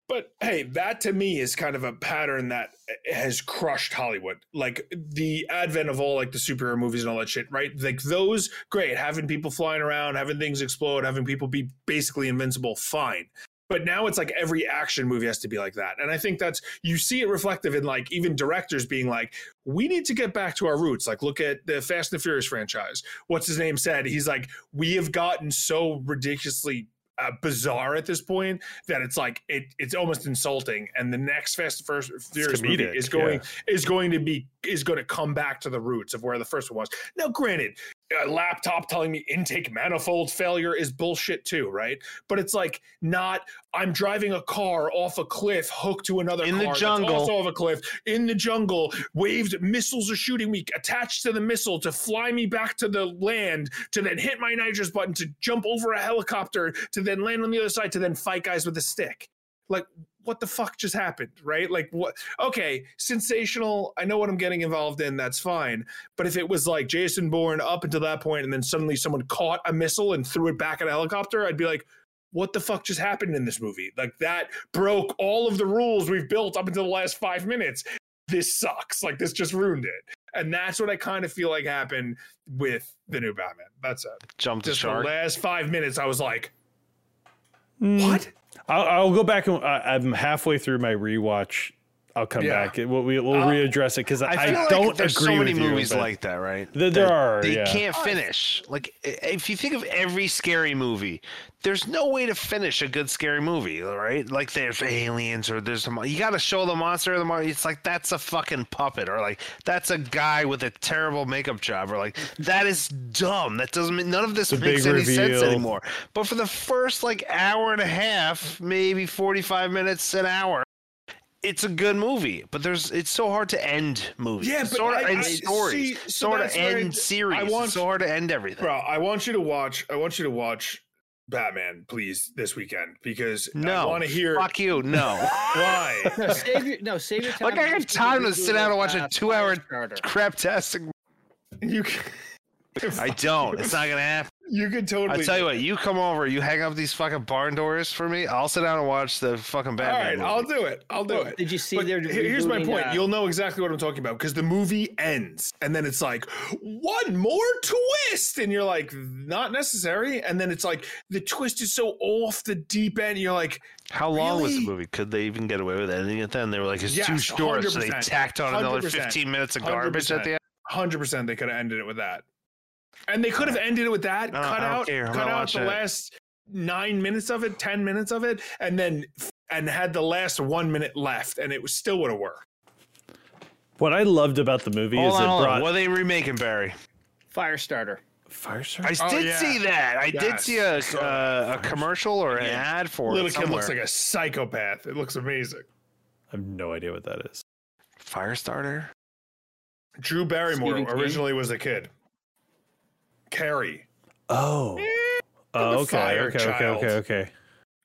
[SPEAKER 2] But hey, that to me is kind of a pattern that has crushed Hollywood. Like the advent of all like the superhero movies and all that shit, right? Like those, great, having people flying around, having things explode, having people be basically invincible, fine. But now it's like every action movie has to be like that. And I think that's you see it reflective in like even directors being like, we need to get back to our roots. Like look at the Fast and the Furious franchise. What's his name said? He's like, we have gotten so ridiculously uh, bizarre at this point that it's like it, it's almost insulting. And the next Fast and Fur- Furious movie
[SPEAKER 1] comedic,
[SPEAKER 2] is going is going to be is going to come back to the roots of where the first one was. Now, granted, a laptop telling me intake manifold failure is bullshit too, right? But it's like not I'm driving a car off a cliff hooked to another
[SPEAKER 3] In
[SPEAKER 2] car
[SPEAKER 3] the
[SPEAKER 2] that's
[SPEAKER 3] jungle.
[SPEAKER 2] also off a cliff in the jungle. Waved missiles are shooting me, attached to the missile to fly me back to the land, to then hit my nitrous button to jump over a helicopter to then land on the other side to then fight guys with a stick. Like what the fuck just happened, right? Like what? Okay, sensational. I know what I'm getting involved in. That's fine. But if it was like Jason Bourne up until that point, and then suddenly someone caught a missile and threw it back at a helicopter, I'd be like, what the fuck just happened in this movie? Like that broke all of the rules we've built up until the last five minutes. This sucks. Like this just ruined it. And that's what I kind of feel like happened with the new Batman. That's it.
[SPEAKER 3] Jump the
[SPEAKER 2] Just
[SPEAKER 3] shark.
[SPEAKER 2] the last five minutes, I was like,
[SPEAKER 1] Mm.
[SPEAKER 2] what?
[SPEAKER 1] I'll, I'll go back and I, I'm halfway through my rewatch. I'll come
[SPEAKER 2] Yeah.
[SPEAKER 1] back. We'll, we, we'll
[SPEAKER 2] Uh,
[SPEAKER 1] readdress it because I,
[SPEAKER 3] I, feel
[SPEAKER 1] I
[SPEAKER 3] like
[SPEAKER 1] don't
[SPEAKER 3] there's
[SPEAKER 1] agree
[SPEAKER 3] so many
[SPEAKER 1] with you,
[SPEAKER 3] movies
[SPEAKER 1] but
[SPEAKER 3] like that, right?
[SPEAKER 1] Th- there
[SPEAKER 3] That
[SPEAKER 1] are,
[SPEAKER 3] They
[SPEAKER 1] yeah.
[SPEAKER 3] can't finish. Like i- if you think of every scary movie, there's no way to finish a good scary movie, right? Like there's aliens or there's a mon- you got to show the monster or the monster. It's like that's a fucking puppet or like that's a guy with a terrible makeup job or like that is dumb. That doesn't mean none of this
[SPEAKER 1] The
[SPEAKER 3] makes
[SPEAKER 1] big
[SPEAKER 3] any sense
[SPEAKER 1] reveal.
[SPEAKER 3] anymore. But for the first like hour and a half, maybe 45 minutes an hour, it's a good movie, but there's it's so hard to end movies.
[SPEAKER 2] Yeah,
[SPEAKER 3] It's
[SPEAKER 2] but
[SPEAKER 3] so hard to
[SPEAKER 2] I-
[SPEAKER 3] end
[SPEAKER 2] I- see,
[SPEAKER 3] stories,
[SPEAKER 2] so
[SPEAKER 3] so hard
[SPEAKER 2] that's
[SPEAKER 3] to
[SPEAKER 2] where I-
[SPEAKER 3] end series.
[SPEAKER 2] I
[SPEAKER 3] It's
[SPEAKER 2] want-
[SPEAKER 3] so hard to end everything.
[SPEAKER 2] Bro, I want you to watch. I want you to watch Batman, please, this weekend because I
[SPEAKER 3] no,
[SPEAKER 2] want to hear
[SPEAKER 3] Fuck you, no.
[SPEAKER 2] why.
[SPEAKER 4] No, save your, no, save your time.
[SPEAKER 3] Like, I
[SPEAKER 4] for
[SPEAKER 3] have
[SPEAKER 4] the
[SPEAKER 3] time to sit down and watch a
[SPEAKER 4] Google, uh,
[SPEAKER 3] two-hour-
[SPEAKER 4] Kickstarter.
[SPEAKER 3] Crap testing.
[SPEAKER 2] you c-
[SPEAKER 3] I don't. It's not gonna happen.
[SPEAKER 2] you could totally.
[SPEAKER 3] I tell you what. You come over. You hang up these fucking barn doors for me. I'll sit down and watch the fucking
[SPEAKER 2] All right,
[SPEAKER 3] Batman.
[SPEAKER 2] I'll
[SPEAKER 3] movie.
[SPEAKER 2] do it. I'll do it.
[SPEAKER 4] Did you see
[SPEAKER 2] But
[SPEAKER 4] there?
[SPEAKER 2] here- here's my point.
[SPEAKER 4] Uh,
[SPEAKER 2] You'll know exactly what I'm talking about because the movie ends and then it's like one more twist and you're like not necessary and then it's like the twist is so off the deep end you're like
[SPEAKER 3] How long was the
[SPEAKER 2] Really?
[SPEAKER 3] movie? Could they even get away with ending it then? They were like, it's too
[SPEAKER 2] Yes,
[SPEAKER 3] short, so they
[SPEAKER 2] 100%,
[SPEAKER 3] tacked on another
[SPEAKER 2] 100%,
[SPEAKER 3] 15 minutes of garbage at the end.
[SPEAKER 2] 100% they could have ended it with that. And they could have ended it with that,
[SPEAKER 3] I don't-
[SPEAKER 2] cut
[SPEAKER 3] I don't
[SPEAKER 2] out
[SPEAKER 3] care. I'm
[SPEAKER 2] cut
[SPEAKER 3] not
[SPEAKER 2] out
[SPEAKER 3] watching
[SPEAKER 2] the
[SPEAKER 3] it.
[SPEAKER 2] last 9 minutes of it, 10 minutes of it and then and had the last 1 minute left and it was still would have worked.
[SPEAKER 1] what I loved about the movie
[SPEAKER 3] Hold
[SPEAKER 1] is
[SPEAKER 3] on,
[SPEAKER 1] it
[SPEAKER 3] hold on.
[SPEAKER 1] brought
[SPEAKER 3] What are they remaking, Barry?
[SPEAKER 4] Firestarter.
[SPEAKER 1] Firestarter.
[SPEAKER 3] I
[SPEAKER 2] Oh,
[SPEAKER 3] did
[SPEAKER 2] yeah.
[SPEAKER 3] see that. I did
[SPEAKER 2] Yes,
[SPEAKER 3] see a
[SPEAKER 2] I saw
[SPEAKER 3] uh, a commercial or an
[SPEAKER 2] Yeah.
[SPEAKER 3] ad for
[SPEAKER 2] Little
[SPEAKER 3] it
[SPEAKER 2] kid
[SPEAKER 3] somewhere.
[SPEAKER 2] looks like a psychopath. It looks amazing.
[SPEAKER 1] I have no idea what that is.
[SPEAKER 3] Firestarter.
[SPEAKER 2] Drew
[SPEAKER 4] Stephen
[SPEAKER 2] Barrymore
[SPEAKER 4] King?
[SPEAKER 2] originally was a kid. Carrie
[SPEAKER 1] Oh.
[SPEAKER 2] I'm a
[SPEAKER 1] Oh, okay,
[SPEAKER 2] fire
[SPEAKER 1] okay, okay,
[SPEAKER 2] child.
[SPEAKER 1] okay, okay.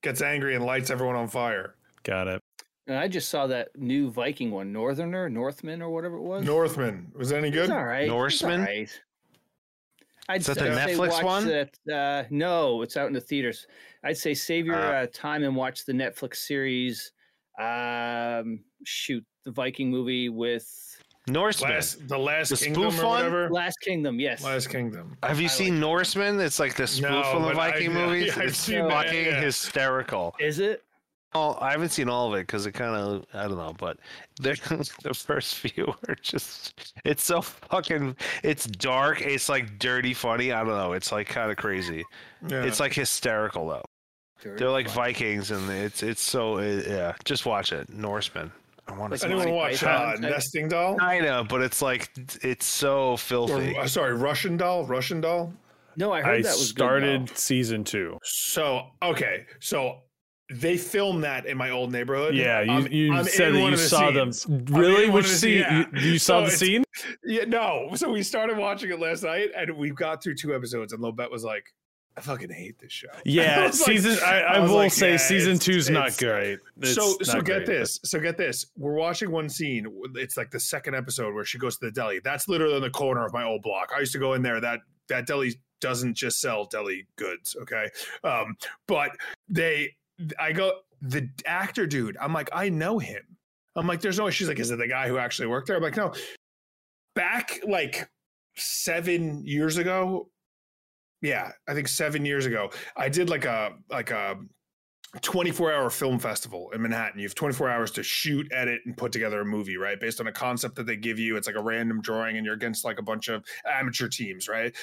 [SPEAKER 2] gets angry and lights everyone on fire.
[SPEAKER 1] Got it.
[SPEAKER 4] And I just saw that new Viking one, Northerner, Northman, or whatever it was.
[SPEAKER 2] Northman, was that any
[SPEAKER 4] It's
[SPEAKER 2] good?
[SPEAKER 4] all right.
[SPEAKER 3] Norseman?
[SPEAKER 4] It's all right. I'd
[SPEAKER 3] Is that the
[SPEAKER 4] say
[SPEAKER 3] Netflix
[SPEAKER 4] watch
[SPEAKER 3] one?
[SPEAKER 4] That, uh, no, it's out in the theaters. I'd say save your
[SPEAKER 3] Ah.
[SPEAKER 4] uh, time and watch the Netflix series. Um, shoot, the Viking movie with
[SPEAKER 3] Norseman.
[SPEAKER 2] Last, the Last
[SPEAKER 3] The
[SPEAKER 2] Kingdom
[SPEAKER 3] spoof
[SPEAKER 2] or
[SPEAKER 3] one?
[SPEAKER 2] whatever.
[SPEAKER 4] Last Kingdom. Yes.
[SPEAKER 2] Last Kingdom.
[SPEAKER 3] Have you
[SPEAKER 4] I
[SPEAKER 3] seen Norseman? It's like the spoof
[SPEAKER 2] No,
[SPEAKER 3] on the
[SPEAKER 2] but I-
[SPEAKER 3] Viking
[SPEAKER 2] yeah,
[SPEAKER 3] movies.
[SPEAKER 2] I've
[SPEAKER 3] it's
[SPEAKER 2] seen that,
[SPEAKER 3] fucking
[SPEAKER 2] yeah.
[SPEAKER 3] hysterical.
[SPEAKER 4] Is it?
[SPEAKER 3] Oh, I haven't seen all of it because it kind of I don't know, but they're- the first few are just it's so fucking it's dark. It's like dirty funny. I don't know. It's like kind of crazy.
[SPEAKER 2] Yeah.
[SPEAKER 3] It's like hysterical though. They're like Vikings, and it's it's so it, yeah. Just watch it, Norseman. I want to
[SPEAKER 4] Like
[SPEAKER 3] see.
[SPEAKER 2] anyone
[SPEAKER 4] Monty
[SPEAKER 2] watch uh,
[SPEAKER 4] Python type-
[SPEAKER 2] Nesting Doll?
[SPEAKER 3] kind of, but it's like it's so
[SPEAKER 2] Or,
[SPEAKER 3] filthy.
[SPEAKER 2] uh, sorry, Russian Doll. Russian Doll.
[SPEAKER 4] No, I heard
[SPEAKER 1] I,
[SPEAKER 4] that was
[SPEAKER 1] started
[SPEAKER 4] Good, though.
[SPEAKER 1] season two.
[SPEAKER 2] So okay, so they filmed that in my old neighborhood.
[SPEAKER 1] Yeah, you,
[SPEAKER 2] I'm-
[SPEAKER 1] you
[SPEAKER 2] I'm
[SPEAKER 1] said
[SPEAKER 2] in
[SPEAKER 1] that
[SPEAKER 2] one
[SPEAKER 1] you
[SPEAKER 2] of the
[SPEAKER 1] saw
[SPEAKER 2] scenes.
[SPEAKER 1] them. Really?
[SPEAKER 2] in one
[SPEAKER 1] Which
[SPEAKER 2] of the
[SPEAKER 1] scene?
[SPEAKER 2] scenes,
[SPEAKER 1] You,
[SPEAKER 2] yeah.
[SPEAKER 1] you saw
[SPEAKER 2] So
[SPEAKER 1] the
[SPEAKER 2] it's-
[SPEAKER 1] scene?
[SPEAKER 2] Yeah, no. So we started watching it last night, and we got through two episodes, and Lobet was like, "I fucking hate this show." I
[SPEAKER 1] Yeah,
[SPEAKER 2] was like-
[SPEAKER 1] season. I, I,
[SPEAKER 2] I was
[SPEAKER 1] will
[SPEAKER 2] like,
[SPEAKER 1] say
[SPEAKER 2] yeah,
[SPEAKER 1] season
[SPEAKER 2] it's-
[SPEAKER 1] two's not
[SPEAKER 2] it's-
[SPEAKER 1] great. It's
[SPEAKER 2] so so
[SPEAKER 1] not
[SPEAKER 2] get
[SPEAKER 1] great.
[SPEAKER 2] this. So get this. We're watching one scene. It's like the second episode where she goes to the deli. That's literally in the corner of my old block. I used to go in there. That that deli doesn't just sell deli goods, okay? Um, but they I go the actor dude, I'm like, I know him. I'm like, there's no way. She's like, is it the guy who actually worked there? I'm like, no. Back like seven years ago. Yeah, I think seven years ago. I did like a like a 24 hour film festival in Manhattan. You have 24 hours to shoot, edit, and put together a movie, right? Based on a concept that they give you. It's like a random drawing, and you're against like a bunch of amateur teams, right?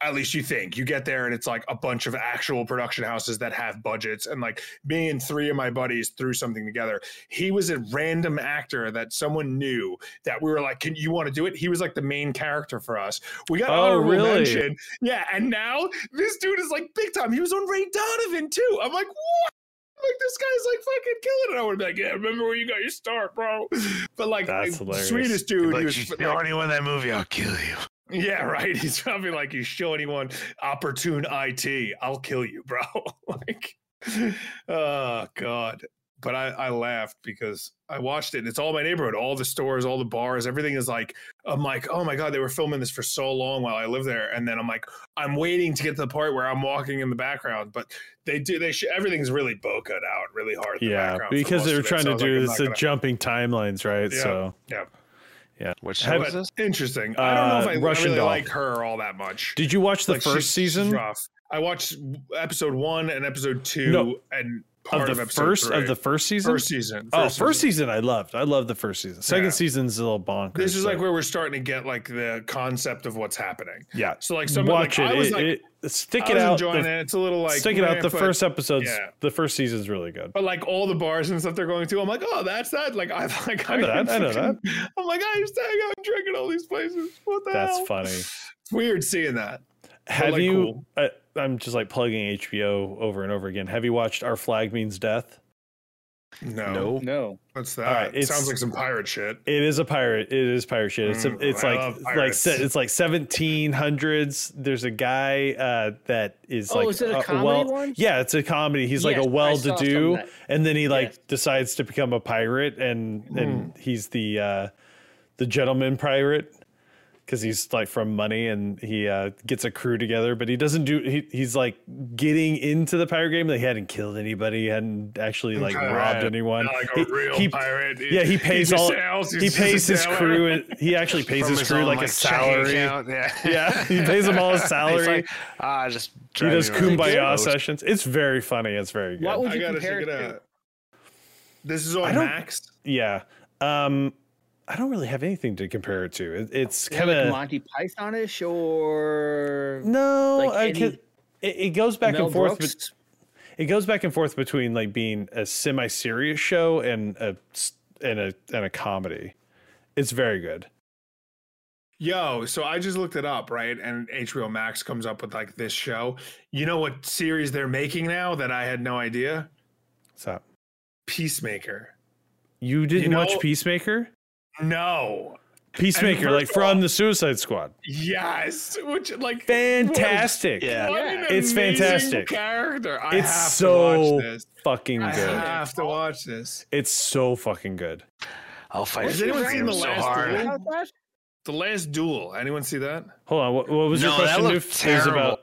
[SPEAKER 2] at least you think you get there and it's like a bunch of actual production houses that have budgets and like me and three of my buddies threw something together he was a random actor that someone knew that we were like can you want to do it he was like the main character for us we got
[SPEAKER 1] Oh,
[SPEAKER 2] honorable
[SPEAKER 1] really?
[SPEAKER 2] mention yeah and now this dude is like big time he was on ray donovan too i'm like what like this guy's like fucking killing it. I would be like, yeah, remember where you got your start, bro. But like,
[SPEAKER 1] That's
[SPEAKER 2] the
[SPEAKER 1] hilarious.
[SPEAKER 2] sweetest dude.
[SPEAKER 3] like,
[SPEAKER 2] he
[SPEAKER 3] you
[SPEAKER 2] was
[SPEAKER 3] show
[SPEAKER 2] like,
[SPEAKER 3] anyone that movie, I'll kill you.
[SPEAKER 2] yeah, right. He's probably like, you show anyone opportune IT, I'll kill you, bro. like, oh god. But I, I laughed because I watched it. And it's all my neighborhood, all the stores, all the bars, everything is like, I'm like, oh my god, they were filming this for so long while I lived there, and then I'm like, I'm waiting to get to the part where I'm walking in the background, but they do, they sh- everything's really bocoed out, really hard. in the
[SPEAKER 1] yeah,
[SPEAKER 2] background for
[SPEAKER 1] because
[SPEAKER 2] most
[SPEAKER 1] they were
[SPEAKER 2] of it.
[SPEAKER 1] trying
[SPEAKER 2] So
[SPEAKER 1] to
[SPEAKER 2] I was like,
[SPEAKER 1] do
[SPEAKER 2] I'm
[SPEAKER 1] this
[SPEAKER 2] not
[SPEAKER 1] the
[SPEAKER 2] gonna-
[SPEAKER 1] jumping timelines, right?
[SPEAKER 2] Yeah,
[SPEAKER 1] So,
[SPEAKER 2] yeah.
[SPEAKER 3] Which
[SPEAKER 1] Have-
[SPEAKER 3] show is this?
[SPEAKER 2] Interesting. I don't know if
[SPEAKER 1] Uh,
[SPEAKER 2] I, I
[SPEAKER 1] Russian
[SPEAKER 2] really
[SPEAKER 1] doll.
[SPEAKER 2] like her all that much.
[SPEAKER 1] did you watch the
[SPEAKER 2] Like,
[SPEAKER 1] first
[SPEAKER 2] she's- she's
[SPEAKER 1] season?
[SPEAKER 2] rough. I watched episode one and episode two
[SPEAKER 1] No.
[SPEAKER 2] and
[SPEAKER 1] of
[SPEAKER 2] part
[SPEAKER 1] the
[SPEAKER 2] of, episode
[SPEAKER 1] first
[SPEAKER 2] three.
[SPEAKER 1] of the first season.
[SPEAKER 2] first season.
[SPEAKER 1] oh, first season. I loved. I loved the first season. Second
[SPEAKER 2] Yeah.
[SPEAKER 1] season's a little bonkers.
[SPEAKER 2] This is
[SPEAKER 1] but-
[SPEAKER 2] like where we're starting to get like the concept of what's happening.
[SPEAKER 1] yeah.
[SPEAKER 2] So like some
[SPEAKER 1] Watch
[SPEAKER 2] like,
[SPEAKER 1] it.
[SPEAKER 2] I was
[SPEAKER 1] it,
[SPEAKER 2] like
[SPEAKER 1] it- Stick
[SPEAKER 2] I
[SPEAKER 1] it
[SPEAKER 2] was
[SPEAKER 1] out.
[SPEAKER 2] enjoying
[SPEAKER 1] The,
[SPEAKER 2] it. It's a little like
[SPEAKER 1] stick it out.
[SPEAKER 2] meh,
[SPEAKER 1] The
[SPEAKER 2] but-
[SPEAKER 1] first episode's
[SPEAKER 2] yeah.
[SPEAKER 1] the first season's really good.
[SPEAKER 2] But like all the bars and stuff they're going to, I'm like, oh, that's that. Like I like
[SPEAKER 1] I know that, I know that.
[SPEAKER 2] fucking- I'm like I'm staying out drinking all these places. What the
[SPEAKER 1] That's
[SPEAKER 2] hell?
[SPEAKER 1] funny.
[SPEAKER 2] It's weird seeing that.
[SPEAKER 1] Have
[SPEAKER 2] like,
[SPEAKER 1] you?
[SPEAKER 2] cool.
[SPEAKER 1] I, I'm just like plugging HBO over and over again. Have you watched Our Flag Means Death?
[SPEAKER 2] No,
[SPEAKER 4] No.
[SPEAKER 2] what's
[SPEAKER 1] All
[SPEAKER 2] that?
[SPEAKER 1] right, it's-
[SPEAKER 2] Sounds like some pirate shit.
[SPEAKER 1] It is a pirate. It is pirate shit. It's a,
[SPEAKER 2] Mm,
[SPEAKER 1] it's
[SPEAKER 2] I
[SPEAKER 1] like
[SPEAKER 2] love
[SPEAKER 1] like
[SPEAKER 2] pirates.
[SPEAKER 1] se- it's like 1700s. There's a guy uh, that is
[SPEAKER 4] Oh,
[SPEAKER 1] like
[SPEAKER 4] is it a comedy
[SPEAKER 1] well,
[SPEAKER 4] one?
[SPEAKER 1] Yeah, it's a comedy. He's like a
[SPEAKER 4] Yes, I saw some
[SPEAKER 1] well-to-do,
[SPEAKER 4] of that.
[SPEAKER 1] and then he like
[SPEAKER 4] Yes.
[SPEAKER 1] decides to become a pirate, and
[SPEAKER 2] Hmm.
[SPEAKER 1] and he's the uh, the gentleman pirate because he's like from money, and he uh, gets a crew together. But he doesn't do. He, he's like getting into the pirate game. They hadn't killed anybody, hadn't actually like
[SPEAKER 2] Okay.
[SPEAKER 1] robbed
[SPEAKER 2] Right.
[SPEAKER 1] anyone.
[SPEAKER 2] Not like a
[SPEAKER 1] He-
[SPEAKER 2] real
[SPEAKER 1] he-
[SPEAKER 2] pirate. He-
[SPEAKER 1] yeah, he
[SPEAKER 2] he
[SPEAKER 1] pays
[SPEAKER 2] just
[SPEAKER 1] all.
[SPEAKER 2] sails, he's
[SPEAKER 1] he
[SPEAKER 2] just a
[SPEAKER 1] pays his
[SPEAKER 2] sailor.
[SPEAKER 1] crew. and- He actually pays
[SPEAKER 3] From
[SPEAKER 1] his,
[SPEAKER 3] his
[SPEAKER 1] crew
[SPEAKER 3] own,
[SPEAKER 1] like, a
[SPEAKER 3] checking
[SPEAKER 1] salary.
[SPEAKER 3] account, Yeah.
[SPEAKER 1] Yeah, he pays them all his
[SPEAKER 3] He's
[SPEAKER 1] salary.
[SPEAKER 3] like, ah, just
[SPEAKER 1] he does kumbaya
[SPEAKER 3] session.
[SPEAKER 1] sessions. It's very funny. It's very good.
[SPEAKER 4] What would
[SPEAKER 2] I
[SPEAKER 4] you
[SPEAKER 2] gotta
[SPEAKER 4] compare
[SPEAKER 2] check
[SPEAKER 4] it
[SPEAKER 2] it
[SPEAKER 4] to?
[SPEAKER 2] out. This is on
[SPEAKER 1] don't-
[SPEAKER 2] Max.
[SPEAKER 1] yeah. Um, I don't really have anything to compare it to. It, it's
[SPEAKER 4] Is it
[SPEAKER 1] kind of
[SPEAKER 4] like Monty Pythonish or
[SPEAKER 1] no.
[SPEAKER 4] like
[SPEAKER 1] I can,
[SPEAKER 4] any
[SPEAKER 1] it, it goes back
[SPEAKER 4] Mel
[SPEAKER 1] and forth.
[SPEAKER 4] Brooks?
[SPEAKER 1] bet- it goes back and forth between like being a semi-serious show and a s- and a and a comedy. It's very good.
[SPEAKER 2] Yo, so I just looked it up, right? And HBO Max comes up with like this show. You know what series they're making now that I had no idea?
[SPEAKER 1] So
[SPEAKER 2] Peacemaker.
[SPEAKER 1] you didn't watch
[SPEAKER 2] know-
[SPEAKER 1] Peacemaker?
[SPEAKER 2] No.
[SPEAKER 1] Peacemaker,
[SPEAKER 2] first
[SPEAKER 1] like
[SPEAKER 2] of
[SPEAKER 1] from the Suicide Squad.
[SPEAKER 2] Yes. Which like
[SPEAKER 1] Fantastic.
[SPEAKER 3] Yeah.
[SPEAKER 2] what an
[SPEAKER 1] It's
[SPEAKER 2] amazing
[SPEAKER 1] fantastic.
[SPEAKER 2] Character. I
[SPEAKER 1] It's
[SPEAKER 2] have to
[SPEAKER 1] so
[SPEAKER 2] watch this.
[SPEAKER 1] fucking
[SPEAKER 2] I
[SPEAKER 1] good.
[SPEAKER 2] have to watch this.
[SPEAKER 1] It's so fucking good.
[SPEAKER 3] I'll fight
[SPEAKER 2] Has
[SPEAKER 3] you
[SPEAKER 2] anyone
[SPEAKER 3] with
[SPEAKER 2] seen
[SPEAKER 3] him
[SPEAKER 2] The
[SPEAKER 3] so
[SPEAKER 2] Last
[SPEAKER 3] hard.
[SPEAKER 2] Duel?
[SPEAKER 4] How's that?
[SPEAKER 2] The Last Duel. Anyone see that?
[SPEAKER 1] Hold on. What, what was your
[SPEAKER 3] No, that
[SPEAKER 1] question?
[SPEAKER 3] looked
[SPEAKER 1] Doof? It was
[SPEAKER 3] terrible.
[SPEAKER 1] about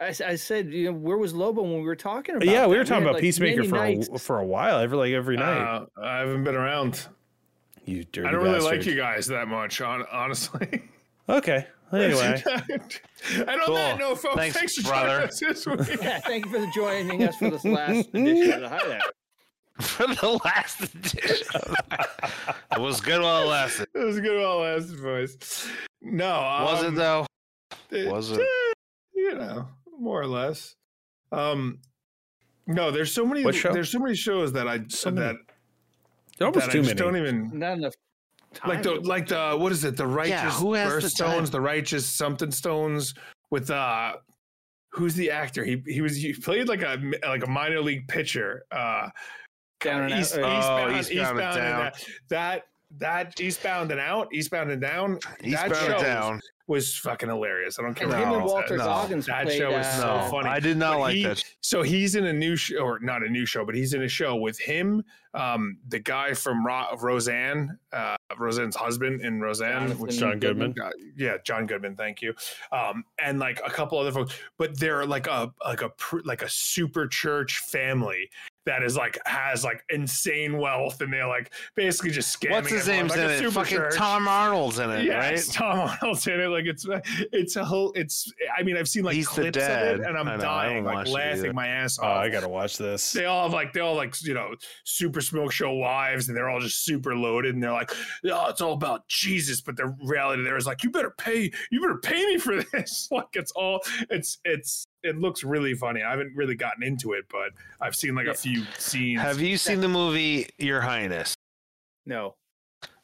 [SPEAKER 4] I, s- I said, you know, where was Lobo when we were talking about?
[SPEAKER 1] yeah, we
[SPEAKER 4] that?
[SPEAKER 1] were talking
[SPEAKER 4] had,
[SPEAKER 1] about
[SPEAKER 4] like,
[SPEAKER 1] Peacemaker
[SPEAKER 4] many
[SPEAKER 1] for a,
[SPEAKER 4] nights.
[SPEAKER 1] for a while, every like every night.
[SPEAKER 2] Uh, I haven't been around.
[SPEAKER 1] You dirty.
[SPEAKER 2] I don't really like
[SPEAKER 1] bastard.
[SPEAKER 2] you guys that much, hon- honestly.
[SPEAKER 1] Okay. Anyway,
[SPEAKER 2] and on
[SPEAKER 3] Cool.
[SPEAKER 2] that note, folks,
[SPEAKER 3] Thanks,
[SPEAKER 2] thanks, for
[SPEAKER 3] brother.
[SPEAKER 2] joining us this week.
[SPEAKER 4] Yeah, thank you for joining us for this last edition of the Hideout.
[SPEAKER 3] for the last edition. it was good while it lasted.
[SPEAKER 2] That was a good old ass voice. No, um,
[SPEAKER 3] Was it though?
[SPEAKER 2] it-
[SPEAKER 3] was it?
[SPEAKER 2] eh, You know, more or less. Um, no, there's so many.
[SPEAKER 1] What show?
[SPEAKER 2] There's so many shows that I
[SPEAKER 1] So many.
[SPEAKER 2] that,
[SPEAKER 1] there
[SPEAKER 2] that
[SPEAKER 1] almost
[SPEAKER 2] I
[SPEAKER 1] too many.
[SPEAKER 2] just don't even
[SPEAKER 4] Not enough time.
[SPEAKER 2] like the
[SPEAKER 4] to-
[SPEAKER 2] like the what is it? The righteous
[SPEAKER 3] who has the
[SPEAKER 2] stones,
[SPEAKER 3] time?
[SPEAKER 2] the righteous something stones with uh, who's the actor? He he was he played like a like a minor league pitcher. Uh,
[SPEAKER 4] Down and Out, Uh,
[SPEAKER 2] East-
[SPEAKER 4] or-
[SPEAKER 3] Oh,
[SPEAKER 2] Eastbound,
[SPEAKER 3] Eastbound and
[SPEAKER 2] Eastbound and
[SPEAKER 3] Down.
[SPEAKER 2] Out. That that Eastbound and Out, Eastbound and Down
[SPEAKER 3] Eastbound
[SPEAKER 2] show
[SPEAKER 3] and
[SPEAKER 2] was-
[SPEAKER 3] Down.
[SPEAKER 2] was fucking hilarious. I don't care.
[SPEAKER 4] and
[SPEAKER 2] what
[SPEAKER 4] him and
[SPEAKER 2] anyone
[SPEAKER 4] Walter
[SPEAKER 3] no.
[SPEAKER 4] Goggins
[SPEAKER 2] That
[SPEAKER 4] played.
[SPEAKER 2] show was so
[SPEAKER 4] uh,
[SPEAKER 3] No,
[SPEAKER 2] funny.
[SPEAKER 3] I did not
[SPEAKER 2] But
[SPEAKER 3] like
[SPEAKER 2] he-
[SPEAKER 3] that.
[SPEAKER 2] So he's in a new show, or not a new show, but he's in a show with him, um, the guy from Ro- Roseanne, uh, Roseanne's husband in Roseanne,
[SPEAKER 4] Jonathan
[SPEAKER 2] which
[SPEAKER 1] John Goodman.
[SPEAKER 2] uh, yeah, John Goodman, thank you, um, and like a couple other folks, but they're like a like a pr- like a super church family that is like has like insane wealth, and they're like basically just scamming.
[SPEAKER 3] What's his
[SPEAKER 2] everyone,
[SPEAKER 3] name's
[SPEAKER 2] like
[SPEAKER 3] in
[SPEAKER 2] a
[SPEAKER 3] it?
[SPEAKER 2] super
[SPEAKER 3] Fucking
[SPEAKER 2] church.
[SPEAKER 3] Tom Arnold's in it,
[SPEAKER 2] Yes, Tom Arnold's in it. Like it's it's a whole. It's I mean I've seen like
[SPEAKER 3] He's the
[SPEAKER 2] clips of it,
[SPEAKER 3] dad.
[SPEAKER 2] and I'm
[SPEAKER 3] I know, I
[SPEAKER 2] dying
[SPEAKER 3] haven't
[SPEAKER 2] like
[SPEAKER 3] watched it either.
[SPEAKER 2] laughing my ass
[SPEAKER 1] Oh,
[SPEAKER 2] off.
[SPEAKER 1] I gotta watch this.
[SPEAKER 2] They all have like they all like you know super smoke show wives, and they're all just super loaded, and they're like, oh, it's all about Jesus. But the reality there is like, you better pay, you better pay me for this. like it's all it's it's it looks really funny. I haven't really gotten into it, but I've seen like
[SPEAKER 4] Yeah.
[SPEAKER 2] a few scenes.
[SPEAKER 3] right? Have you seen the movie Your Highness?
[SPEAKER 4] No.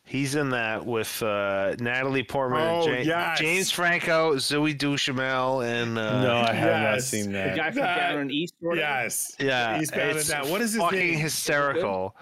[SPEAKER 3] He's in that with uh, Natalie Portman, and
[SPEAKER 2] Oh,
[SPEAKER 3] Ja-
[SPEAKER 2] yes.
[SPEAKER 3] James Franco, Zoe Duchamel, and uh,
[SPEAKER 1] no, I have not
[SPEAKER 2] yes.
[SPEAKER 1] seen
[SPEAKER 4] The
[SPEAKER 1] that.
[SPEAKER 4] guy from
[SPEAKER 2] That-
[SPEAKER 4] down on East or whatever?
[SPEAKER 2] yes,
[SPEAKER 3] yeah,
[SPEAKER 2] He's bad at
[SPEAKER 3] it's
[SPEAKER 2] that. What is his
[SPEAKER 3] fucking
[SPEAKER 2] name?
[SPEAKER 3] hysterical.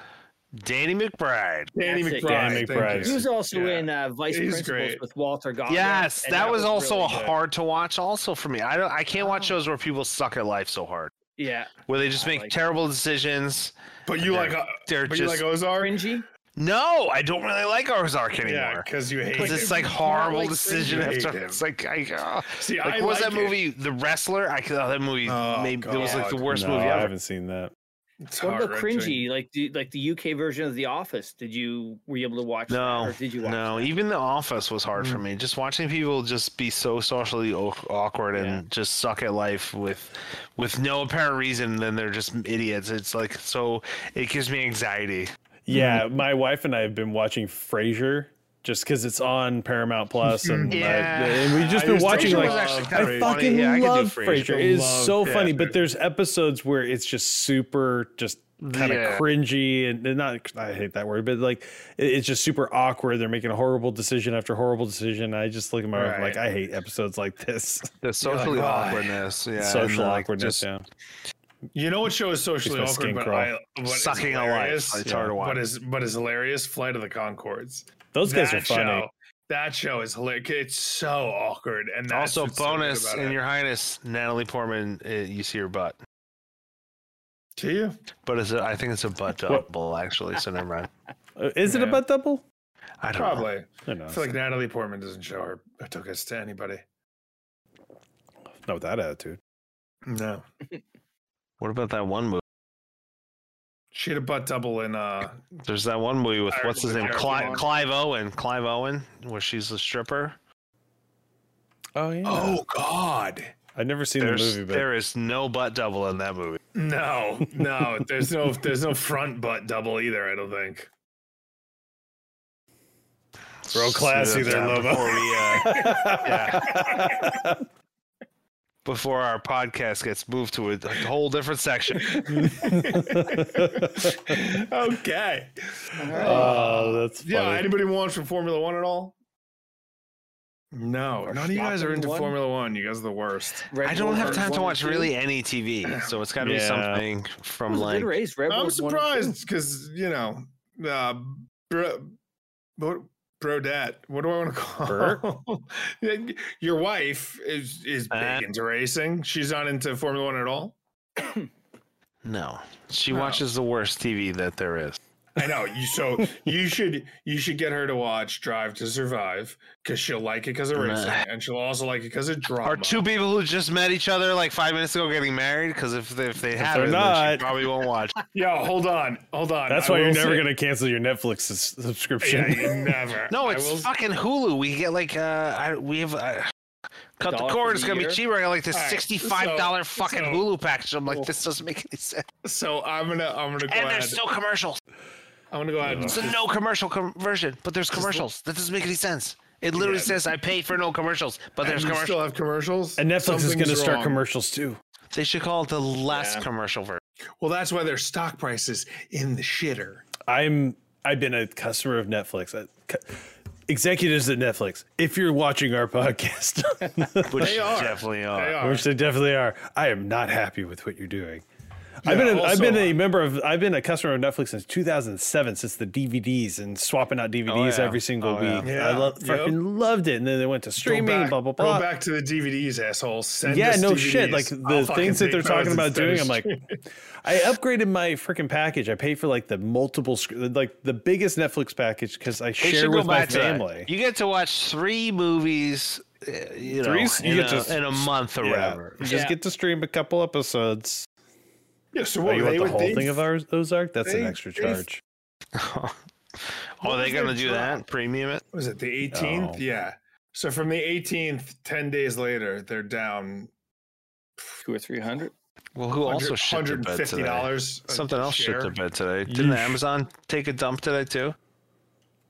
[SPEAKER 3] Danny McBride.
[SPEAKER 2] Danny
[SPEAKER 4] That's it,
[SPEAKER 2] McBride.
[SPEAKER 1] Danny
[SPEAKER 2] thank
[SPEAKER 1] McBride.
[SPEAKER 4] He
[SPEAKER 2] you.
[SPEAKER 4] was also
[SPEAKER 2] Yeah.
[SPEAKER 4] in uh, Vice
[SPEAKER 2] He's
[SPEAKER 4] Principals
[SPEAKER 2] great.
[SPEAKER 4] with Walter
[SPEAKER 2] Oh,
[SPEAKER 4] Goggins.
[SPEAKER 3] Yes,
[SPEAKER 4] and
[SPEAKER 3] that, was, also
[SPEAKER 4] really good.
[SPEAKER 3] hard to watch. Also for me, I don't, I can't watch
[SPEAKER 4] Oh.
[SPEAKER 3] shows where people suck at life so hard,
[SPEAKER 4] Yeah,
[SPEAKER 3] where they just
[SPEAKER 4] I
[SPEAKER 3] make
[SPEAKER 4] like-
[SPEAKER 3] terrible decisions.
[SPEAKER 2] But you like, uh,
[SPEAKER 3] They're
[SPEAKER 2] but you
[SPEAKER 3] just
[SPEAKER 2] like Ozark?
[SPEAKER 4] cringy.
[SPEAKER 3] no, I don't really like Ozark
[SPEAKER 2] Yeah,
[SPEAKER 3] anymore.
[SPEAKER 2] because you hate
[SPEAKER 3] Because
[SPEAKER 2] it.
[SPEAKER 3] it's like horrible
[SPEAKER 4] like,
[SPEAKER 3] decision
[SPEAKER 2] cringe.
[SPEAKER 3] after it's like I oh.
[SPEAKER 2] See,
[SPEAKER 3] like
[SPEAKER 2] I
[SPEAKER 3] what was
[SPEAKER 2] like
[SPEAKER 3] that
[SPEAKER 2] it.
[SPEAKER 3] movie The Wrestler? I oh, that movie
[SPEAKER 2] Oh,
[SPEAKER 3] made it was like the
[SPEAKER 2] God.
[SPEAKER 3] worst
[SPEAKER 1] no,
[SPEAKER 3] movie
[SPEAKER 1] I
[SPEAKER 3] ever.
[SPEAKER 1] haven't seen that.
[SPEAKER 2] It's
[SPEAKER 4] What about
[SPEAKER 2] heart-wrenching.
[SPEAKER 4] cringy? Like the like the UK version of The Office. Did you were you able to watch?
[SPEAKER 3] No,
[SPEAKER 4] that, or did you watch?
[SPEAKER 3] No,
[SPEAKER 4] that?
[SPEAKER 3] even The Office was hard for
[SPEAKER 2] Mm.
[SPEAKER 3] me. Just watching people just be so socially au- awkward and
[SPEAKER 4] Yeah.
[SPEAKER 3] just suck at life with with no apparent reason. Then they're just idiots. It's like so it gives me anxiety.
[SPEAKER 1] Yeah, my wife and I have been watching Frasier just because it's on Paramount Plus, and, uh,
[SPEAKER 3] Yeah.
[SPEAKER 1] and we've just
[SPEAKER 2] I
[SPEAKER 1] been
[SPEAKER 2] used to
[SPEAKER 1] watching
[SPEAKER 2] Frasier
[SPEAKER 1] like
[SPEAKER 2] was actually
[SPEAKER 1] I
[SPEAKER 2] kinda
[SPEAKER 1] fucking
[SPEAKER 3] Yeah, I could do
[SPEAKER 1] love
[SPEAKER 3] Frasier.
[SPEAKER 1] Frasier. It is
[SPEAKER 2] Love
[SPEAKER 1] so funny,
[SPEAKER 2] Frasier.
[SPEAKER 1] but there's episodes where it's just super, just kind of
[SPEAKER 3] Yeah.
[SPEAKER 1] cringy and and not. I hate that word, but like it- it's just super awkward. They're making a horrible decision after horrible decision. I just look at my wife I'm like
[SPEAKER 2] Right.
[SPEAKER 1] I hate episodes like this.
[SPEAKER 3] The socially
[SPEAKER 2] "Why?"
[SPEAKER 3] awkwardness, yeah,
[SPEAKER 1] Social
[SPEAKER 3] and, like,
[SPEAKER 1] awkwardness.
[SPEAKER 3] just
[SPEAKER 1] yeah.
[SPEAKER 2] You know what show is socially
[SPEAKER 1] my skin
[SPEAKER 2] awkward, but
[SPEAKER 1] crawl.
[SPEAKER 2] I what is
[SPEAKER 3] sucking at life.
[SPEAKER 2] hilarious?
[SPEAKER 3] It's hard to watch.
[SPEAKER 2] What is but is hilarious? Flight of the Concords.
[SPEAKER 1] Those guys are funny.
[SPEAKER 2] Show, that show is hilarious. It's so awkward. And that's
[SPEAKER 3] also,
[SPEAKER 2] what's so good
[SPEAKER 3] bonus
[SPEAKER 2] about
[SPEAKER 3] in
[SPEAKER 2] it.
[SPEAKER 3] Your Highness, Natalie Portman, uh, you see her butt,
[SPEAKER 2] to you.
[SPEAKER 3] but it's a, I think it's a butt
[SPEAKER 1] What?
[SPEAKER 3] double actually. So never mind.
[SPEAKER 1] Uh, Is it a
[SPEAKER 2] Yeah.
[SPEAKER 1] butt double?
[SPEAKER 3] I don't know.
[SPEAKER 2] Probably.
[SPEAKER 1] I don't know.
[SPEAKER 2] I feel like Natalie Portman doesn't show her tuchus to anybody.
[SPEAKER 1] Not with that attitude.
[SPEAKER 2] No.
[SPEAKER 3] What about that one movie?
[SPEAKER 2] She had a butt double in uh
[SPEAKER 3] There's that one movie with
[SPEAKER 2] I
[SPEAKER 3] what's his name,
[SPEAKER 2] remember
[SPEAKER 3] Clive,
[SPEAKER 2] one.
[SPEAKER 3] Clive Owen, Clive Owen, where she's a stripper.
[SPEAKER 1] Oh yeah.
[SPEAKER 2] Oh God.
[SPEAKER 1] I've never seen
[SPEAKER 3] There's,
[SPEAKER 1] the movie, but
[SPEAKER 3] there is no butt double in that movie.
[SPEAKER 2] No, no, there's no there's no front butt double either, I don't think.
[SPEAKER 1] Real classy
[SPEAKER 3] Sit
[SPEAKER 1] there,
[SPEAKER 3] down
[SPEAKER 1] Lobo.
[SPEAKER 3] Before, we, uh, before our podcast gets moved to a, a whole different section.
[SPEAKER 2] okay. Uh,
[SPEAKER 1] oh, that's funny.
[SPEAKER 2] Yeah, anybody wants from Formula One at all? No,
[SPEAKER 4] Or
[SPEAKER 2] none of you guys are
[SPEAKER 4] Formula
[SPEAKER 2] into
[SPEAKER 4] One?
[SPEAKER 2] Formula One. You guys are the worst.
[SPEAKER 4] Red
[SPEAKER 3] I don't
[SPEAKER 4] Bull
[SPEAKER 3] have
[SPEAKER 4] or
[SPEAKER 3] time to
[SPEAKER 4] one or
[SPEAKER 3] watch
[SPEAKER 4] two?
[SPEAKER 3] really any TV, so it's got to be
[SPEAKER 1] Yeah.
[SPEAKER 3] something
[SPEAKER 4] It
[SPEAKER 3] from
[SPEAKER 4] was a
[SPEAKER 3] like
[SPEAKER 4] good race. Red
[SPEAKER 2] I'm
[SPEAKER 4] Bull's one or two.
[SPEAKER 2] surprised because you know, uh, bro, bro, brodette. What do I want to call? her? Your wife is is big
[SPEAKER 3] Uh,
[SPEAKER 2] into racing. She's not into Formula One at all.
[SPEAKER 3] no. She
[SPEAKER 2] No.
[SPEAKER 3] watches the worst TV that there is.
[SPEAKER 2] I know you. So you should you should get her to watch Drive to Survive because she'll like it because of
[SPEAKER 3] Nah.
[SPEAKER 2] racing, and she'll also like it because of drama.
[SPEAKER 3] Are two people who just met each other like five minutes ago getting married? Because if they, if they haven't, then
[SPEAKER 1] not-
[SPEAKER 3] she probably won't watch.
[SPEAKER 2] Yo, hold on, hold on.
[SPEAKER 1] that's
[SPEAKER 2] I
[SPEAKER 1] why you're
[SPEAKER 2] will
[SPEAKER 1] never
[SPEAKER 2] say-
[SPEAKER 1] going to cancel your Netflix sus-
[SPEAKER 2] Yeah,
[SPEAKER 1] subscription.
[SPEAKER 2] you never.
[SPEAKER 3] No,
[SPEAKER 2] I
[SPEAKER 3] it's
[SPEAKER 2] will-
[SPEAKER 3] fucking Hulu. We get like uh, I, we have uh, cut the
[SPEAKER 4] dollar for
[SPEAKER 3] cord.
[SPEAKER 4] the
[SPEAKER 3] It's gonna
[SPEAKER 4] year?
[SPEAKER 3] be cheaper. I got like this
[SPEAKER 2] All right,
[SPEAKER 3] sixty-five dollar
[SPEAKER 2] so-
[SPEAKER 3] fucking
[SPEAKER 2] so-
[SPEAKER 3] Hulu package. I'm like,
[SPEAKER 2] Cool.
[SPEAKER 3] this doesn't make any sense.
[SPEAKER 2] So I'm gonna I'm gonna go
[SPEAKER 3] and
[SPEAKER 2] ahead.
[SPEAKER 3] there's no commercials.
[SPEAKER 2] I'm gonna go ahead. And
[SPEAKER 3] It's a
[SPEAKER 2] just-
[SPEAKER 3] no commercial com- version, but there's
[SPEAKER 2] l-
[SPEAKER 3] commercials. That doesn't make any sense. It literally
[SPEAKER 2] Yeah.
[SPEAKER 3] says I paid for no commercials, but
[SPEAKER 2] and
[SPEAKER 3] there's
[SPEAKER 2] you
[SPEAKER 3] commercials.
[SPEAKER 2] still have commercials.
[SPEAKER 1] and Netflix is going to
[SPEAKER 2] Something's
[SPEAKER 1] start
[SPEAKER 2] wrong.
[SPEAKER 1] commercials too.
[SPEAKER 3] They should call it the less
[SPEAKER 2] Yeah.
[SPEAKER 3] commercial version.
[SPEAKER 2] Well, that's why their stock price is in the shitter.
[SPEAKER 1] I'm I've been a customer of Netflix. I, cu- executives at Netflix, if you're watching our podcast,
[SPEAKER 3] Which
[SPEAKER 2] They are.
[SPEAKER 3] definitely uh, are.
[SPEAKER 2] They are.
[SPEAKER 1] which they definitely are, I am not happy with what you're doing. I've been a,
[SPEAKER 2] also-
[SPEAKER 1] have been a member of I've been a customer of Netflix since 2007 since the DVDs and swapping out DVDs
[SPEAKER 3] yeah.
[SPEAKER 1] every single
[SPEAKER 3] Oh, yeah.
[SPEAKER 1] week. I
[SPEAKER 2] Yeah.
[SPEAKER 1] lo-
[SPEAKER 2] Yep.
[SPEAKER 1] fucking loved it, and then they went to
[SPEAKER 2] Go
[SPEAKER 1] streaming.
[SPEAKER 2] back,
[SPEAKER 1] blah blah
[SPEAKER 2] go
[SPEAKER 1] blah.
[SPEAKER 2] back to the DVDs, assholes. Send
[SPEAKER 1] Yeah,
[SPEAKER 2] us
[SPEAKER 1] no
[SPEAKER 2] DVDs.
[SPEAKER 1] shit. Like
[SPEAKER 2] I'll
[SPEAKER 1] the
[SPEAKER 2] fucking
[SPEAKER 1] things that
[SPEAKER 2] take
[SPEAKER 1] they're
[SPEAKER 2] those
[SPEAKER 1] talking about
[SPEAKER 2] instead of
[SPEAKER 1] doing, I'm like, I upgraded my freaking package. I paid for like the multiple, sc- like the biggest Netflix package because I
[SPEAKER 3] They
[SPEAKER 1] share
[SPEAKER 3] should go
[SPEAKER 1] with my
[SPEAKER 3] back to that.
[SPEAKER 1] family.
[SPEAKER 3] You get to watch three movies, uh, you know,
[SPEAKER 1] Three's- you
[SPEAKER 3] in,
[SPEAKER 1] get
[SPEAKER 3] a,
[SPEAKER 1] to-
[SPEAKER 3] in a month or
[SPEAKER 1] Yeah.
[SPEAKER 3] whatever.
[SPEAKER 1] You Just
[SPEAKER 4] Yeah.
[SPEAKER 1] get to stream a couple episodes.
[SPEAKER 2] Yeah, so
[SPEAKER 1] Oh,
[SPEAKER 2] what
[SPEAKER 1] you want
[SPEAKER 2] they
[SPEAKER 1] the
[SPEAKER 2] would-
[SPEAKER 1] whole
[SPEAKER 2] they-
[SPEAKER 1] thing of ours, Ozark? That's an
[SPEAKER 2] they-
[SPEAKER 1] extra
[SPEAKER 2] they-
[SPEAKER 1] charge.
[SPEAKER 3] oh,
[SPEAKER 2] What
[SPEAKER 3] are they
[SPEAKER 2] was their
[SPEAKER 3] gonna do that? Premium it?
[SPEAKER 2] Was it the 18th?
[SPEAKER 1] Oh.
[SPEAKER 2] Yeah. So from the 18th, 10 days later, they're down
[SPEAKER 4] two or three hundred.
[SPEAKER 3] Well, who also shipped to bed
[SPEAKER 2] $150.
[SPEAKER 3] today?
[SPEAKER 2] a
[SPEAKER 3] Something else
[SPEAKER 2] share.
[SPEAKER 3] shipped to bed today.
[SPEAKER 1] You
[SPEAKER 3] Didn't
[SPEAKER 1] sh-
[SPEAKER 3] Amazon take a dump today too?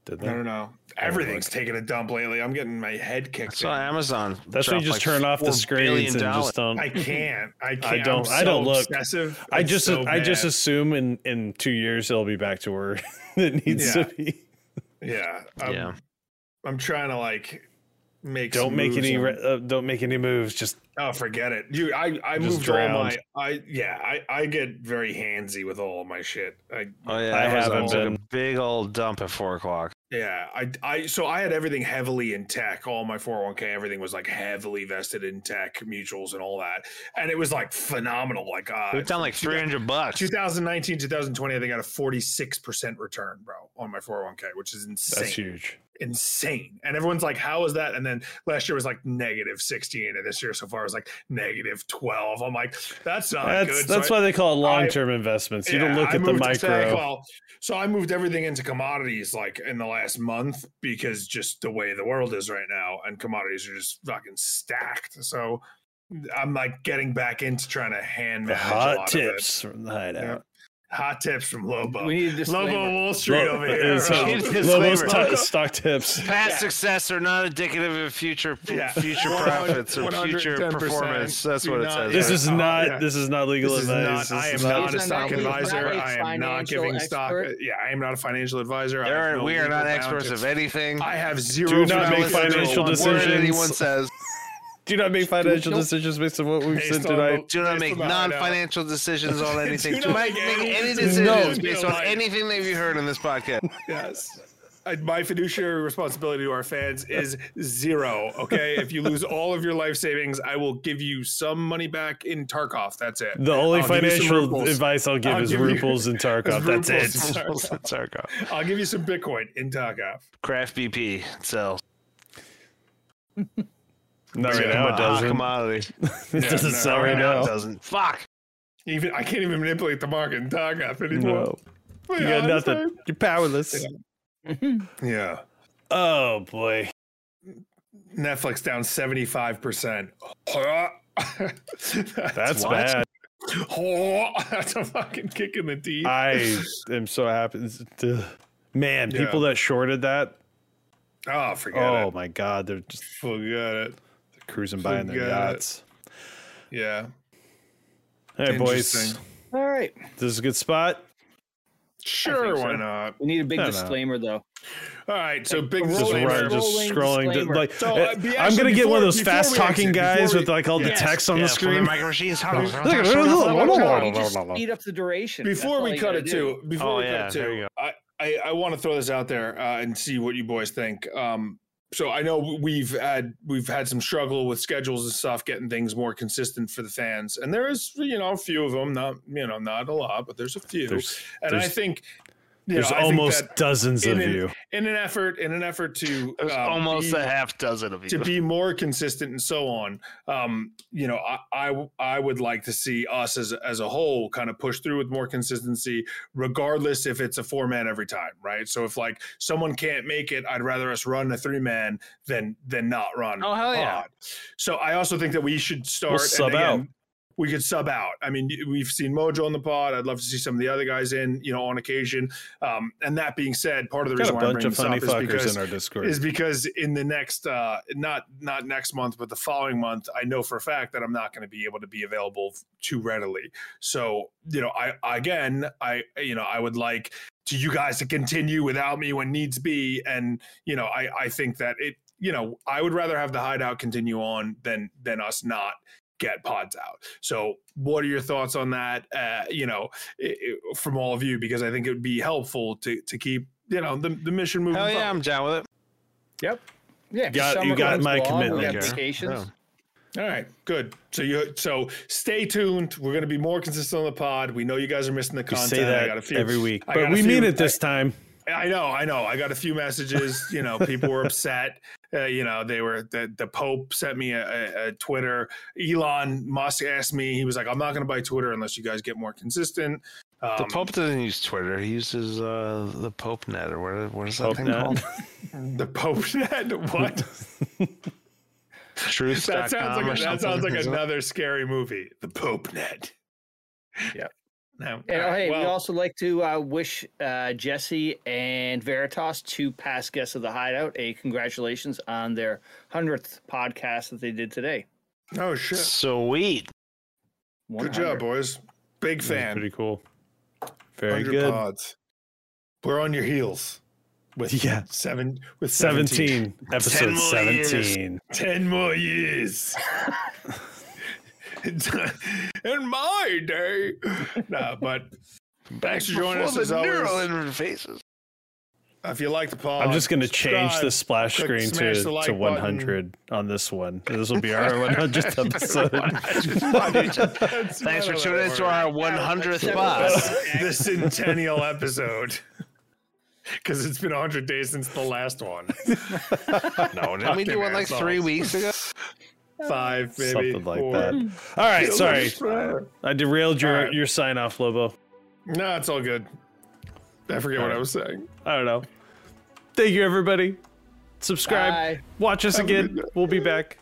[SPEAKER 1] Did
[SPEAKER 2] I
[SPEAKER 1] they?
[SPEAKER 2] don't know. Everything's taking a dump lately. I'm getting my head
[SPEAKER 3] I
[SPEAKER 2] kicked.
[SPEAKER 3] saw
[SPEAKER 2] in.
[SPEAKER 3] Amazon.
[SPEAKER 1] That's when you
[SPEAKER 3] drop
[SPEAKER 1] just
[SPEAKER 3] like
[SPEAKER 1] turn off the
[SPEAKER 3] $4
[SPEAKER 1] screens and
[SPEAKER 3] billion
[SPEAKER 1] just don't.
[SPEAKER 2] I can't. I can't. I'm
[SPEAKER 1] don't- I don't
[SPEAKER 2] so
[SPEAKER 1] look.
[SPEAKER 2] Obsessive.
[SPEAKER 1] I
[SPEAKER 2] It's
[SPEAKER 1] just
[SPEAKER 2] so
[SPEAKER 1] I just
[SPEAKER 2] bad.
[SPEAKER 1] assume in in two years it'll be back to where it needs
[SPEAKER 2] Yeah.
[SPEAKER 1] to be.
[SPEAKER 2] yeah.
[SPEAKER 1] Um,
[SPEAKER 2] I'm,
[SPEAKER 3] Yeah.
[SPEAKER 2] I'm trying to like make.
[SPEAKER 1] Don't
[SPEAKER 2] some
[SPEAKER 1] make
[SPEAKER 2] moves
[SPEAKER 1] any
[SPEAKER 2] on-
[SPEAKER 1] re- uh, don't make any moves. Just
[SPEAKER 2] Oh, forget it. You, I, I
[SPEAKER 1] Just
[SPEAKER 2] moved all my.
[SPEAKER 1] drowned.
[SPEAKER 2] I yeah. I, I get very handsy with all of my shit. I
[SPEAKER 3] Oh yeah,
[SPEAKER 1] I
[SPEAKER 3] Amazon
[SPEAKER 1] haven't
[SPEAKER 3] took
[SPEAKER 1] been.
[SPEAKER 3] a big old dump at four o'clock.
[SPEAKER 2] Yeah, I, I, so I had everything heavily in tech. All my 401k, everything was like heavily vested in tech, mutuals, and all that. And it was like phenomenal. Like, uh,
[SPEAKER 3] They're down like
[SPEAKER 2] two-
[SPEAKER 3] three hundred bucks.
[SPEAKER 2] 2019, 2020, I think I got a 46% return, bro, on my 401k, which is insane.
[SPEAKER 1] that's huge.
[SPEAKER 2] Insane. And everyone's like, how is that? And then last year was like negative 16. And this year so far was like negative 12. I'm like, that's not
[SPEAKER 1] that's
[SPEAKER 2] Oh, good. So
[SPEAKER 1] that's
[SPEAKER 2] I-
[SPEAKER 1] why they call it long term investments. You don't
[SPEAKER 2] yeah,
[SPEAKER 1] look
[SPEAKER 2] I
[SPEAKER 1] at the
[SPEAKER 2] moved-
[SPEAKER 1] micro.
[SPEAKER 2] well, so I moved everything into commodities like in the last month because just the way the world is right now, and commodities are just fucking stacked. So I'm like getting back into trying to hand
[SPEAKER 1] the
[SPEAKER 2] manage a
[SPEAKER 1] hot
[SPEAKER 2] lot
[SPEAKER 1] tips from the
[SPEAKER 2] Of it. Yeah.
[SPEAKER 1] hideout.
[SPEAKER 2] Hot tips from
[SPEAKER 4] We
[SPEAKER 2] Lobo.
[SPEAKER 4] need this.
[SPEAKER 2] Lobo Wall Street
[SPEAKER 1] Lo-
[SPEAKER 2] over here.
[SPEAKER 1] and so
[SPEAKER 2] bro.
[SPEAKER 3] Disclaimer.
[SPEAKER 1] Lobo's
[SPEAKER 2] Lobo-
[SPEAKER 1] t- stock tips.
[SPEAKER 3] Past
[SPEAKER 2] Yeah.
[SPEAKER 3] success are not indicative of future
[SPEAKER 2] Yeah.
[SPEAKER 3] future profits or future
[SPEAKER 2] 110%
[SPEAKER 3] performance. That's
[SPEAKER 2] do
[SPEAKER 3] what it
[SPEAKER 2] not-
[SPEAKER 3] says.
[SPEAKER 1] This
[SPEAKER 2] Yeah.
[SPEAKER 1] is
[SPEAKER 2] Oh,
[SPEAKER 1] not
[SPEAKER 2] yeah.
[SPEAKER 1] this is not legal
[SPEAKER 2] This is
[SPEAKER 1] advice.
[SPEAKER 2] not, I
[SPEAKER 1] This
[SPEAKER 2] am
[SPEAKER 1] is
[SPEAKER 2] not a
[SPEAKER 4] He's not-
[SPEAKER 2] stock
[SPEAKER 4] he's not
[SPEAKER 2] advisor.
[SPEAKER 4] a
[SPEAKER 2] I am not
[SPEAKER 4] financial
[SPEAKER 2] giving stock.
[SPEAKER 4] expert.
[SPEAKER 2] Yeah, I am not a financial advisor. I
[SPEAKER 3] There
[SPEAKER 2] have
[SPEAKER 3] are-
[SPEAKER 2] no
[SPEAKER 3] we are
[SPEAKER 2] legal
[SPEAKER 3] not
[SPEAKER 2] bound
[SPEAKER 3] experts
[SPEAKER 2] to-
[SPEAKER 3] of anything.
[SPEAKER 2] I have zero.
[SPEAKER 1] Do not make
[SPEAKER 2] knowledge
[SPEAKER 3] Listen to
[SPEAKER 1] financial
[SPEAKER 3] a word
[SPEAKER 1] decisions.
[SPEAKER 3] Anyone says
[SPEAKER 1] Do not make financial
[SPEAKER 4] Nope.
[SPEAKER 1] decisions based on what we've
[SPEAKER 2] Based
[SPEAKER 1] said
[SPEAKER 2] on
[SPEAKER 1] tonight.
[SPEAKER 2] the-
[SPEAKER 3] do
[SPEAKER 2] Based
[SPEAKER 3] not make
[SPEAKER 2] on the hideout.
[SPEAKER 3] non-financial decisions on anything.
[SPEAKER 2] not
[SPEAKER 3] do not make
[SPEAKER 2] make any
[SPEAKER 3] any
[SPEAKER 2] decisions
[SPEAKER 3] decisions
[SPEAKER 2] in
[SPEAKER 3] based
[SPEAKER 2] your
[SPEAKER 3] on
[SPEAKER 2] life.
[SPEAKER 3] anything that you heard on this podcast.
[SPEAKER 2] Yes. I- My fiduciary responsibility to our fans is zero. Okay. If you lose all of your life savings, I will give you some money back in Tarkov. That's it.
[SPEAKER 1] The only
[SPEAKER 2] I'll give you some
[SPEAKER 1] financial
[SPEAKER 2] Ruples.
[SPEAKER 1] advice I'll give
[SPEAKER 2] I'll
[SPEAKER 1] is
[SPEAKER 2] give you-
[SPEAKER 1] ruples and Tarkov. That's
[SPEAKER 2] Ruples.
[SPEAKER 1] it.
[SPEAKER 2] I'll give you some Bitcoin in Tarkov.
[SPEAKER 3] Craft BP sells.
[SPEAKER 1] Not right
[SPEAKER 2] Yeah,
[SPEAKER 1] now. It
[SPEAKER 3] Ah,
[SPEAKER 1] doesn't.
[SPEAKER 3] commodity.
[SPEAKER 1] It
[SPEAKER 2] Yeah,
[SPEAKER 1] doesn't
[SPEAKER 2] no,
[SPEAKER 1] sell right
[SPEAKER 2] right
[SPEAKER 3] No, it
[SPEAKER 1] now.
[SPEAKER 3] doesn't. Fuck.
[SPEAKER 2] Even I can't even manipulate the market in Tarkov anymore.
[SPEAKER 1] No, you got nothing. You're powerless.
[SPEAKER 2] Yeah.
[SPEAKER 1] Oh boy.
[SPEAKER 2] Netflix down 75%.
[SPEAKER 1] That's
[SPEAKER 3] What?
[SPEAKER 1] bad.
[SPEAKER 2] That's a fucking kick in the teeth.
[SPEAKER 1] I am so happy. It's- ugh. Man,
[SPEAKER 2] Yeah.
[SPEAKER 1] people that shorted that.
[SPEAKER 2] oh, forget
[SPEAKER 1] Oh
[SPEAKER 2] it.
[SPEAKER 1] my god, they're just
[SPEAKER 2] Forget it.
[SPEAKER 1] cruising by in their
[SPEAKER 2] Forget it.
[SPEAKER 1] yachts.
[SPEAKER 2] Yeah.
[SPEAKER 1] All right, boys.
[SPEAKER 2] Interesting.
[SPEAKER 4] All right.
[SPEAKER 1] This is a good spot.
[SPEAKER 2] Sure,
[SPEAKER 4] so.
[SPEAKER 2] why not?
[SPEAKER 4] We need a big
[SPEAKER 1] No, no.
[SPEAKER 4] disclaimer, though.
[SPEAKER 2] All right, so big
[SPEAKER 1] Just
[SPEAKER 4] Rolling,
[SPEAKER 1] right,
[SPEAKER 2] disclaimer.
[SPEAKER 1] just
[SPEAKER 4] rolling
[SPEAKER 1] scrolling. to-
[SPEAKER 4] disclaimer.
[SPEAKER 1] like, eh,
[SPEAKER 2] So, uh, be-
[SPEAKER 1] I'm
[SPEAKER 2] actually,
[SPEAKER 1] gonna get one of
[SPEAKER 2] before-
[SPEAKER 1] those
[SPEAKER 2] before
[SPEAKER 1] fast
[SPEAKER 2] we
[SPEAKER 1] talking
[SPEAKER 2] exit,
[SPEAKER 1] guys
[SPEAKER 2] before
[SPEAKER 1] with
[SPEAKER 2] we-
[SPEAKER 1] like all
[SPEAKER 2] Yes.
[SPEAKER 1] the text on
[SPEAKER 3] Yeah,
[SPEAKER 1] the
[SPEAKER 3] from the
[SPEAKER 1] screen.
[SPEAKER 3] micro machines.
[SPEAKER 4] You just speed up the duration. That's
[SPEAKER 2] Before
[SPEAKER 4] all
[SPEAKER 2] we
[SPEAKER 4] you
[SPEAKER 2] cut
[SPEAKER 4] gotta
[SPEAKER 2] it
[SPEAKER 4] do.
[SPEAKER 2] too, before
[SPEAKER 3] Oh,
[SPEAKER 2] we
[SPEAKER 3] yeah,
[SPEAKER 2] cut it
[SPEAKER 3] there you
[SPEAKER 2] too,
[SPEAKER 3] go.
[SPEAKER 2] I, I, I want to throw this out there uh, and see what you boys think. Um, so I know we've had we've had some struggle with schedules and stuff, getting things more consistent for the fans. And there is, you know, a few of them, not you know, not a lot, but there's a few.
[SPEAKER 1] There's,
[SPEAKER 2] and I
[SPEAKER 1] there's-
[SPEAKER 2] think you
[SPEAKER 1] there's
[SPEAKER 2] know, I think
[SPEAKER 1] almost
[SPEAKER 2] that
[SPEAKER 1] dozens of
[SPEAKER 2] in an-
[SPEAKER 1] you.
[SPEAKER 2] in an effort in an effort to
[SPEAKER 3] There's
[SPEAKER 2] uh,
[SPEAKER 3] almost
[SPEAKER 2] be-
[SPEAKER 3] a half dozen of
[SPEAKER 2] to
[SPEAKER 3] you.
[SPEAKER 2] be more consistent and so on um you know I, I i would like to see us as as a whole kind of push through with more consistency regardless if it's a four man every time right so if like someone can't make it i'd rather us run a three man than than not run
[SPEAKER 3] Oh, hell yeah.
[SPEAKER 2] pod. so i also think that we should start and
[SPEAKER 1] sub
[SPEAKER 2] again,
[SPEAKER 1] out.
[SPEAKER 2] we could sub out. I mean, we've seen Mojo on the pod. I'd love to see some of the other guys in, you know, on occasion. Um, and that being said, part of the
[SPEAKER 1] Got a
[SPEAKER 2] reason why I'm
[SPEAKER 1] bunch
[SPEAKER 2] bringing
[SPEAKER 1] of
[SPEAKER 2] this
[SPEAKER 1] funny
[SPEAKER 2] up is
[SPEAKER 1] fuckers
[SPEAKER 2] because
[SPEAKER 1] in our Discord.
[SPEAKER 2] is because in the next uh not not next month but the following month i know for a fact that i'm not going to be able to be available f- too readily so you know i again i you know i would like to you guys to continue without me when needs be and you know i i think that it you know i would rather have the hideout continue on than than us not get pods out so what are your thoughts on that uh you know i i- from all of you because i think it would be helpful to to keep you know the, the mission moving
[SPEAKER 3] Hell yeah,
[SPEAKER 2] forward.
[SPEAKER 3] I'm down with it.
[SPEAKER 4] Yeah, 'cause
[SPEAKER 1] got-
[SPEAKER 4] summer
[SPEAKER 1] you got
[SPEAKER 4] runs
[SPEAKER 1] my
[SPEAKER 4] long, we
[SPEAKER 1] commitment.
[SPEAKER 4] got
[SPEAKER 3] Okay.
[SPEAKER 4] vacations.
[SPEAKER 3] Yeah.
[SPEAKER 2] All right, good. So you so stay tuned. We're gonna be more consistent on the pod. We know you guys are missing the
[SPEAKER 1] we
[SPEAKER 2] content.
[SPEAKER 1] say
[SPEAKER 2] I
[SPEAKER 1] that
[SPEAKER 2] got a few
[SPEAKER 1] every week,
[SPEAKER 2] I
[SPEAKER 1] but
[SPEAKER 2] got a
[SPEAKER 1] we
[SPEAKER 2] few-
[SPEAKER 1] mean it this time.
[SPEAKER 2] I, I know, I know. I got a few messages. You know, people were upset. Uh, you know, they were the, the Pope sent me a, a, a Twitter. Elon Musk asked me, he was like, I'm not going to buy Twitter unless you guys get more consistent. Um,
[SPEAKER 3] the Pope doesn't use Twitter. He uses uh, the Pope Net or what, what is that
[SPEAKER 1] Pope
[SPEAKER 3] thing
[SPEAKER 1] Net.
[SPEAKER 3] called?
[SPEAKER 2] the Pope said, What?
[SPEAKER 3] Truth.
[SPEAKER 2] that sounds like, that sounds like another scary movie. The Pope Net.
[SPEAKER 4] Yep.
[SPEAKER 2] Now,
[SPEAKER 4] And oh, hey, we
[SPEAKER 2] well,
[SPEAKER 4] also like to uh, wish uh, Jesse and Veritas, two past guests of the Hideout, a congratulations on their hundredth podcast that they did today.
[SPEAKER 2] oh shit.
[SPEAKER 3] Sweet.
[SPEAKER 2] Good
[SPEAKER 4] 100.
[SPEAKER 2] job, boys. Big fan.
[SPEAKER 1] Pretty cool. Very
[SPEAKER 2] 100
[SPEAKER 1] good.
[SPEAKER 2] pods. We're on your heels. With
[SPEAKER 1] Yeah.
[SPEAKER 2] seven with
[SPEAKER 1] 17
[SPEAKER 2] 17.
[SPEAKER 3] Ten
[SPEAKER 1] episode
[SPEAKER 3] more
[SPEAKER 1] 17
[SPEAKER 2] Ten more years. In my day. Nah, but thanks for joining us
[SPEAKER 3] Before
[SPEAKER 2] as
[SPEAKER 3] the
[SPEAKER 2] always.
[SPEAKER 3] neural interfaces.
[SPEAKER 2] if you like the pod,
[SPEAKER 1] i'm just going to change the
[SPEAKER 2] Oh, subscribe.
[SPEAKER 1] splash
[SPEAKER 2] click-
[SPEAKER 1] screen
[SPEAKER 2] smash
[SPEAKER 1] to,
[SPEAKER 2] the like
[SPEAKER 1] to
[SPEAKER 2] button.
[SPEAKER 1] 100 on this one this will be our 100th episode
[SPEAKER 2] That's
[SPEAKER 3] Thanks for
[SPEAKER 2] another
[SPEAKER 3] tuning in to
[SPEAKER 2] word.
[SPEAKER 3] our 100th
[SPEAKER 2] Uh,
[SPEAKER 3] boss.
[SPEAKER 2] the centennial episode. Because it's been 100 days since the last one.
[SPEAKER 3] No, didn't we do one like three weeks ago?
[SPEAKER 2] Five, maybe.
[SPEAKER 1] something like
[SPEAKER 2] four.
[SPEAKER 1] that all right sorry i derailed your
[SPEAKER 2] All right.
[SPEAKER 1] your sign off lobo
[SPEAKER 2] No, it's all good. I forget what I was saying.
[SPEAKER 1] i don't know thank you everybody subscribe
[SPEAKER 4] Bye.
[SPEAKER 1] watch us
[SPEAKER 2] Have a
[SPEAKER 1] again
[SPEAKER 2] good night.
[SPEAKER 1] we'll be back